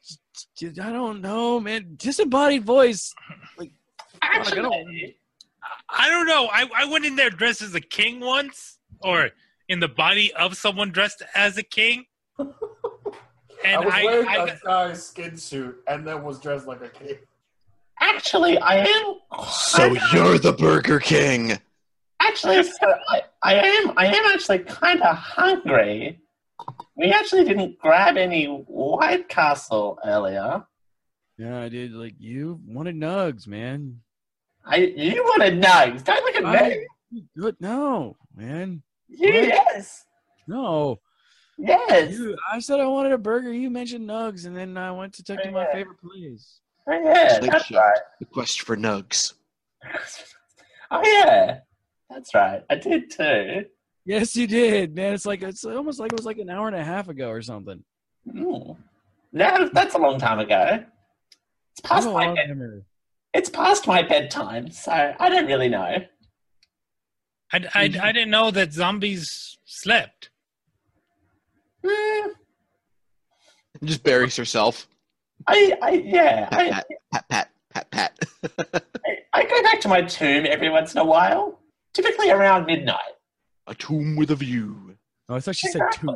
Speaker 6: I don't know, man. Disembodied voice.
Speaker 8: Actually,
Speaker 7: I don't know. I, I went in there dressed as a king once, or in the body of someone dressed as a king. And
Speaker 10: I was
Speaker 7: I,
Speaker 10: wearing
Speaker 7: I,
Speaker 10: a
Speaker 7: got-
Speaker 10: guy's skin suit and then was dressed like a king.
Speaker 8: actually, I am.
Speaker 3: So you're the Burger King.
Speaker 8: Actually, so I, I am. I am actually kind of hungry. We actually didn't grab any White Castle earlier.
Speaker 6: Yeah, I did. Like you wanted nugs, man.
Speaker 8: I you wanted nugs? Don't look at me.
Speaker 6: I- Good. No, man.
Speaker 8: You,
Speaker 6: What?
Speaker 8: yes,
Speaker 6: No.
Speaker 8: yes.
Speaker 6: You, I said I wanted a burger. You mentioned nugs, and then I went to took you to my
Speaker 8: Yeah.
Speaker 6: favorite place.
Speaker 8: Oh yeah,
Speaker 3: Link
Speaker 8: that's
Speaker 3: shot.
Speaker 8: right.
Speaker 3: The quest for nugs.
Speaker 8: Oh yeah. That's right. I did too.
Speaker 6: Yes, you did, man. It's like it's almost like it was like an hour and a half ago or something.
Speaker 8: Mm. No, that's a long time ago. It's past
Speaker 6: I'm a
Speaker 8: my
Speaker 6: long
Speaker 8: bed-
Speaker 6: timer.
Speaker 8: it's past my bedtime, so I don't really know.
Speaker 7: I, I, I didn't know that zombies slept.
Speaker 8: Eh,
Speaker 3: Just buries herself.
Speaker 8: I, I yeah, I,
Speaker 3: Pat, pat, pat, pat, pat. pat.
Speaker 8: I, I go back to my tomb every once in a while, typically around midnight.
Speaker 3: a tomb with a view.
Speaker 6: Oh, I thought she said two.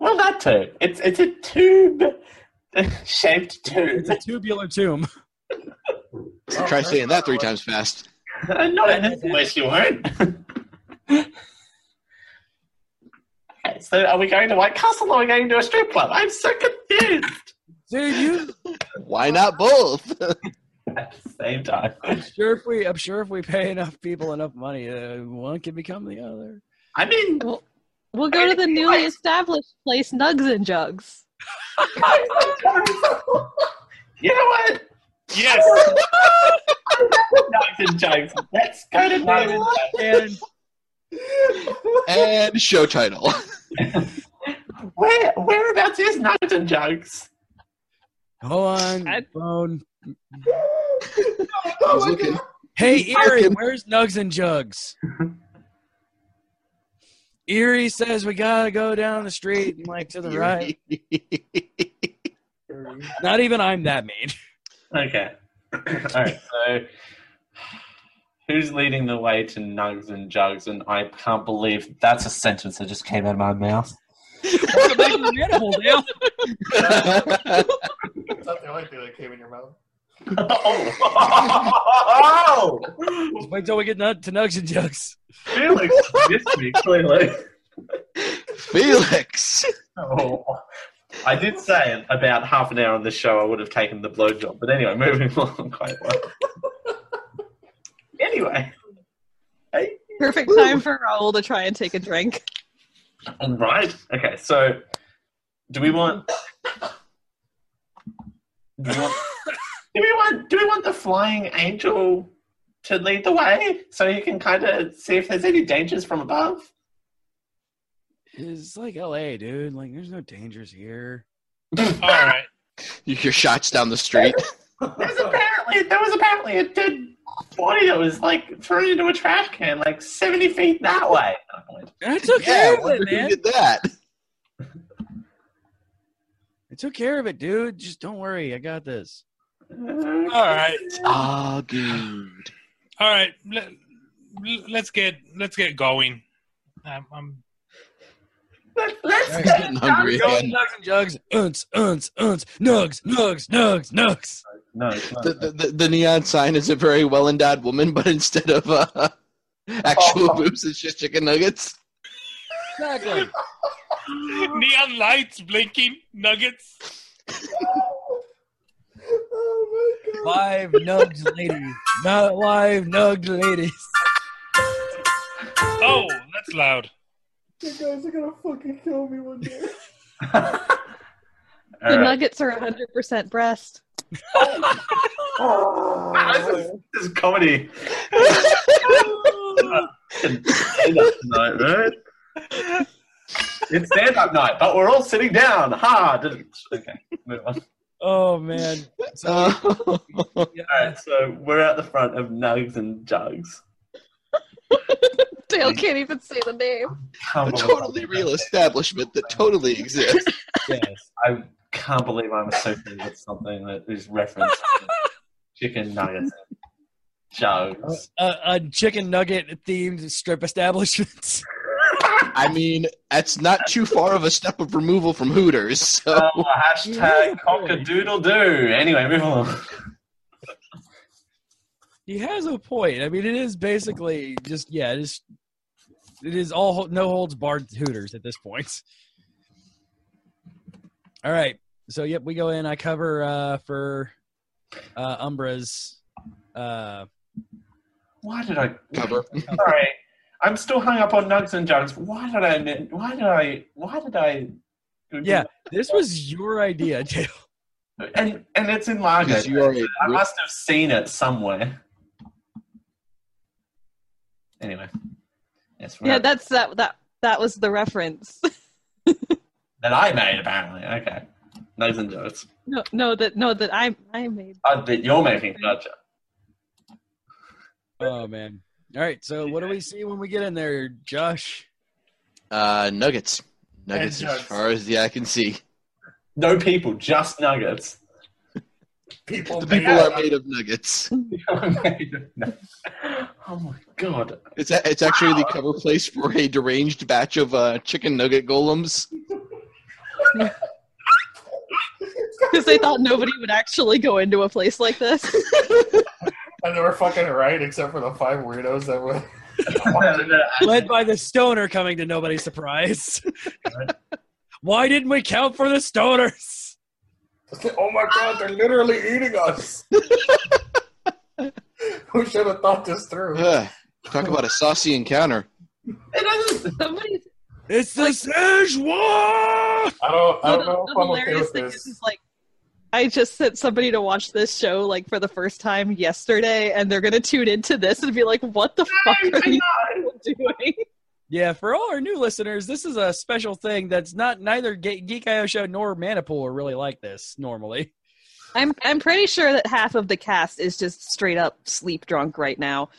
Speaker 8: Well, that too. It's it's a tube shaped tomb.
Speaker 6: It's a tubular tomb.
Speaker 3: Try saying that three times fast.
Speaker 8: Uh, Not in this place, you won't. okay, so are we going to White Castle or are we going to a strip club? I'm so confused.
Speaker 6: Dude, you
Speaker 3: Why not both?
Speaker 8: At the same time.
Speaker 6: sure if we I'm sure if we pay enough people enough money, uh, one can become the other.
Speaker 8: I mean,
Speaker 9: We'll go to the newly established place, Nugs and Jugs.
Speaker 8: you know what?
Speaker 7: Yes.
Speaker 8: Nugs and jugs. Let's go to nugs and jugs.
Speaker 6: And
Speaker 3: and show title.
Speaker 8: Where whereabouts is nugs and jugs?
Speaker 6: hold on,
Speaker 9: I-
Speaker 6: phone.
Speaker 3: I was looking.
Speaker 6: Hey Erie, where's Nugs and Jugs? Erie says we gotta go down the street and like to the right. Not even I'm that mean.
Speaker 8: Okay. All right. So, who's leading the way to nugs and jugs? And I can't believe that's a sentence that just came out of my mouth.
Speaker 6: Welcome back to the Maniple, Dale.
Speaker 10: Is that the only thing that came in your mouth?
Speaker 8: oh,
Speaker 6: Just wait till we get nu- to Nugs and Jugs.
Speaker 8: Felix, this week clearly.
Speaker 3: Felix.
Speaker 8: Oh. I did say about half an hour on this show I would have taken the blowjob, but anyway, moving along quite well. anyway,
Speaker 9: Perfect time for Raoul to try and take a drink.
Speaker 8: all right. Okay, so do we want? Do we want? do we want? Do we want the flying angel to lead the way, so you can kind of see if there's any dangers from above?
Speaker 6: It's like LA, dude. Like there's no dangers here.
Speaker 7: All right.
Speaker 3: You hear shots down the street.
Speaker 8: There's apparently there was apparently a dead body that was like thrown into a trash can, like seventy feet that way.
Speaker 6: I took
Speaker 3: Yeah,
Speaker 6: care of
Speaker 3: wonder
Speaker 6: it,
Speaker 3: who
Speaker 6: man.
Speaker 3: did that.
Speaker 6: I took care of it, dude. Just don't worry, I got this.
Speaker 7: All right.
Speaker 3: Ah, good.
Speaker 7: All right. Let, l- let's get let's get going. Um, I'm, I'm
Speaker 8: Let's
Speaker 6: Sorry,
Speaker 8: get
Speaker 3: Getting hungry
Speaker 6: Jugs,
Speaker 3: again.
Speaker 6: nugs and jugs, unts, unts, unts, nugs, nugs, nugs, nugs.
Speaker 8: No,
Speaker 3: The, the, the, the neon sign is a very well endowed woman, but instead of uh, actual
Speaker 8: Oh.
Speaker 3: boobs, it's just chicken nuggets.
Speaker 6: Exactly.
Speaker 7: neon lights blinking nuggets.
Speaker 6: Live nugs ladies. Not live nugs ladies.
Speaker 7: Oh, that's loud.
Speaker 10: You guys are gonna fucking kill me one day.
Speaker 9: the nuggets are 100% breast.
Speaker 8: Ah, this, is, this is comedy. night, right? It's stand up night, but we're all sitting down. Ha! Didn't. Okay, move on.
Speaker 6: Oh man.
Speaker 3: Uh,
Speaker 8: All right, so we're at the front of Nugs and Jugs.
Speaker 9: Dale can't even say the name.
Speaker 8: Can't
Speaker 3: a
Speaker 8: believe
Speaker 3: totally
Speaker 8: I'm-
Speaker 3: real establishment that totally exists.
Speaker 6: Yes.
Speaker 8: I can't believe I'm associated with something that is referenced to chicken nuggets and jugs.
Speaker 6: A, Uh, a chicken nugget themed strip establishments.
Speaker 3: I mean, that's not too far of a step of removal from Hooters. So.
Speaker 8: Uh, hashtag cockadoodle-doo. Anyway, move on.
Speaker 6: He has a point. I mean, it is basically just yeah, it is. It is all ho- no holds barred Hooters at this point. All right, so yep, we go in. I cover uh, for uh, Umbra's. Uh,
Speaker 8: Why did I
Speaker 3: Cover.
Speaker 8: Sorry, I'm still hung up on nugs and jugs. Why did I? admit- Why did I? Why did I?
Speaker 6: yeah, this was your idea, Dale.
Speaker 8: and and it's in Largo.
Speaker 3: Because you are a
Speaker 8: I must have seen it somewhere. Anyway, yes,
Speaker 9: Yeah, that's that that that was the reference.
Speaker 8: that I made apparently. Okay, those and those.
Speaker 9: No, no, that no, that I I made.
Speaker 8: Oh, that you're making, gotcha.
Speaker 6: Oh man. All right. So what do we see when we get in there, Josh?
Speaker 3: Uh, nuggets. Nuggets as
Speaker 8: nuggets.
Speaker 3: far as the eye can see.
Speaker 8: No people, just nuggets.
Speaker 10: People,
Speaker 3: The people are made of nuggets.
Speaker 8: Oh my god.
Speaker 3: It's a, it's actually the cover place for a deranged batch of uh, chicken nugget golems.
Speaker 9: Because they thought nobody would actually go into a place like this.
Speaker 10: And they were fucking right, except for the five weirdos that were.
Speaker 6: Led by the stoner coming to nobody's surprise. Why didn't we count for the stoners?
Speaker 10: oh my god, they're literally eating us! Who should have thought this through?
Speaker 3: Ugh. Talk about a saucy encounter.
Speaker 9: Somebody.
Speaker 6: It's the Szechuan!
Speaker 10: I don't, I don't
Speaker 9: no,
Speaker 10: know
Speaker 9: the,
Speaker 10: if
Speaker 9: the
Speaker 10: I'm okay
Speaker 9: hilarious
Speaker 10: with
Speaker 9: thing is,
Speaker 10: this.
Speaker 9: is like, I just sent somebody to watch this show like for the first time yesterday, and they're gonna tune into this and be like, "What the fuck are these people doing?"
Speaker 6: Yeah, for all our new listeners, this is a special thing that's not neither Ge- Geek IO show nor Manipool are really like this normally.
Speaker 9: I'm I'm pretty sure that half of the cast is just straight up sleep drunk right now.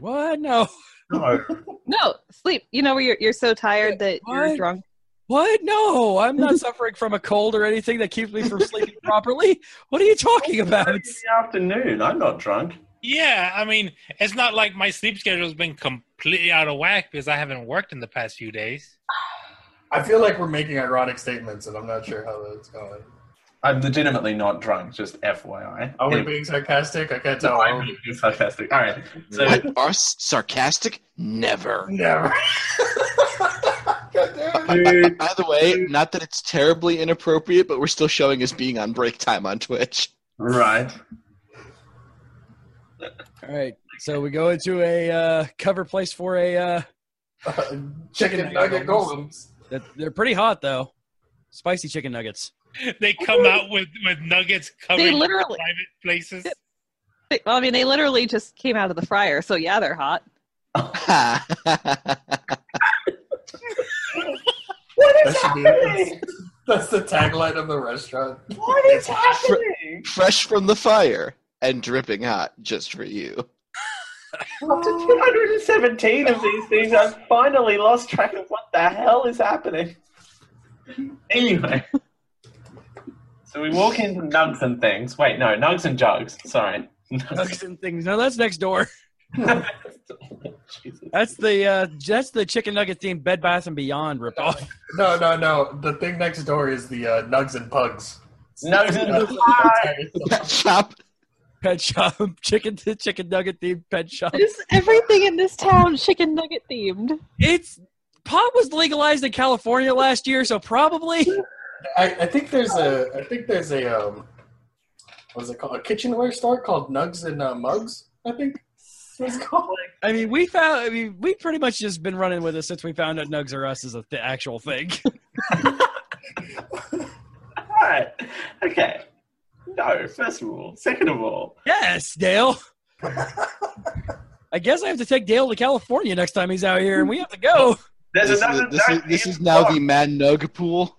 Speaker 6: What? No.
Speaker 8: No.
Speaker 9: No, sleep. You know where you're you're so tired that
Speaker 6: What?
Speaker 9: you're drunk.
Speaker 6: What? No. I'm not suffering from a cold or anything that keeps me from sleeping properly. What are you talking about?
Speaker 8: It's the afternoon. I'm not drunk.
Speaker 7: Yeah, I mean, it's not like my sleep schedule's been completely out of whack because I haven't worked in the past few days.
Speaker 10: I feel like we're making ironic statements, and I'm not sure how that's going.
Speaker 8: I'm legitimately not drunk, just FYI.
Speaker 10: Are we
Speaker 8: Anyway,
Speaker 10: being sarcastic? I can't
Speaker 8: no,
Speaker 10: tell.
Speaker 8: I'm being sarcastic. All right. So,
Speaker 3: What? Are s- sarcastic? Never.
Speaker 10: Never. God damn it.
Speaker 8: dude,
Speaker 3: By the way, not that it's terribly inappropriate, but we're still showing as being on break time on Twitch.
Speaker 8: right.
Speaker 6: All right. So we go into a uh, cover place for a. Uh,
Speaker 10: Chicken nugget golems.
Speaker 6: that, they're pretty hot though. Spicy chicken nuggets.
Speaker 7: They come out with, with nuggets covered
Speaker 9: They
Speaker 7: in
Speaker 9: literally-
Speaker 7: private places.
Speaker 9: They- Well, I mean, they literally just came out of the fryer, so yeah, they're hot.
Speaker 8: What
Speaker 10: That should be it. That's the tagline of the restaurant.
Speaker 8: What is happening?
Speaker 3: Fresh from the fire and dripping hot just for you.
Speaker 8: Up to 217 of these things, I've finally lost track of what the hell is happening. Anyway. So we walk into Nugs and Things. Wait, no, Nugs and Jugs. Sorry.
Speaker 6: Nuggets and things. No, that's next door.
Speaker 8: Jesus.
Speaker 6: That's the uh, that's the chicken nugget themed Bed Bath and Beyond ripoff.
Speaker 10: No, no, no. The thing next door is the uh, Nugs and Pugs.
Speaker 8: Nugs
Speaker 10: That's
Speaker 8: and
Speaker 10: what the tagline
Speaker 3: Pet
Speaker 10: is.
Speaker 3: shop.
Speaker 6: Pet shop chicken the chicken nugget themed pet shop.
Speaker 9: Is everything in this town chicken nugget themed?
Speaker 6: It's pot was legalized in California last year, so probably
Speaker 10: I, I think there's a. I think there's a. Um, what is it called? A kitchenware store called Nugs and uh, Mugs. I think. It's called.
Speaker 6: I mean we found I mean we pretty much just been running with this since we found out Nugs R Us is a th- actual thing.
Speaker 8: Alright. Okay. No, first of all. Second of all.
Speaker 6: yes, Dale. I guess I have to take Dale to California next time he's out here, and we have to go.
Speaker 8: There's
Speaker 3: This is,
Speaker 8: another
Speaker 3: this is,
Speaker 8: Nugs
Speaker 3: this
Speaker 8: in
Speaker 3: is now the
Speaker 8: Nugs.
Speaker 3: Mad Nug pool.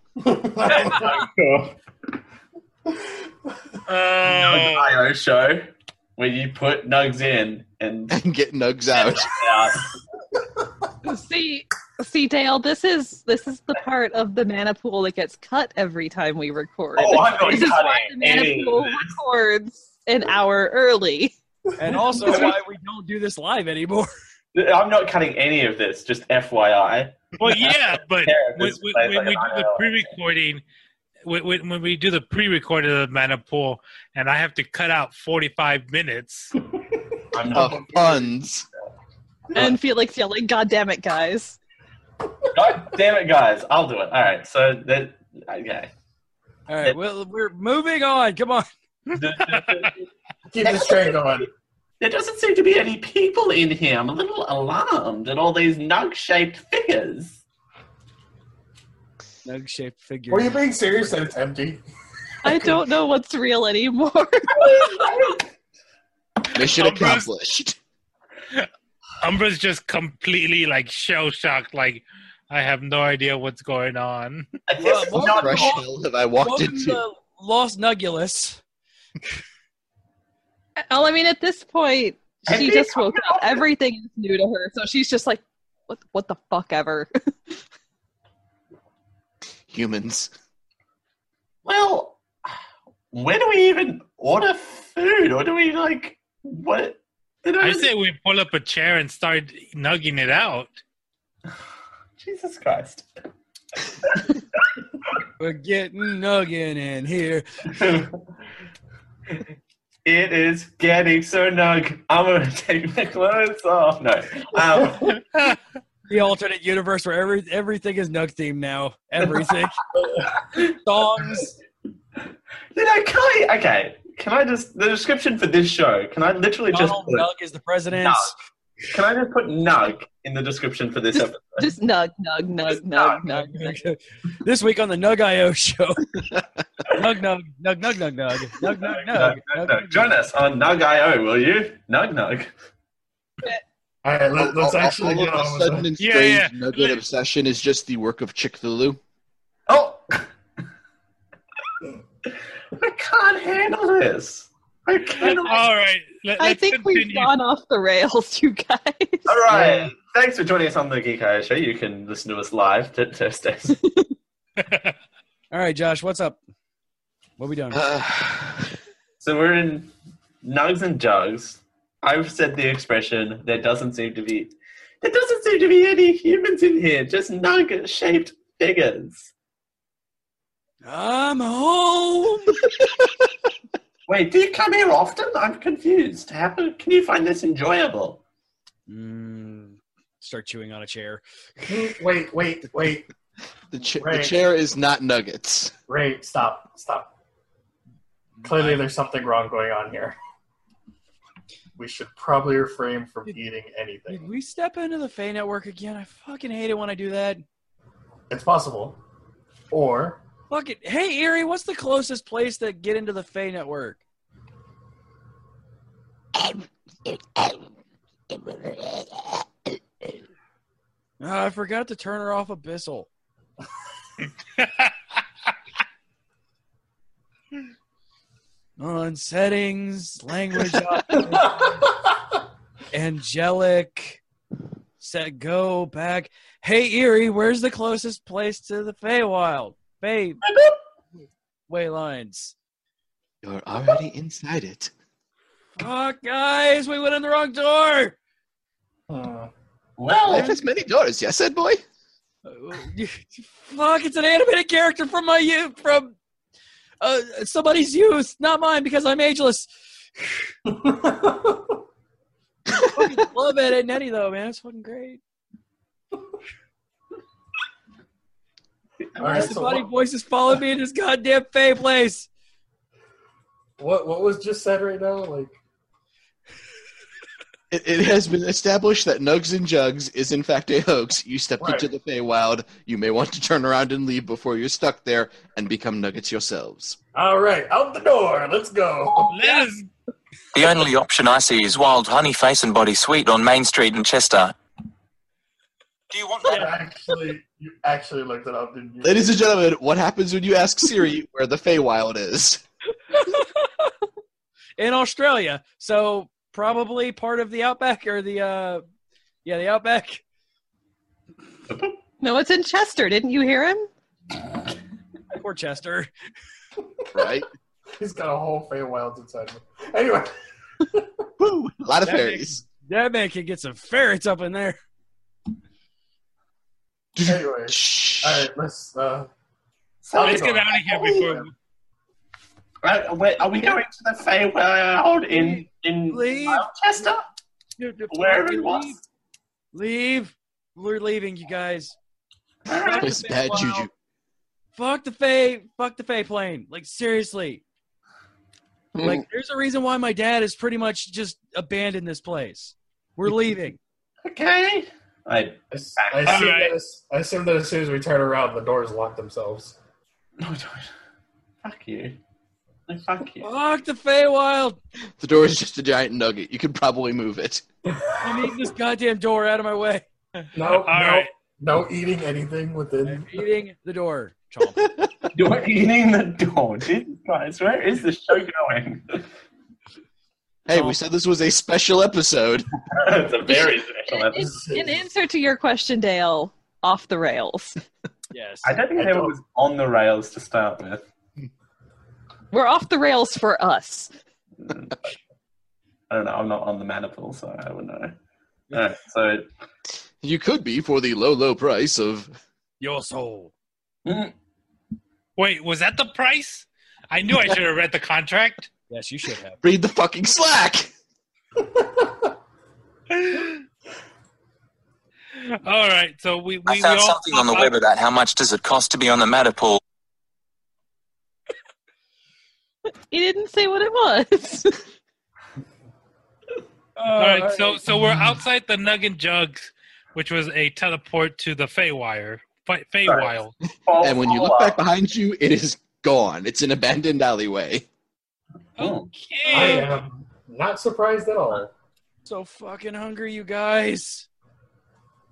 Speaker 8: Nugs
Speaker 7: Oh,
Speaker 8: IO show where you put Nugs in and
Speaker 3: And get Nugs out.
Speaker 8: out.
Speaker 9: See, see, Dale, this is this is the part of the mana pool that gets cut every time we record.
Speaker 8: Oh, I'm not
Speaker 9: this is why the
Speaker 8: cutting
Speaker 9: mana
Speaker 8: any of
Speaker 9: pool
Speaker 8: this.
Speaker 9: records an hour early.
Speaker 6: And also why we don't do this live anymore.
Speaker 8: I'm not cutting any of this, just FYI.
Speaker 7: well, yeah, but
Speaker 8: Yeah,
Speaker 7: when,
Speaker 8: this
Speaker 7: when,
Speaker 8: plays
Speaker 7: when we
Speaker 8: like an
Speaker 7: do the
Speaker 8: IRL.
Speaker 7: pre-recording, when, when when we do the pre-recording of Manipur, and I have to cut out forty-five minutes.
Speaker 8: I'm
Speaker 7: Oh,
Speaker 8: not.
Speaker 3: Of Oh, puns.
Speaker 9: And Felix yelling, "God damn it, guys!"
Speaker 8: God damn it, guys! I'll do it. All right. So that okay.
Speaker 6: All right, well, we're moving on. Come on.
Speaker 10: Keep this train going.
Speaker 8: There doesn't seem to be any people in here. I'm a little alarmed at all these nug-shaped figures.
Speaker 6: Nug shaped figure.
Speaker 10: Were you being serious that it's empty?
Speaker 9: I don't know what's real anymore.
Speaker 3: Mission
Speaker 7: Numbers.
Speaker 3: accomplished.
Speaker 7: Umbra's just completely like shell shocked. Like I have no idea what's going on.
Speaker 6: Well, what
Speaker 7: Oh,
Speaker 3: What
Speaker 6: the
Speaker 3: brush
Speaker 6: fuck?
Speaker 3: hill have I walked
Speaker 6: Welcome
Speaker 3: into?
Speaker 6: to Lost Nugulus.
Speaker 12: Well, I mean, at this point,
Speaker 8: Have
Speaker 12: she
Speaker 8: they
Speaker 12: just
Speaker 8: come
Speaker 12: woke up. Everything is new to her, so she's just like, "What? What the fuck ever?"
Speaker 3: Humans.
Speaker 8: Well, where do we even order food? Or do we like what? Did
Speaker 7: I say we pull up a chair and start nugging it out.
Speaker 8: Jesus Christ!
Speaker 6: We're getting nuggin in here.
Speaker 8: It is getting so nug. I'm gonna take my clothes off. No, um,
Speaker 6: The alternate universe where every everything is nug themed now. Everything. Songs.
Speaker 8: you know, can I? Okay, can I just the description for this show? Can I literally just
Speaker 6: Donald
Speaker 8: put,
Speaker 6: Nug is the president.
Speaker 8: can I just put nug in the description for this episode?
Speaker 12: just nug, nug, nug, nug, nug, nug.
Speaker 6: this week on the Nug IO show. nug nug nug nug nug nug nug nug nug.
Speaker 8: nug, nug. Join us on Nug.io, will you? Nug Nug.
Speaker 10: All right, let, let's
Speaker 3: All- all-
Speaker 10: actually
Speaker 3: all
Speaker 10: get
Speaker 3: of a
Speaker 10: on with
Speaker 3: sudden
Speaker 10: it.
Speaker 3: and
Speaker 7: Yeah,
Speaker 3: strange
Speaker 7: yeah.
Speaker 3: nugget obsession is just the work of Chick Fil A.
Speaker 8: Oh, I can't handle this. I
Speaker 7: All
Speaker 8: cannot.
Speaker 7: right, let,
Speaker 12: I
Speaker 7: let's
Speaker 12: think we've
Speaker 7: continue.
Speaker 12: gone off the rails, you guys.
Speaker 9: Oh.
Speaker 8: All right. Thanks for joining us on the Geek Hire Show. You can listen to us live t- Thursdays.
Speaker 6: All right, Josh, what's up? What we doing?
Speaker 3: Uh,
Speaker 8: so we're in Nugs and Jugs. I've said the expression. There doesn't seem to be. There doesn't seem to be any humans in here. Just nug-shaped figures.
Speaker 6: I'm home.
Speaker 8: Wait, do you come here often? I'm confused. How, can you find this enjoyable?
Speaker 6: Mm, start chewing on a chair.
Speaker 10: Wait, wait, wait.
Speaker 3: the, ch- the
Speaker 10: Right.
Speaker 3: chair is not nuggets.
Speaker 10: Ray, stop, stop. Clearly, there's something wrong going on here. We should probably refrain from eating
Speaker 6: Did
Speaker 10: anything.
Speaker 6: we step into the Fey network again? I fucking hate it when I do that.
Speaker 10: It's possible. Or
Speaker 6: Fuck it. Hey, Erie, what's the closest place to get into the Fey network? Ah, I forgot to turn her off Abyssal. On settings, language, options, angelic, set go back. Hey, Erie, where's the closest place to the Feywild? Fey Waylines.
Speaker 3: You're already inside it.
Speaker 6: Fuck, guys, we went in the wrong door.
Speaker 10: Hmm.
Speaker 3: Life
Speaker 8: Well,
Speaker 3: has many doors. Yes, Ed boy.
Speaker 6: Oh, Fuck, it's an animated character from my youth, from uh, somebody's youth, not mine, because I'm ageless. fucking love Ed and Nettie, though, man. It's fucking great.
Speaker 10: all
Speaker 6: Right,
Speaker 10: right, so
Speaker 6: Somebody
Speaker 10: what,
Speaker 6: voices followed me in this goddamn Fey place.
Speaker 10: what what was just said right now? Like,
Speaker 3: It, it has been established that Nugs and Jugs is in fact a hoax. You stepped
Speaker 10: Right.
Speaker 3: into the Feywild. You may want to turn around and leave before you're stuck there and become Nuggets yourselves.
Speaker 10: all right, out the door. Let's go.
Speaker 7: Let us
Speaker 13: The only option I see is Wild Honey Face and Body Sweet on Main Street in Chester. Do you want
Speaker 10: You actually, you actually looked it up, didn't you?
Speaker 3: Ladies and gentlemen, what happens when you ask Siri where the Feywild is?
Speaker 6: in Australia. So probably part of the outback or the uh yeah, the outback.
Speaker 12: No, it's in Chester. Didn't you hear him?
Speaker 6: Poor Chester.
Speaker 3: Right?
Speaker 10: He's got a whole Feywild inside him. Anyway,
Speaker 3: Woo! A lot of
Speaker 6: That
Speaker 3: fairies.
Speaker 6: That man can get some ferrets up in there.
Speaker 10: anyway. All right, let's. Uh,
Speaker 7: let's get out of here
Speaker 6: Oh,
Speaker 7: before.
Speaker 8: Uh, wait, are we going to the Feywild in in
Speaker 6: Leave.
Speaker 8: Chester? Wherever it was.
Speaker 6: leave. leave. We're leaving, you guys.
Speaker 3: That was bad juju.
Speaker 6: Fuck the Fey. Fuck the Fey plane. Like seriously. Like there's a reason why my dad has pretty much just abandoned this place. We're leaving.
Speaker 8: Okay. I
Speaker 10: I, s- I
Speaker 7: All
Speaker 10: assume
Speaker 7: right.
Speaker 10: that as, I assume that as soon as we turn around, the doors lock themselves.
Speaker 8: no, don't. Fuck you. Fuck you.
Speaker 6: Fuck the Feywild.
Speaker 3: The door is just a giant nugget. You could probably move it.
Speaker 6: I'm eating this goddamn door out of my way.
Speaker 10: No, no, no eating anything within.
Speaker 6: Eating the door.
Speaker 8: You're eating the door. Jesus Christ, where is this show going?
Speaker 3: Hey, we said this was a special episode.
Speaker 8: it's a very special
Speaker 12: In,
Speaker 8: episode.
Speaker 12: in answer to your question, Dale, off the rails.
Speaker 6: Yes.
Speaker 8: I don't think it was on the rails to start with.
Speaker 12: We're off the rails for us.
Speaker 8: I don't know. I'm not on the maniple, so I wouldn't know. Alright, so
Speaker 3: You could be for the low, low price of.
Speaker 6: Your soul.
Speaker 13: Mm-hmm.
Speaker 7: Wait, was that the price? I knew I should have read the contract.
Speaker 6: Yes, you should have.
Speaker 3: Read the fucking slack!
Speaker 7: All right, so we, we,
Speaker 13: I found
Speaker 7: we all
Speaker 13: something on the web about how much does it cost to be on the Matterpool.
Speaker 12: He didn't say what it was.
Speaker 7: all right, so so we're outside the Nug and Jugs, which was a teleport to the Feywire. Fe- Feywild.
Speaker 8: Oh,
Speaker 3: and when you look back behind you, it is gone. It's an abandoned alleyway.
Speaker 8: Oh,
Speaker 10: I am not surprised at all.
Speaker 6: So fucking hungry, you guys.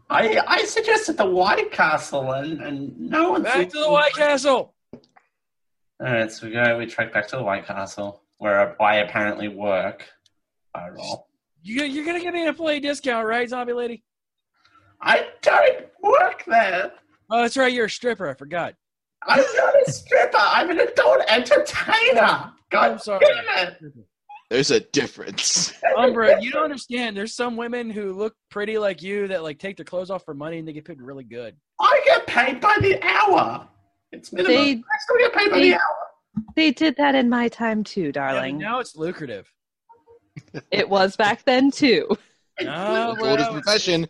Speaker 8: I I suggested the White Castle and, and no one
Speaker 6: Back to the White Castle.
Speaker 8: Alright, so we go we trek back to the White Castle, where I apparently work. I roll.
Speaker 6: You, you're gonna give me an employee discount, right, zombie lady?
Speaker 8: I don't work there.
Speaker 6: Oh, that's right. You're a stripper. I forgot.
Speaker 8: I'm not a stripper, I'm an adult entertainer. God
Speaker 6: I'm sorry.
Speaker 8: damn it.
Speaker 3: There's a difference.
Speaker 6: Umbra, Um, you don't understand. There's some women who look pretty like you that like take their clothes off for money and they get paid really good.
Speaker 8: I get paid by the hour. It's minimum.
Speaker 12: They-
Speaker 8: I still get paid by
Speaker 12: they-
Speaker 8: the hour.
Speaker 12: they did that in my time too,
Speaker 6: Yeah, but
Speaker 12: darling.
Speaker 6: now it's lucrative.
Speaker 12: It was back then too.
Speaker 6: Now,
Speaker 3: Gold is
Speaker 6: we're-
Speaker 3: profession.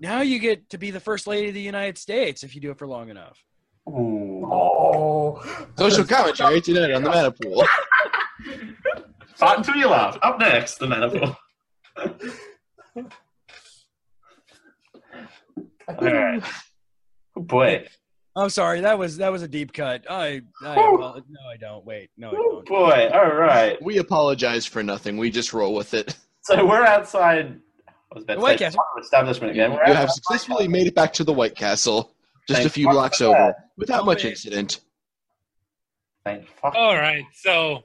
Speaker 6: now you get to be the first lady of the United States if you do it for long enough.
Speaker 10: Oh,
Speaker 3: Social commentary tonight on the Metapool.
Speaker 8: Fart until you laugh. Up next, the metaphor. Alright. Oh boy.
Speaker 6: I'm sorry. That was that was a deep cut. I, I apo- no, I don't. Wait, no, I
Speaker 8: Oh
Speaker 6: don't.
Speaker 8: boy. Alright.
Speaker 3: We apologize for nothing. We just roll with it.
Speaker 8: So we're outside. I was
Speaker 6: The
Speaker 8: about to
Speaker 6: White
Speaker 8: say,
Speaker 6: Castle.
Speaker 8: establishment again. We're
Speaker 3: You have
Speaker 8: outside-
Speaker 3: successfully made it back to the White Castle, just
Speaker 8: Thank
Speaker 3: a few
Speaker 8: fuck
Speaker 3: blocks
Speaker 8: for
Speaker 3: over,
Speaker 8: that.
Speaker 3: without much incident.
Speaker 8: Thank fuck.
Speaker 7: All right, so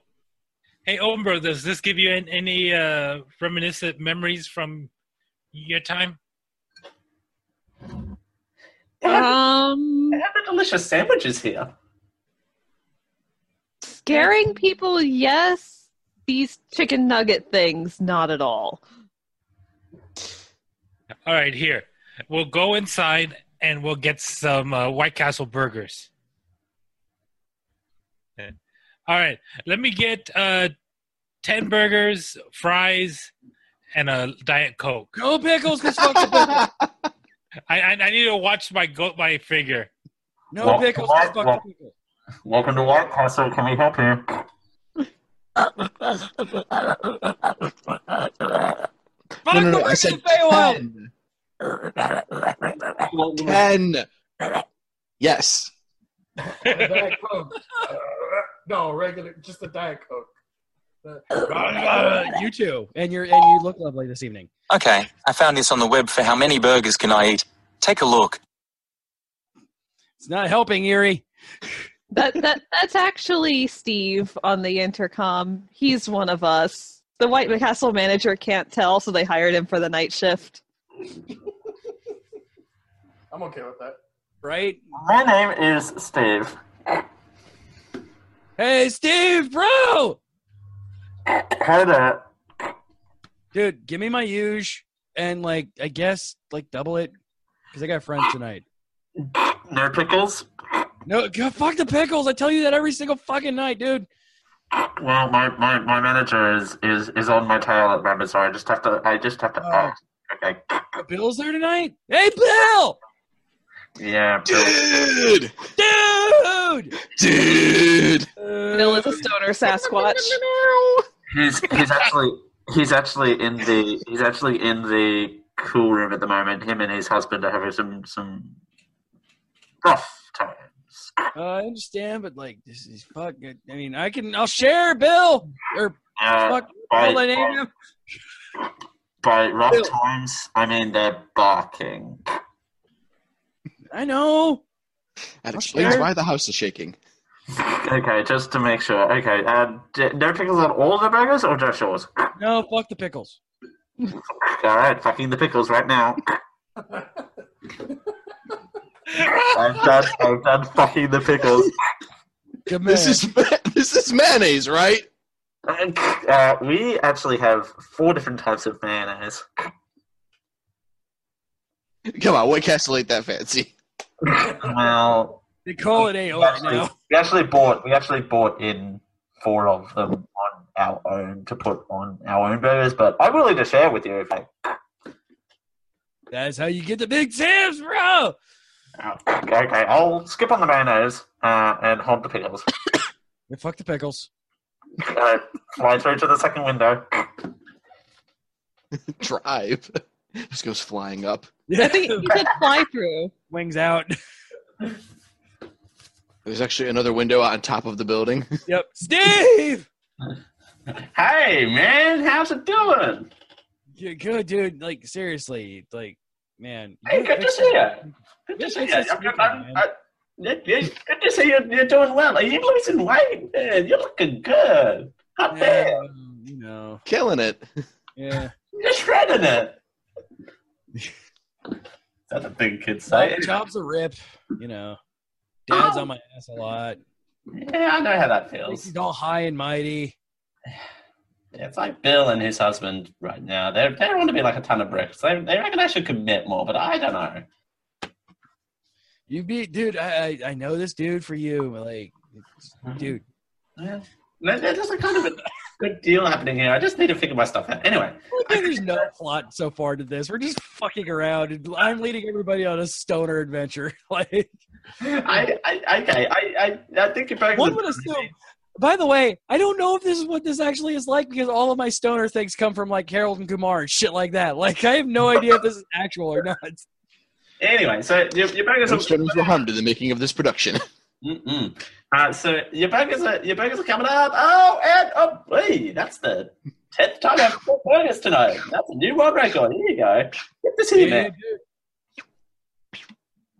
Speaker 7: hey, Umbra, does this give you an- any uh, reminiscent memories from your time?
Speaker 9: Uh-huh.
Speaker 12: Um,
Speaker 8: They have the delicious sandwiches here.
Speaker 12: scaring people, yes. These chicken nugget things, not at all.
Speaker 7: All right, here we'll go inside and we'll get some uh, White Castle burgers. All right, let me get uh, ten burgers, fries, and a diet coke.
Speaker 6: No pickles, 'cause fuck the pickles.
Speaker 7: I I, I need to watch my go my figure.
Speaker 6: No
Speaker 8: Well,
Speaker 6: pickles,
Speaker 8: well,
Speaker 6: 'cause
Speaker 8: well.
Speaker 6: fuck the pickles.
Speaker 8: Welcome to White Castle. Can we help you?
Speaker 6: Fuck
Speaker 3: no, no,
Speaker 6: the
Speaker 3: I
Speaker 6: work of
Speaker 3: said
Speaker 6: the Feywild.
Speaker 3: Ten. Ten. Yes.
Speaker 10: Oh, Diet Coke. Uh, no, regular, just a Diet Coke.
Speaker 6: Uh, you too, and you're and you look lovely this evening.
Speaker 13: Okay, I found this on the web for how many burgers can I eat. Take a look.
Speaker 6: It's not helping, Erie.
Speaker 12: That that that's actually Steve on the intercom. He's one of us. The White Castle manager can't tell, so they hired him for the night shift.
Speaker 10: I'm okay with that.
Speaker 6: Right?
Speaker 8: My name is Steve.
Speaker 6: Hey, Steve, bro,
Speaker 8: Hey there.
Speaker 6: dude, give me my huge and like I guess like double it because I got friends tonight.
Speaker 8: No pickles?
Speaker 6: No, God, fuck the pickles. I tell you that every single fucking night, dude.
Speaker 8: Well, my, my, my manager is, is, is on my tail at the moment, so I just have to I just have to
Speaker 6: Oh.
Speaker 8: act. Okay.
Speaker 6: Bill's there tonight. Hey, Bill,
Speaker 8: Yeah. Bill.
Speaker 3: Dude!
Speaker 6: dude.
Speaker 3: Dude!
Speaker 12: Bill is a stoner Sasquatch.
Speaker 8: He's he's actually he's actually in the he's actually in the cool room at the moment. Him and his husband are having some some rough times.
Speaker 6: Uh, I understand, but like this is fuck. I mean, I can. I'll share Bill or
Speaker 8: Uh,
Speaker 6: fuck
Speaker 8: by-
Speaker 6: Bill and Adam.
Speaker 8: By rough
Speaker 6: Bill.
Speaker 8: times, I mean they're barking.
Speaker 6: I know.
Speaker 3: That explains why the house is shaking.
Speaker 8: Okay, just to make sure. Okay, uh, d- no pickles on all the burgers or just yours?
Speaker 6: No, fuck the pickles.
Speaker 8: All right, fucking the pickles right now. I'm done. I'm done fucking the pickles.
Speaker 3: This is this is mayonnaise, right?
Speaker 8: Uh, we actually have four different types of mayonnaise.
Speaker 3: Come on, what castle ain't that fancy?
Speaker 8: Well,
Speaker 6: They call it AO
Speaker 8: we
Speaker 6: right
Speaker 8: actually,
Speaker 6: now.
Speaker 8: we actually bought. We actually bought in four of them on our own to put on our own burgers. But I'm willing to share with you if I
Speaker 6: That's how you get the big tips, bro.
Speaker 8: Okay, I'll skip on the mayonnaise uh, and hold the pickles.
Speaker 6: Yeah, fuck the pickles.
Speaker 8: uh, fly through to the second window.
Speaker 3: Drive. Just goes flying up.
Speaker 12: I think he said fly through.
Speaker 6: Wings out.
Speaker 3: There's actually another window on top of the building.
Speaker 6: Yep. Steve.
Speaker 8: Hey man, how's it doing?
Speaker 6: Yeah, good dude. Like seriously, like man.
Speaker 8: Hey,
Speaker 6: you
Speaker 8: good to
Speaker 6: fix
Speaker 8: see you.
Speaker 6: it.
Speaker 8: Good
Speaker 6: Yeah,
Speaker 8: to see you.
Speaker 6: thanks for
Speaker 8: I'm-
Speaker 6: speaking,
Speaker 8: I'm-
Speaker 6: man.
Speaker 8: I- yeah, yeah, Good to see you're, you're doing well. Are you losing weight, man? You're looking good. Hot
Speaker 6: Yeah,
Speaker 8: damn.
Speaker 6: um, you know.
Speaker 3: Killing it.
Speaker 6: Yeah.
Speaker 8: You're shredding it. That's a big kid say.
Speaker 6: Like, job's a rip. You know. Dad's
Speaker 8: Oh.
Speaker 6: on my ass a lot.
Speaker 8: Yeah, I know how that feels.
Speaker 6: He's all high and mighty.
Speaker 8: It's like Bill and his husband right now. They they want to be like a ton of bricks. They they reckon I should commit more, but I don't know.
Speaker 6: You be dude. I I, I know this dude for you. but, Like,
Speaker 8: Mm-hmm.
Speaker 6: dude.
Speaker 8: Yeah. There- There's a kind of a good deal happening here. I just need to figure my stuff out. Anyway,
Speaker 6: Look, There's no plot so far to this. We're just fucking around. And I'm leading everybody on a stoner adventure. Like
Speaker 8: I, I okay, I, I, I think you're back.
Speaker 6: one would assume. By the way, I don't know if this is what this actually is like because all of my stoner things come from like Harold and Kumar and shit like that. Like I have no idea if this is actual or not.
Speaker 8: Anyway, so your, your burgers
Speaker 3: Which
Speaker 8: are.
Speaker 3: veterans were harmed in the making of this production?
Speaker 8: Mm-mm. Uh, so your burgers are your burgers are coming up. Oh, and oh, wait, that's the tenth time I've bought burgers tonight. That's a new world record. Here you go. Get this here, man.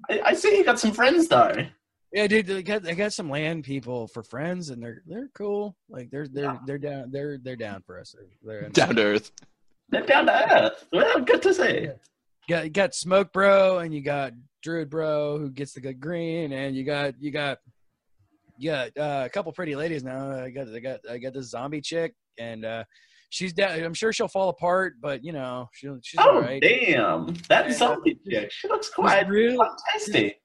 Speaker 8: I, I see you got some friends though.
Speaker 6: Yeah, dude, I got I got some land people for friends, and they're they're cool. Like they're they're they're down they're they're down for us. They're, they're
Speaker 3: Down to earth.
Speaker 8: They're down to earth. Well, good to see.
Speaker 6: got you got smoke bro, and you got druid bro who gets the good green, and you got you got you got uh, a couple pretty ladies now. I got I got I got this zombie chick, and uh, she's down. I'm sure she'll fall apart, but you know she'll she's
Speaker 8: Oh
Speaker 6: all right.
Speaker 8: damn, that zombie chick. She looks quite
Speaker 6: This real
Speaker 8: tasty.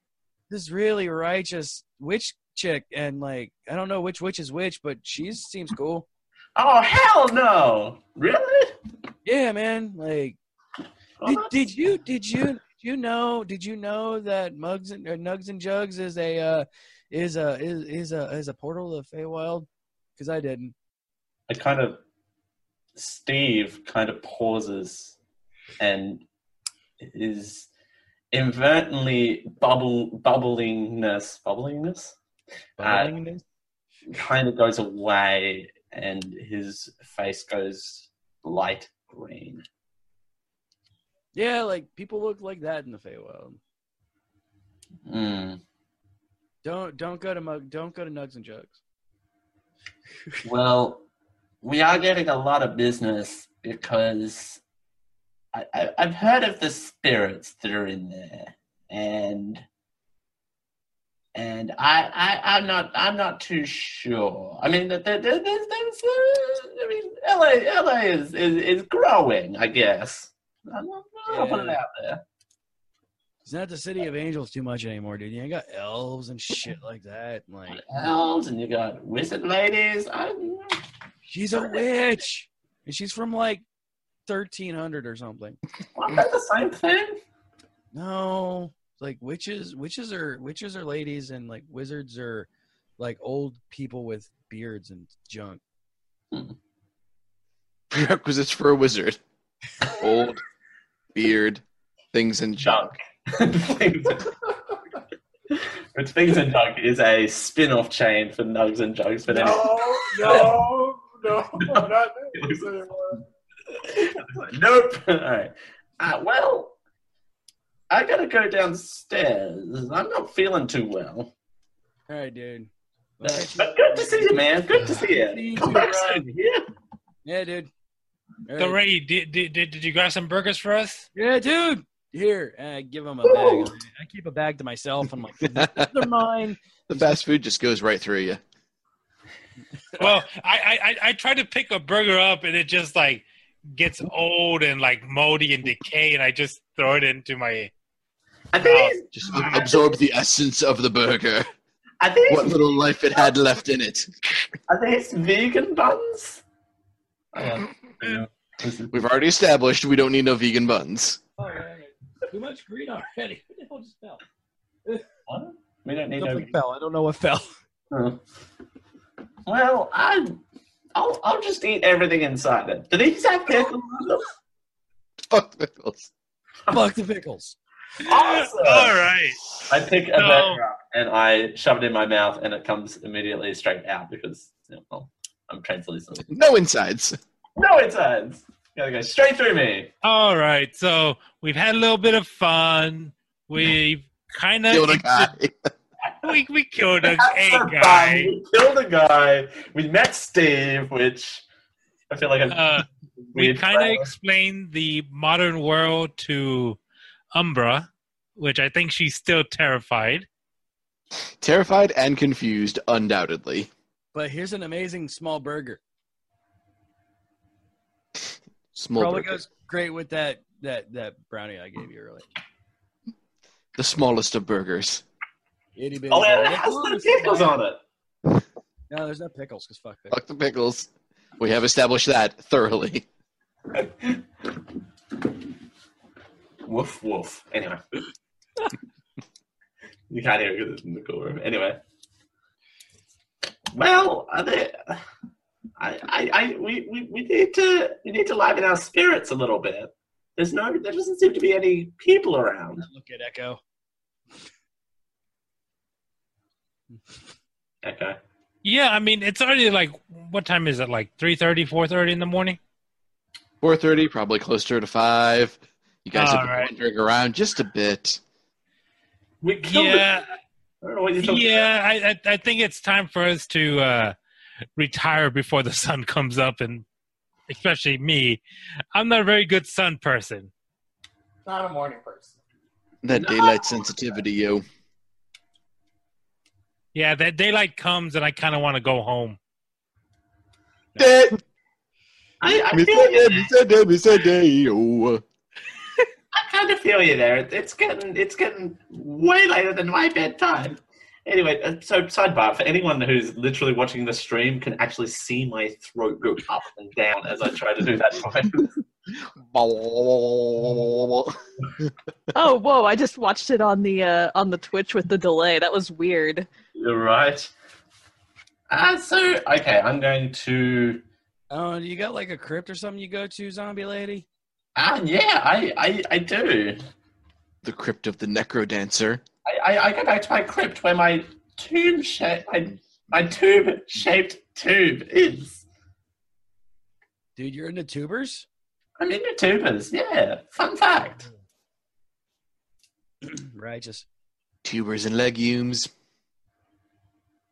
Speaker 6: this really righteous witch chick, and like I don't know which witch is which, but she seems cool.
Speaker 8: Oh hell no! Really?
Speaker 6: Yeah, man. Like,
Speaker 8: Oh,
Speaker 6: did,
Speaker 8: that's-
Speaker 6: did you did you did you know did you know that mugs and or nugs and jugs is a uh, is a is is a is a portal of Feywild? Because I didn't.
Speaker 8: I kind of Steve kind of pauses and is inadvertently bubble bubblingness bubblingness Uh,
Speaker 6: Bubbling
Speaker 8: kind of goes away and his face goes light green.
Speaker 6: Yeah, like people look like that in the Feywild.
Speaker 8: Mm.
Speaker 6: Don't don't go to mug don't go to nugs and jugs.
Speaker 8: Well, we are getting a lot of business because I, I, I've heard of the spirits that are in there, and and I, I I'm not I'm not too sure. I mean, there, there, there's, there's, uh, I mean, LA LA is, is, is growing, I guess. I'm not, I'll put it
Speaker 6: Yeah.
Speaker 8: out there.
Speaker 6: It's not the city of angels too much anymore, dude. You ain't got elves and shit like that. and, Like
Speaker 8: Elves, and you got wizard ladies. I'm,
Speaker 6: she's a witch, and she's from like thirteen hundred or something.
Speaker 8: I'm not the same thing.
Speaker 6: No, like witches, witches are witches are ladies, and like wizards are like old people with beards and junk.
Speaker 3: Prerequisites for a wizard. Old, beard, things in junk.
Speaker 8: Junk. Which Things and Jug is a spin off chain for Nugs and Jugs. But anyway,
Speaker 10: No, no, no, not this anymore.
Speaker 8: nope. All right. Uh, well, I gotta go downstairs. I'm not feeling too well.
Speaker 6: All right, dude.
Speaker 8: Uh, but good to see you, man. Good to see
Speaker 6: See
Speaker 8: you.
Speaker 6: you
Speaker 8: Come
Speaker 6: too,
Speaker 8: back
Speaker 6: Rob.
Speaker 8: soon. Yeah.
Speaker 6: Yeah, dude. All
Speaker 7: So
Speaker 6: right.
Speaker 7: Ray, did, did, did, did you grab some burgers for us?
Speaker 6: Yeah, dude. Here, uh, give him a bag. I keep a bag to myself. I'm like, they're mine.
Speaker 3: The fast food just goes right through you.
Speaker 7: Well, I, I I- I tried to pick a burger up and it just like gets old and like moldy and decay, and I just throw it into my.
Speaker 8: I think he's,
Speaker 3: Just ab- absorb the essence of the burger.
Speaker 8: I think
Speaker 3: What little life it had left in it.
Speaker 8: are these vegan buns? Uh,
Speaker 3: We've already established we don't need no vegan buns.
Speaker 6: Oh, all right. Too much green already. What the hell just fell?
Speaker 8: what? We don't need
Speaker 6: Something fell. I don't know what fell.
Speaker 8: no. Well, I, I'll I'll just eat everything inside it. Do these have pickles? on them?
Speaker 3: Fuck pickles.
Speaker 6: Fuck the pickles.
Speaker 8: Awesome.
Speaker 7: All right.
Speaker 8: I pick a
Speaker 7: No.
Speaker 8: burger up and I shove it in my mouth, and it comes immediately straight out because you know, well, I'm translucent.
Speaker 3: No insides.
Speaker 8: No insides. Gotta go straight through me.
Speaker 7: All right. So we've had a little bit of fun. We've kind
Speaker 3: Killed a
Speaker 7: of
Speaker 3: guy.
Speaker 7: we we killed a,
Speaker 8: Had
Speaker 7: a
Speaker 8: some fun.
Speaker 7: guy.
Speaker 8: We killed a guy. We met Steve, which I feel like I'm
Speaker 7: Uh, we
Speaker 8: weird
Speaker 7: kind of
Speaker 8: forever.
Speaker 7: explained the modern world to Umbra, which I think she's still terrified.
Speaker 3: Terrified and confused, undoubtedly.
Speaker 6: But here's an amazing small burger.
Speaker 3: Small
Speaker 6: Probably
Speaker 3: burger.
Speaker 6: goes great with that that that brownie I gave you earlier.
Speaker 3: The smallest of burgers.
Speaker 6: Itty bitty.
Speaker 8: Oh, and it
Speaker 6: burger.
Speaker 8: has little pickles on it.
Speaker 6: No, there's no pickles because fuck pickles.
Speaker 3: Fuck the pickles. We have established that thoroughly.
Speaker 8: Woof woof. Anyway. you can't hear it because it's in the cool room. Anyway. Well, I think I, I, I we, we, we need to we need to liven our spirits a little bit. There's no there doesn't seem to be any people around.
Speaker 6: Look at Echo.
Speaker 8: Okay.
Speaker 7: Yeah, I mean it's already like what time is it? Like 3.30, 4.30 in the morning.
Speaker 3: 4.30, probably closer to 5. You guys have been
Speaker 7: Alright.
Speaker 3: wandering around just a bit.
Speaker 8: We killed it.
Speaker 7: Yeah,
Speaker 8: I don't know what you're talking about.
Speaker 7: yeah. I, I I think it's time for us to uh, retire before the sun comes up, and especially me. I'm not a very good sun person.
Speaker 10: Not a morning person.
Speaker 3: That
Speaker 8: No.
Speaker 3: daylight sensitivity, yo.
Speaker 7: Yeah, that daylight comes, and I kind of want to go home.
Speaker 3: Day-
Speaker 8: I, I
Speaker 3: me
Speaker 8: feel
Speaker 3: say
Speaker 8: you
Speaker 3: day, me say
Speaker 8: there.
Speaker 3: day, me say day, yo.
Speaker 8: I kind of feel you there. It- It's getting it's getting way later than my bedtime. Anyway, uh, so sidebar for anyone who's literally watching the stream can actually see my throat go up and down as I try to do that. voice.
Speaker 12: Oh, whoa! I just watched it on the uh, on the Twitch with the delay. That was weird.
Speaker 8: You're right. Uh, so okay, I'm going to.
Speaker 6: Oh, do you got like a crypt or something you go to, zombie lady?
Speaker 8: Ah, yeah, I I, I do.
Speaker 3: The crypt of the necro dancer.
Speaker 8: I, I I go back to my crypt where my tomb shape my my tomb shaped tube is.
Speaker 6: Dude, you're into tubers?
Speaker 8: I'm into tubers. Yeah, fun fact.
Speaker 6: Righteous.
Speaker 3: Tubers and legumes.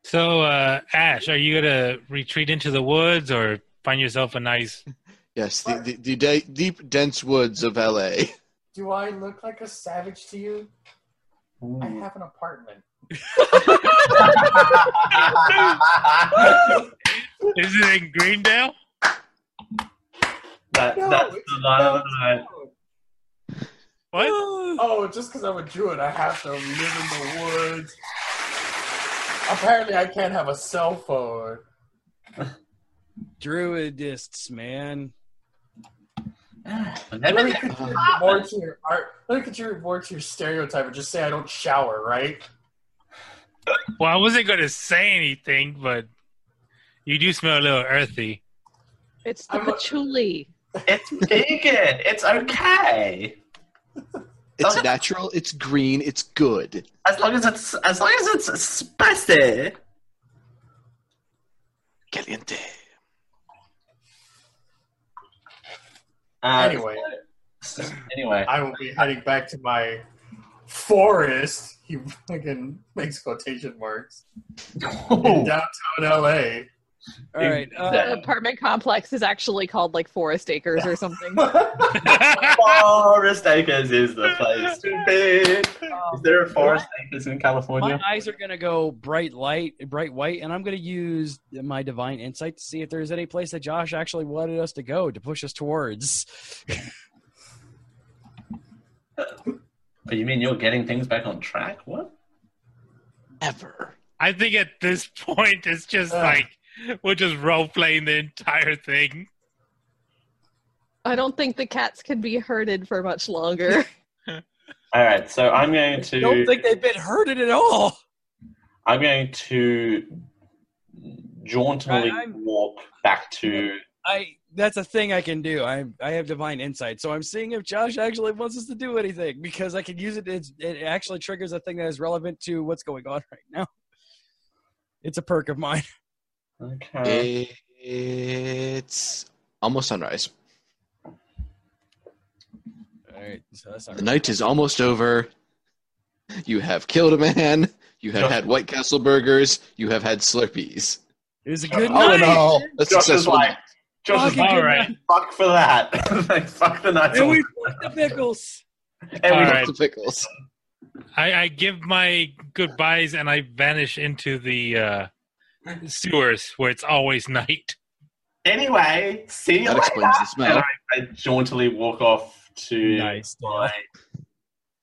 Speaker 7: So, uh, Ash, are you gonna retreat into the woods or find yourself a nice?
Speaker 3: Yes, the, the, the de- deep, dense woods of L.A.
Speaker 10: Do I look like a savage to you? I
Speaker 8: Mm-hmm.
Speaker 10: have an apartment.
Speaker 8: that,
Speaker 7: Is it in Greendale?
Speaker 8: that's
Speaker 10: it's-
Speaker 8: the line of
Speaker 10: no,
Speaker 8: the night.
Speaker 10: it's not.
Speaker 7: What?
Speaker 10: Oh, just because I'm a Druid, I have to live in the woods. Apparently, I can't have a cell phone.
Speaker 6: Druidists, man.
Speaker 8: And then
Speaker 10: Let
Speaker 8: we
Speaker 10: me
Speaker 8: get-
Speaker 10: contribute more to your art. Let me contribute more to your stereotype and just say I don't shower, right?
Speaker 7: Well, I wasn't gonna say anything, but you do smell a little earthy.
Speaker 12: It's the
Speaker 10: I'm a-
Speaker 12: patchouli.
Speaker 8: It's vegan. It's okay.
Speaker 3: It's natural. It's green. It's good.
Speaker 8: As long as it's as long as it's spicy.
Speaker 3: Caliente.
Speaker 8: Uh,
Speaker 10: Anyway.
Speaker 8: Anyway.
Speaker 10: I will be heading back to my forest. He fucking makes quotation marks in downtown LA.
Speaker 9: All right, uh, the apartment complex is actually called like Forest Acres or something.
Speaker 8: Forest Acres is the place to be. Is there a Forest Acres in California?
Speaker 6: My eyes are gonna go bright light, bright white, and I'm gonna use my divine insight to see if there's any place that Josh actually wanted us to go to push us towards.
Speaker 8: Oh, you mean you're getting things back on track? What?
Speaker 3: Ever.
Speaker 7: I think at this point it's just like we're just role playing the entire thing.
Speaker 9: I don't think the cats can be herded for much longer.
Speaker 8: All right, so I'm going to.
Speaker 6: Don't think they've been herded at all.
Speaker 8: I'm going to jauntily
Speaker 6: I- I'm-
Speaker 8: walk back to.
Speaker 6: I that's a thing I can do. I I have divine insight, so I'm seeing if Josh actually wants us to do anything because I can use it. It's, it actually triggers a thing that is relevant to what's going on right now. It's a perk of mine.
Speaker 8: Okay.
Speaker 3: It's almost sunrise.
Speaker 6: All right, so that's not
Speaker 3: The night is almost over. You have killed a man. You have
Speaker 8: Just-
Speaker 3: had White Castle burgers. You have had Slurpees.
Speaker 6: It was a good
Speaker 3: All in
Speaker 6: night.
Speaker 3: all, a
Speaker 8: Josh is
Speaker 3: successful
Speaker 8: like,
Speaker 3: night.
Speaker 8: Josh is
Speaker 6: Fucking
Speaker 8: like,
Speaker 6: good
Speaker 8: alright, fuck for that. like, fuck the night.
Speaker 6: And we fucked the pickles.
Speaker 8: and we
Speaker 7: All right.
Speaker 3: The pickles.
Speaker 7: I, I give my goodbyes and I vanish into the uh, sewers where it's always night.
Speaker 8: Anyway, see you
Speaker 3: That
Speaker 8: later.
Speaker 3: explains the
Speaker 8: And
Speaker 3: smell.
Speaker 8: I, I jauntily walk off to
Speaker 6: Nice.
Speaker 8: my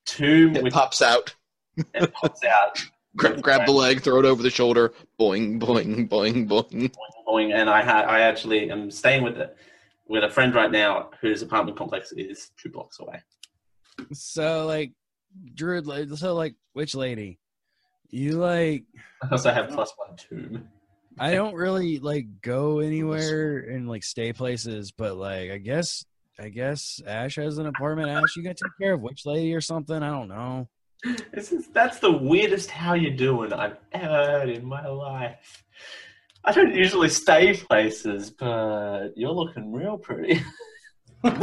Speaker 8: tomb,
Speaker 3: It
Speaker 8: which
Speaker 3: pops out.
Speaker 8: it pops out,
Speaker 3: Grab, grab the leg, throw it over the shoulder. Boing, boing, boing, boing.
Speaker 8: going, and I ha- I actually am staying with it. With a friend right now whose apartment complex is two blocks away.
Speaker 6: So like, Druid. like, So like, which lady? You like?
Speaker 8: I also have plus one tomb.
Speaker 6: I don't really like go anywhere and like stay places, but like I guess I guess Ash has an apartment. Ash, you gotta take care of Witch Lady or something. I don't know.
Speaker 8: This is that's the weirdest how you doing I've ever heard in my life. I don't usually stay places, but you're looking real pretty.
Speaker 6: No,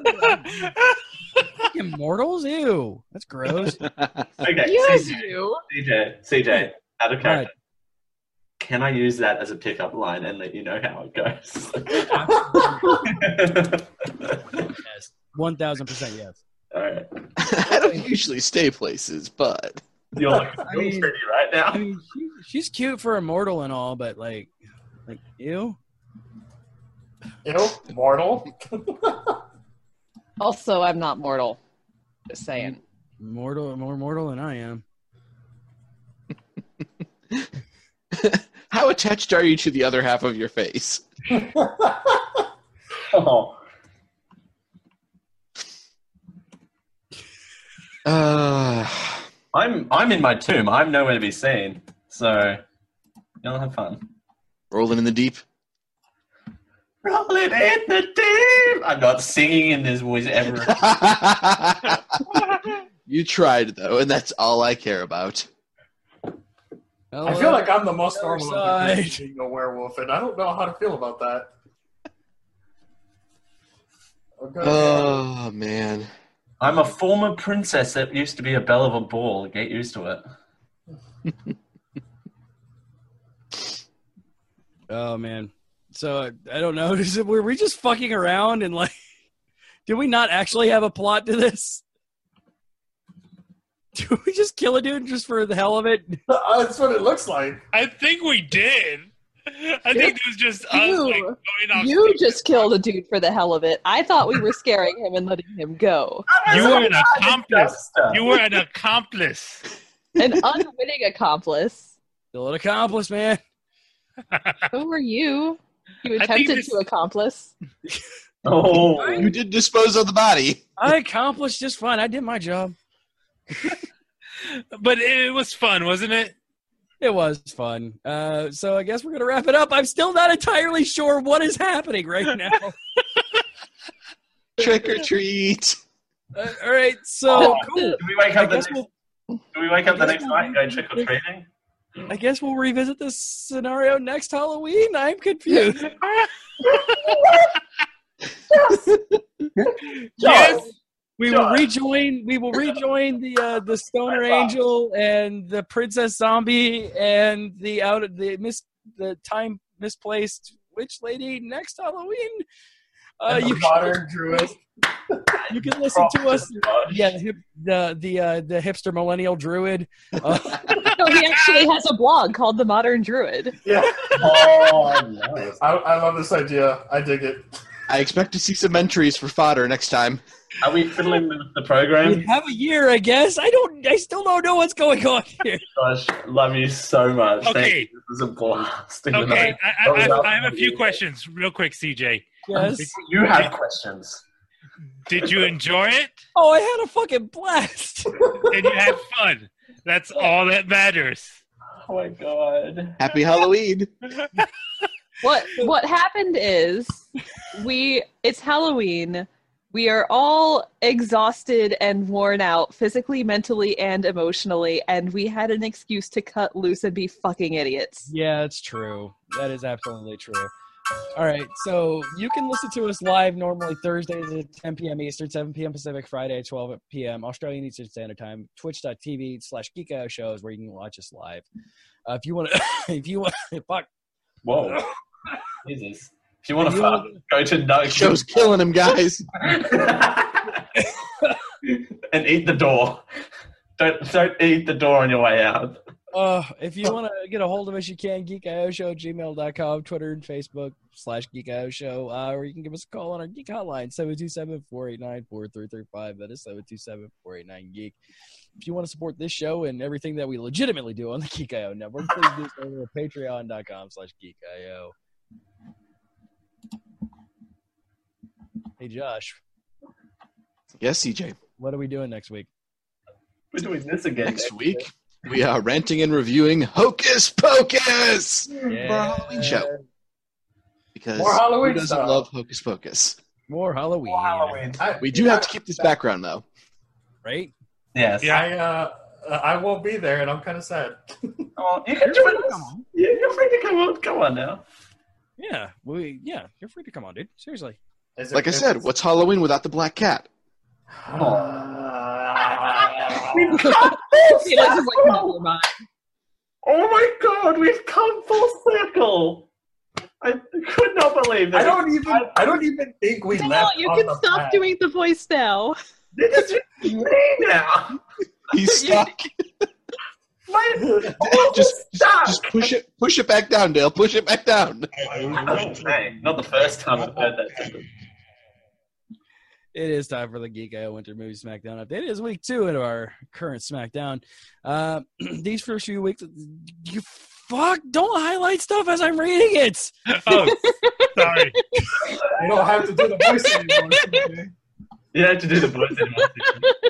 Speaker 6: I don't- fucking mortals. Ew, that's gross.
Speaker 8: okay,
Speaker 9: Yours
Speaker 8: CJ,
Speaker 9: do.
Speaker 8: CJ, CJ, out of character.
Speaker 6: Right.
Speaker 8: Can I use that as a pickup line and let you know how it goes?
Speaker 6: Yes, one thousand percent yes.
Speaker 8: All right,
Speaker 3: I don't usually stay places, but
Speaker 8: you're looking
Speaker 6: I
Speaker 8: real
Speaker 6: mean-
Speaker 8: pretty right
Speaker 6: I
Speaker 8: now.
Speaker 6: mean, she, she's cute for a mortal and all, but like, like ew.
Speaker 10: You know, mortal.
Speaker 9: Also, I'm not mortal. Just saying.
Speaker 6: Mortal, more mortal than I am.
Speaker 3: how attached are you to the other half of your face?
Speaker 8: Oh,
Speaker 3: Uh,
Speaker 8: I'm I'm in my tomb. I'm nowhere to be seen. So y'all have fun.
Speaker 3: rolling in the deep.
Speaker 8: Rolling in the deep. I'm not singing in this voice ever. again.
Speaker 3: you tried though, and that's all I care about.
Speaker 10: I feel like I'm the most
Speaker 6: Other
Speaker 10: normal of the group
Speaker 6: side.
Speaker 10: being a werewolf, and I don't know how to feel about that. Okay.
Speaker 3: Oh man.
Speaker 8: I'm a former princess that used to be a belle of a ball. Get used to it.
Speaker 6: Oh man. So uh, I don't know. Is it, were we just fucking around and like, did we not actually have a plot to this? Do we just kill a dude just for the hell of it?
Speaker 10: Uh, That's what it looks like.
Speaker 7: I think we did. I think it was just us
Speaker 12: You-
Speaker 7: like, going off.
Speaker 12: You just killed a dude for the hell of it. I thought we were scaring him and letting him go.
Speaker 7: You were an accomplice.
Speaker 8: Duster.
Speaker 7: You were an accomplice.
Speaker 12: An unwitting accomplice.
Speaker 6: Still an accomplice, man.
Speaker 12: Who were you? You
Speaker 7: I think
Speaker 12: attempted
Speaker 7: this-
Speaker 12: to accomplice.
Speaker 8: Oh,
Speaker 3: You did dispose of the body.
Speaker 6: I accomplished just fine. I did my job.
Speaker 7: But it was fun, wasn't it?
Speaker 6: It was fun. Uh, so I guess we're gonna wrap it up. I'm still not entirely sure what is happening right now.
Speaker 3: Trick or treat.
Speaker 6: Uh, all right, so
Speaker 8: Oh,
Speaker 6: cool.
Speaker 8: Do we wake
Speaker 6: I
Speaker 8: up the
Speaker 6: guess
Speaker 8: next?
Speaker 6: we'll-
Speaker 8: Do we wake up the
Speaker 6: I guess
Speaker 8: next night and go trick or treating?
Speaker 6: I guess we'll revisit this scenario next Halloween. I'm confused. yes, we will rejoin. We will rejoin the uh, the Stoner Angel and the Princess Zombie and the out of the miss the time misplaced witch lady next Halloween. Uh,
Speaker 10: And the
Speaker 6: you,
Speaker 10: modern druid.
Speaker 6: you can listen to us. Yeah, the hip, the the, uh, the hipster millennial druid. Uh,
Speaker 12: no, he actually has a blog called The Modern Druid.
Speaker 10: Yeah. Oh, I, I love this idea. I dig it.
Speaker 3: I expect to see some entries for fodder next time.
Speaker 8: Are we fiddling with the
Speaker 6: we
Speaker 8: program?
Speaker 6: have a year, I guess. I don't. I still don't know what's going on here.
Speaker 8: Gosh, love you so much. Thank
Speaker 7: Okay.
Speaker 8: you. This was a blast.
Speaker 7: Okay, I, I, I, I have a few questions, real quick, CJ.
Speaker 6: Yes.
Speaker 8: You have questions.
Speaker 7: Did you enjoy it?
Speaker 6: Oh, I had a fucking blast.
Speaker 7: And you had fun. That's all that matters.
Speaker 8: Oh my god.
Speaker 3: Happy Halloween.
Speaker 12: What what happened is we it's Halloween. We are all exhausted and worn out physically, mentally, and emotionally, and we had an excuse to cut loose and be fucking idiots.
Speaker 6: Yeah, it's true. That is absolutely true. All right, so you can listen to us live normally Thursdays at 10 p.m. Eastern, 7 p.m. Pacific, Friday at 12 p.m. Australian Eastern Standard Time, twitch.tv slash geeko shows where you can watch us live. Uh, if you want to, if you want, fuck.
Speaker 8: Whoa. Jesus. If you want
Speaker 6: If
Speaker 8: to
Speaker 6: you
Speaker 8: fuck, go to no
Speaker 3: Show's killing him, guys.
Speaker 8: and eat the door. Don't don't eat the door on your way out.
Speaker 6: Uh, if you want to get a hold of us, you can geekio show at gmail.com, Twitter and Facebook slash geekio show, uh, or you can give us a call on our geek hotline 727 489 4335. That is 727 489 geek. If you want to support this show and everything that we legitimately do on the geekio network, please do so over at patreon.com slash geekio. Hey, Josh,
Speaker 3: Yes, CJ.
Speaker 6: what are we doing next week?
Speaker 8: We're doing this again
Speaker 3: Next week, we are ranting and reviewing Hocus Pocus for our Halloween show. Because
Speaker 10: More Halloween
Speaker 3: who doesn't
Speaker 10: stuff.
Speaker 3: love Hocus Pocus?
Speaker 6: More Halloween,
Speaker 8: Halloween.
Speaker 10: I,
Speaker 3: We do have to keep this background, though.
Speaker 6: right?
Speaker 8: Yes.
Speaker 7: Yeah.
Speaker 10: I, uh, I won't be there, and I'm kind of sad.
Speaker 8: Oh, you can join us. Yeah, you're free to come on. Come on now.
Speaker 6: Yeah, we yeah, you're free to come on, dude. Seriously.
Speaker 10: Is it-
Speaker 3: Like I
Speaker 10: is
Speaker 3: said,
Speaker 10: it-
Speaker 3: what's Halloween without the black cat?
Speaker 10: Oh.
Speaker 8: We've come full
Speaker 12: Felix is like,
Speaker 8: circle.
Speaker 12: no, I'm not.
Speaker 8: Oh my god, we've come full circle. I could not believe that.
Speaker 10: I don't even. I don't even think we
Speaker 12: Dale,
Speaker 10: left
Speaker 12: you
Speaker 10: on
Speaker 12: can
Speaker 10: the
Speaker 12: stop
Speaker 10: path.
Speaker 12: doing the voice now.
Speaker 8: This is me now.
Speaker 3: He's stuck.
Speaker 8: My, all of
Speaker 3: just,
Speaker 8: us
Speaker 3: just,
Speaker 8: stuck.
Speaker 3: just push it, push it back down, Dale. Push it back down.
Speaker 8: Hey, not the first time I've heard that. sentence.
Speaker 6: It is time for the Geek IO Winter Movie SmackDown update. It is week two of our current SmackDown. Uh, these first few weeks, you fuck, don't highlight stuff as I'm reading it.
Speaker 7: Oh, sorry.
Speaker 10: You don't have to do the voice anymore. okay?
Speaker 8: You don't have to do the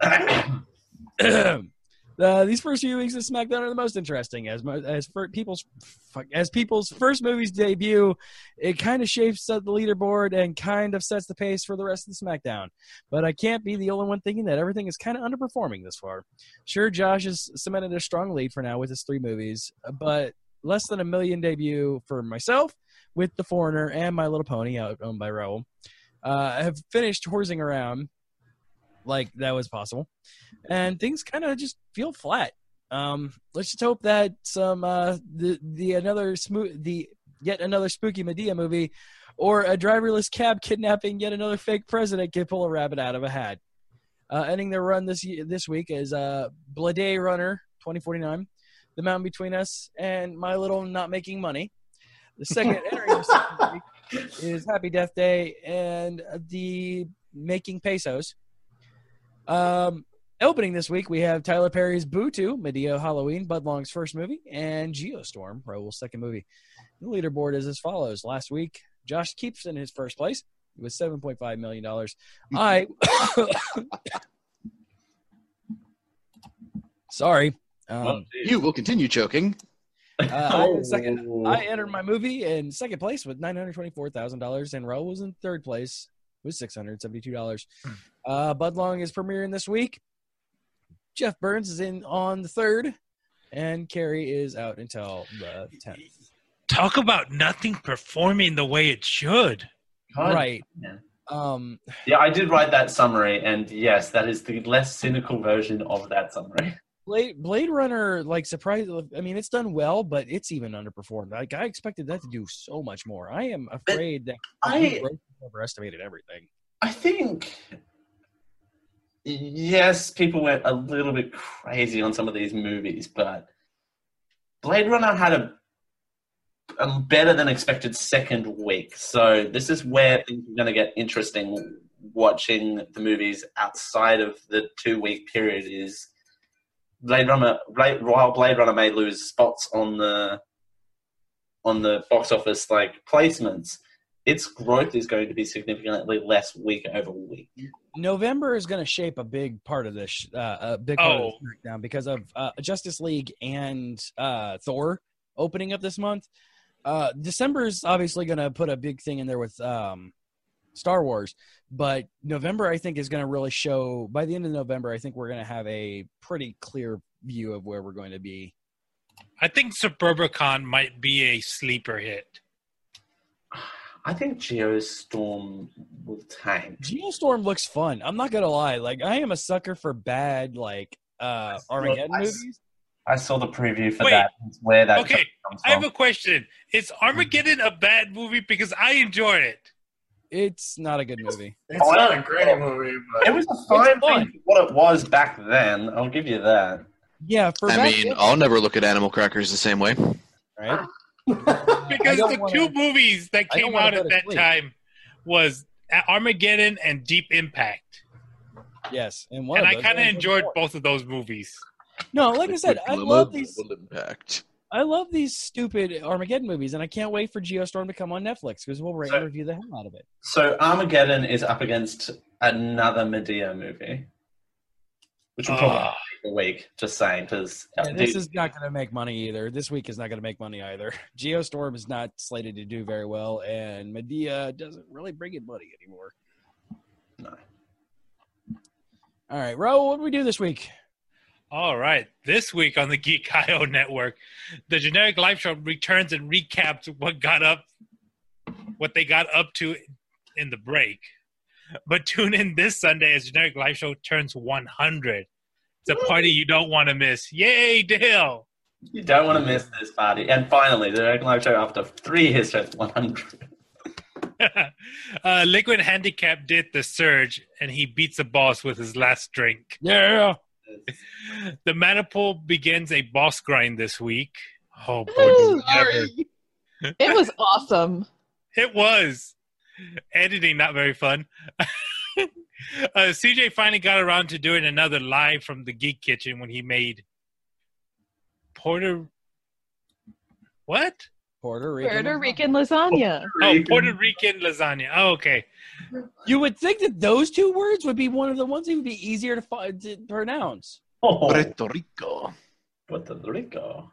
Speaker 8: voice anymore.
Speaker 6: uh, these first few weeks of SmackDown are the most interesting. As mo- as for people's fuck, as people's first movie's debut, it kind of shapes up the leaderboard and kind of sets the pace for the rest of the SmackDown. But I can't be the only one thinking that everything is kind of underperforming this far. Sure, Josh has cemented a strong lead for now with his three movies, but less than a million debut for myself with The Foreigner and My Little Pony, out owned by Raul. Uh, I have finished horsing around like that was possible and things kind of just feel flat. Um, let's just hope that some uh, the the another smooth the yet another spooky Medea movie, or a driverless cab kidnapping yet another fake president can pull a rabbit out of a hat. Uh, ending their run this ye- this week is uh, Blade Runner 2049, The Mountain Between Us, and My Little Not Making Money. The second entering the second week is Happy Death Day and the Making Pesos. Um, Opening this week, we have Tyler Perry's Boo 2, Medea Halloween, Bud Long's first movie, and Geostorm, Raul's second movie. The leaderboard is as follows. Last week, Josh keeps in his first place with $7.5 million. I. Sorry.
Speaker 8: Oh,
Speaker 6: Um,
Speaker 8: geez. Oh.
Speaker 3: You will continue choking.
Speaker 6: uh, I, am in second, I entered my movie in second place with $924,000, and Raul was in third place was $672.
Speaker 8: Hmm.
Speaker 6: Uh, Bud Long is premiering this week. Jeff Burns is in on the 3rd, and Carrie is out until the 10th.
Speaker 7: Talk about nothing performing the way it should.
Speaker 8: God.
Speaker 6: Right.
Speaker 8: Yeah.
Speaker 6: Um,
Speaker 8: Yeah, I did write that summary, and yes, that is the less cynical version of that summary.
Speaker 6: Blade, Blade Runner, like, surprise. I mean, it's done well, but it's even underperformed. Like, I expected that to do so much more. I am afraid that
Speaker 8: I-
Speaker 6: we overestimated everything.
Speaker 8: I think, yes, people went a little bit crazy on some of these movies, but Blade Runner had a, a better than expected second week. So this is where things are going to get interesting. Watching the movies outside of the two week period is Blade Runner. Blade, while Blade Runner may lose spots on the on the box office like placements, its growth is going to be significantly less week over week.
Speaker 6: November is going to shape a big part of this, sh- uh, a big part of
Speaker 7: Oh.
Speaker 6: this SmackDown because of uh, Justice League and uh, Thor opening up this month. Uh, December is obviously going to put a big thing in there with um, Star Wars, but November I think is going to really show. By the end of November, I think we're going to have a pretty clear view of where we're going to be.
Speaker 7: I think Suburbicon might be a sleeper hit.
Speaker 8: I think Geostorm will tank.
Speaker 6: Geostorm looks fun. I'm not going to lie; like I am a sucker for bad like uh, Armageddon
Speaker 8: I s-
Speaker 6: movies.
Speaker 8: I saw the preview for
Speaker 7: Wait.
Speaker 8: that. It's Where that
Speaker 7: Okay,
Speaker 8: comes
Speaker 7: I
Speaker 8: from.
Speaker 7: have a question. Is Armageddon a bad movie? Because I enjoy it.
Speaker 6: It's not a good movie.
Speaker 3: Oh,
Speaker 10: It's not a great movie, but
Speaker 8: it was a fine
Speaker 6: fun.
Speaker 8: thing for what it was back then. I'll give you that.
Speaker 6: Yeah, for
Speaker 3: I
Speaker 6: back
Speaker 3: mean,
Speaker 6: then,
Speaker 3: I'll never look at animal crackers the same way.
Speaker 6: right?
Speaker 8: Ah.
Speaker 7: Because
Speaker 6: don't
Speaker 7: the
Speaker 6: wanna-
Speaker 7: two movies that
Speaker 6: I don't
Speaker 7: came
Speaker 6: wanna
Speaker 7: out
Speaker 6: go
Speaker 7: at
Speaker 6: to
Speaker 7: that
Speaker 6: sleep.
Speaker 7: time was Armageddon and Deep Impact,
Speaker 6: Yes, and one
Speaker 7: and
Speaker 6: of
Speaker 7: I
Speaker 6: those
Speaker 7: kind of
Speaker 6: was
Speaker 7: enjoyed
Speaker 6: porn.
Speaker 7: both of those movies.
Speaker 6: No, like I said, I
Speaker 3: Global
Speaker 6: love these.
Speaker 3: impact.
Speaker 6: I love these stupid Armageddon movies, and I can't wait for Geostorm to come on Netflix because we'll rate and
Speaker 8: So-
Speaker 6: review the hell out of it.
Speaker 8: So Armageddon is up against another Medea movie, which will probably
Speaker 7: Ah.
Speaker 8: take a week. Just saying, because
Speaker 6: And this is not going to make money either. This week is not going to make money either. Geostorm is not slated to do very well, and Medea doesn't really bring in money anymore.
Speaker 8: No.
Speaker 6: All right, Ro, what did we do this week?
Speaker 7: All right. This week on the Geek IO network, the generic live show returns and recaps what got up what they got up to in the break. But tune in this Sunday as generic live show turns 100. It's a party you don't want to miss. Yay, Dale.
Speaker 8: you don't want to miss this party. And finally, the American Live Show after three years shows 100.
Speaker 7: uh, Liquid Handicap did the surge and he beats the boss with his last drink.
Speaker 6: Yeah.
Speaker 7: Oh, The Manipul begins a boss grind this week. Oh, boy.
Speaker 9: Ooh,
Speaker 7: never.
Speaker 9: It was awesome.
Speaker 7: It was. Editing, not very fun. uh, CJ finally got around to doing another live from the Geek Kitchen when he made Puerto. What?
Speaker 6: Puerto Rican.
Speaker 9: Puerto Rican lasagna.
Speaker 7: Oh, Puerto Rican lasagna. Oh, okay.
Speaker 6: You would think that those two words would be one of the ones that would be easier to, fi- to pronounce.
Speaker 8: Oh,
Speaker 3: Puerto Rico.
Speaker 8: Puerto Rico.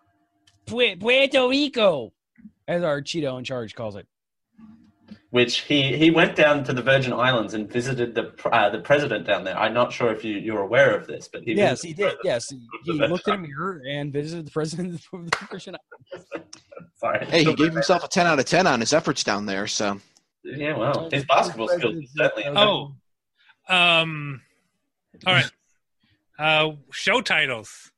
Speaker 6: Pue- Puerto Rico, as our Cheeto in charge calls it.
Speaker 8: Which he, he went down to the Virgin Islands and visited the pr- uh, the president down there. I'm not sure if you, you're aware of this, but he
Speaker 6: yes,
Speaker 8: visited
Speaker 6: he
Speaker 8: the
Speaker 6: did.
Speaker 8: president.
Speaker 6: Yes, he he looked in a mirror and visited the president of the Christian.
Speaker 8: Sorry.
Speaker 3: Hey, he gave himself a 10 out of 10 on his efforts down there, so.
Speaker 8: Yeah, well, his basketball skills
Speaker 6: President-
Speaker 8: certainly.
Speaker 7: Oh, um, all right. Uh, show titles.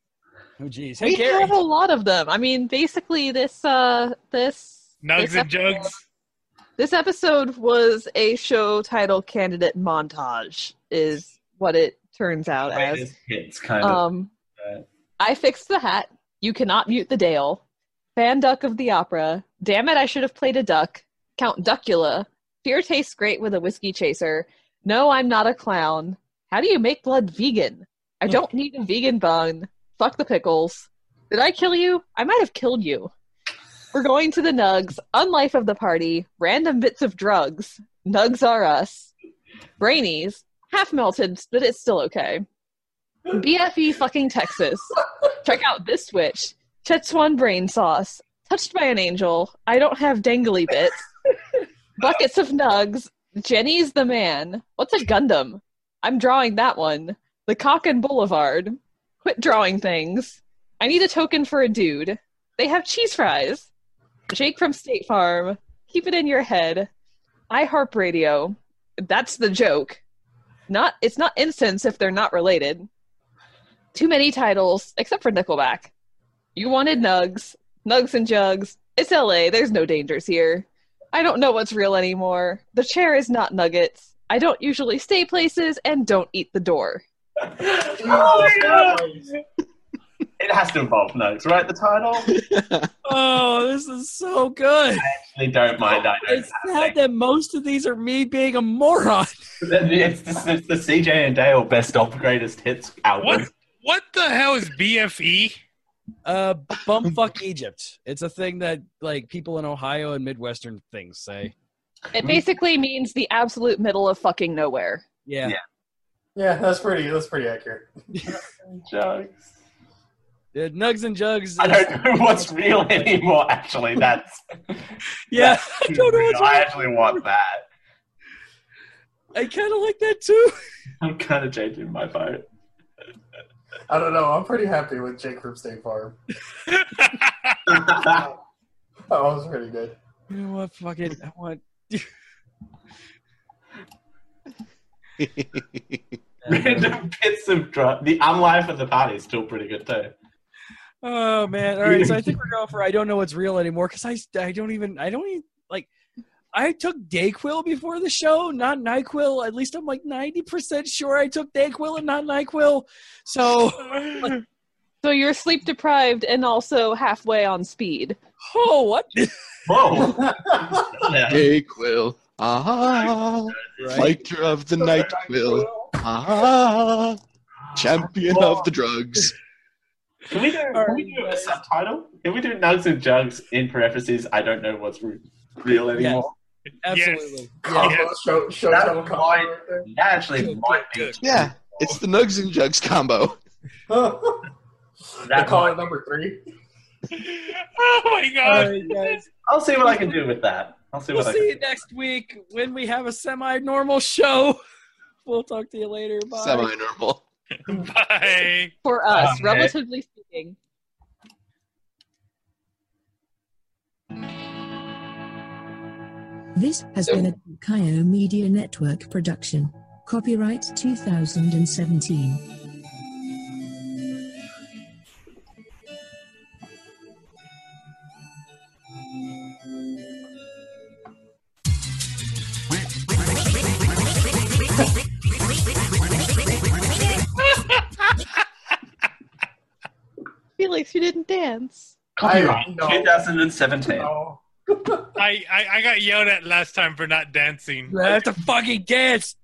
Speaker 6: Oh, geez. Hey,
Speaker 9: We
Speaker 6: Gary.
Speaker 9: have a lot of them. I mean, basically, this uh, this
Speaker 7: Nugs
Speaker 9: this
Speaker 7: and
Speaker 9: episode-
Speaker 7: jugs.
Speaker 9: This episode was a show title candidate montage, is what it turns out as.
Speaker 8: Greatest hits, kind of.
Speaker 9: Um,
Speaker 8: Right.
Speaker 9: I fixed the hat. You cannot mute the Dale. Fan duck of the opera. Damn it! I should have played a duck. Count Duckula. Beer tastes great with a whiskey chaser. No, I'm not a clown. How do you make blood vegan? I don't need a vegan bun. Fuck the pickles. Did I kill you? I might have killed you. We're going to the Nugs, Unlife of the Party, Random Bits of Drugs, Nugs Are Us, Brainies, Half Melted, but it's still okay. BFE E fucking Texas. Check out this witch. Tetsuan Brain Sauce, Touched by an Angel, I Don't Have Dangly Bits, Buckets of Nugs, Jenny's the man. What's a Gundam? I'm drawing that one. The Cock and Boulevard. Quit drawing things. I need a token for a dude. They have cheese fries. Jake from State Farm. Keep it in your head. I harp radio. That's the joke. Not it's not incense if they're not related. Too many titles, except for Nickelback. You wanted Nugs, Nugs and Jugs. It's LA, there's no dangers here. I don't know what's real anymore. The chair is not nuggets. I don't usually stay places and don't eat the door.
Speaker 3: Oh
Speaker 8: Oh It has to involve notes, right? The title.
Speaker 14: oh, this is so good.
Speaker 8: I don't mind. I don't.
Speaker 14: It's sad that most of these are me being a moron.
Speaker 8: It's, the- it's the CJ and Dale best of greatest hits album.
Speaker 7: What? What the hell is E? BFE?
Speaker 6: Uh, bumfuck Egypt. It's a thing that like people in Ohio and Midwestern things say.
Speaker 9: It basically means the absolute middle of fucking nowhere.
Speaker 6: Yeah.
Speaker 10: Yeah, that's pretty. That's pretty accurate.
Speaker 8: Jokes.
Speaker 6: Uh, Nugs and Jugs.
Speaker 8: I don't know what's real anymore. Actually, that's
Speaker 6: Yeah,
Speaker 8: I don't know. I actually want that.
Speaker 6: I kind of like that too.
Speaker 8: I'm kind of changing my vote.
Speaker 10: I don't know. I'm pretty happy with Jake from State Farm.
Speaker 8: that
Speaker 10: That was pretty good.
Speaker 6: You know what? Fuck it. I want.
Speaker 8: Random bits of drop. The unlife of the party is still pretty good too.
Speaker 6: Oh man! All right, so I think we're going for I don't know what's real anymore because I I don't even I don't even like I took Dayquil before the show, not Nyquil. At least I'm like ninety percent sure I took Dayquil and not Nyquil. So
Speaker 9: So you're sleep deprived and also halfway on speed.
Speaker 6: oh what?
Speaker 8: Whoa!
Speaker 3: Day quill. Ah, fighter of the night quill. Ah, champion of the drugs.
Speaker 8: Can we do? Can we do a subtitle? Can we do nugs and jugs in parentheses? I don't know what's re- real anymore.
Speaker 6: Absolutely.
Speaker 3: Oh,
Speaker 10: Combo, show, show
Speaker 8: That's
Speaker 10: title combo
Speaker 8: why-
Speaker 10: right there.
Speaker 8: That actually might be.
Speaker 3: Yeah, it's the Nugs and Jugs combo.
Speaker 10: They
Speaker 8: That
Speaker 10: call
Speaker 8: might,
Speaker 10: it number three.
Speaker 7: Oh my
Speaker 6: All
Speaker 7: god!
Speaker 6: right, guys.
Speaker 8: I'll see what I can do with that. I'll see
Speaker 6: We'll
Speaker 8: what I
Speaker 6: see
Speaker 8: can.
Speaker 6: you next week when we have a semi-normal show. We'll talk to you later. Bye.
Speaker 3: Semi-normal.
Speaker 7: Bye.
Speaker 9: For us,
Speaker 8: Okay.
Speaker 9: relatively speaking.
Speaker 13: This has been a Kaio Media Network production. Copyright 2017.
Speaker 9: Felix, you didn't dance.
Speaker 8: Copyright
Speaker 10: I know.
Speaker 8: 2017.
Speaker 10: Oh.
Speaker 7: I, I I got yelled at last time for not dancing.
Speaker 6: You have to fucking dance.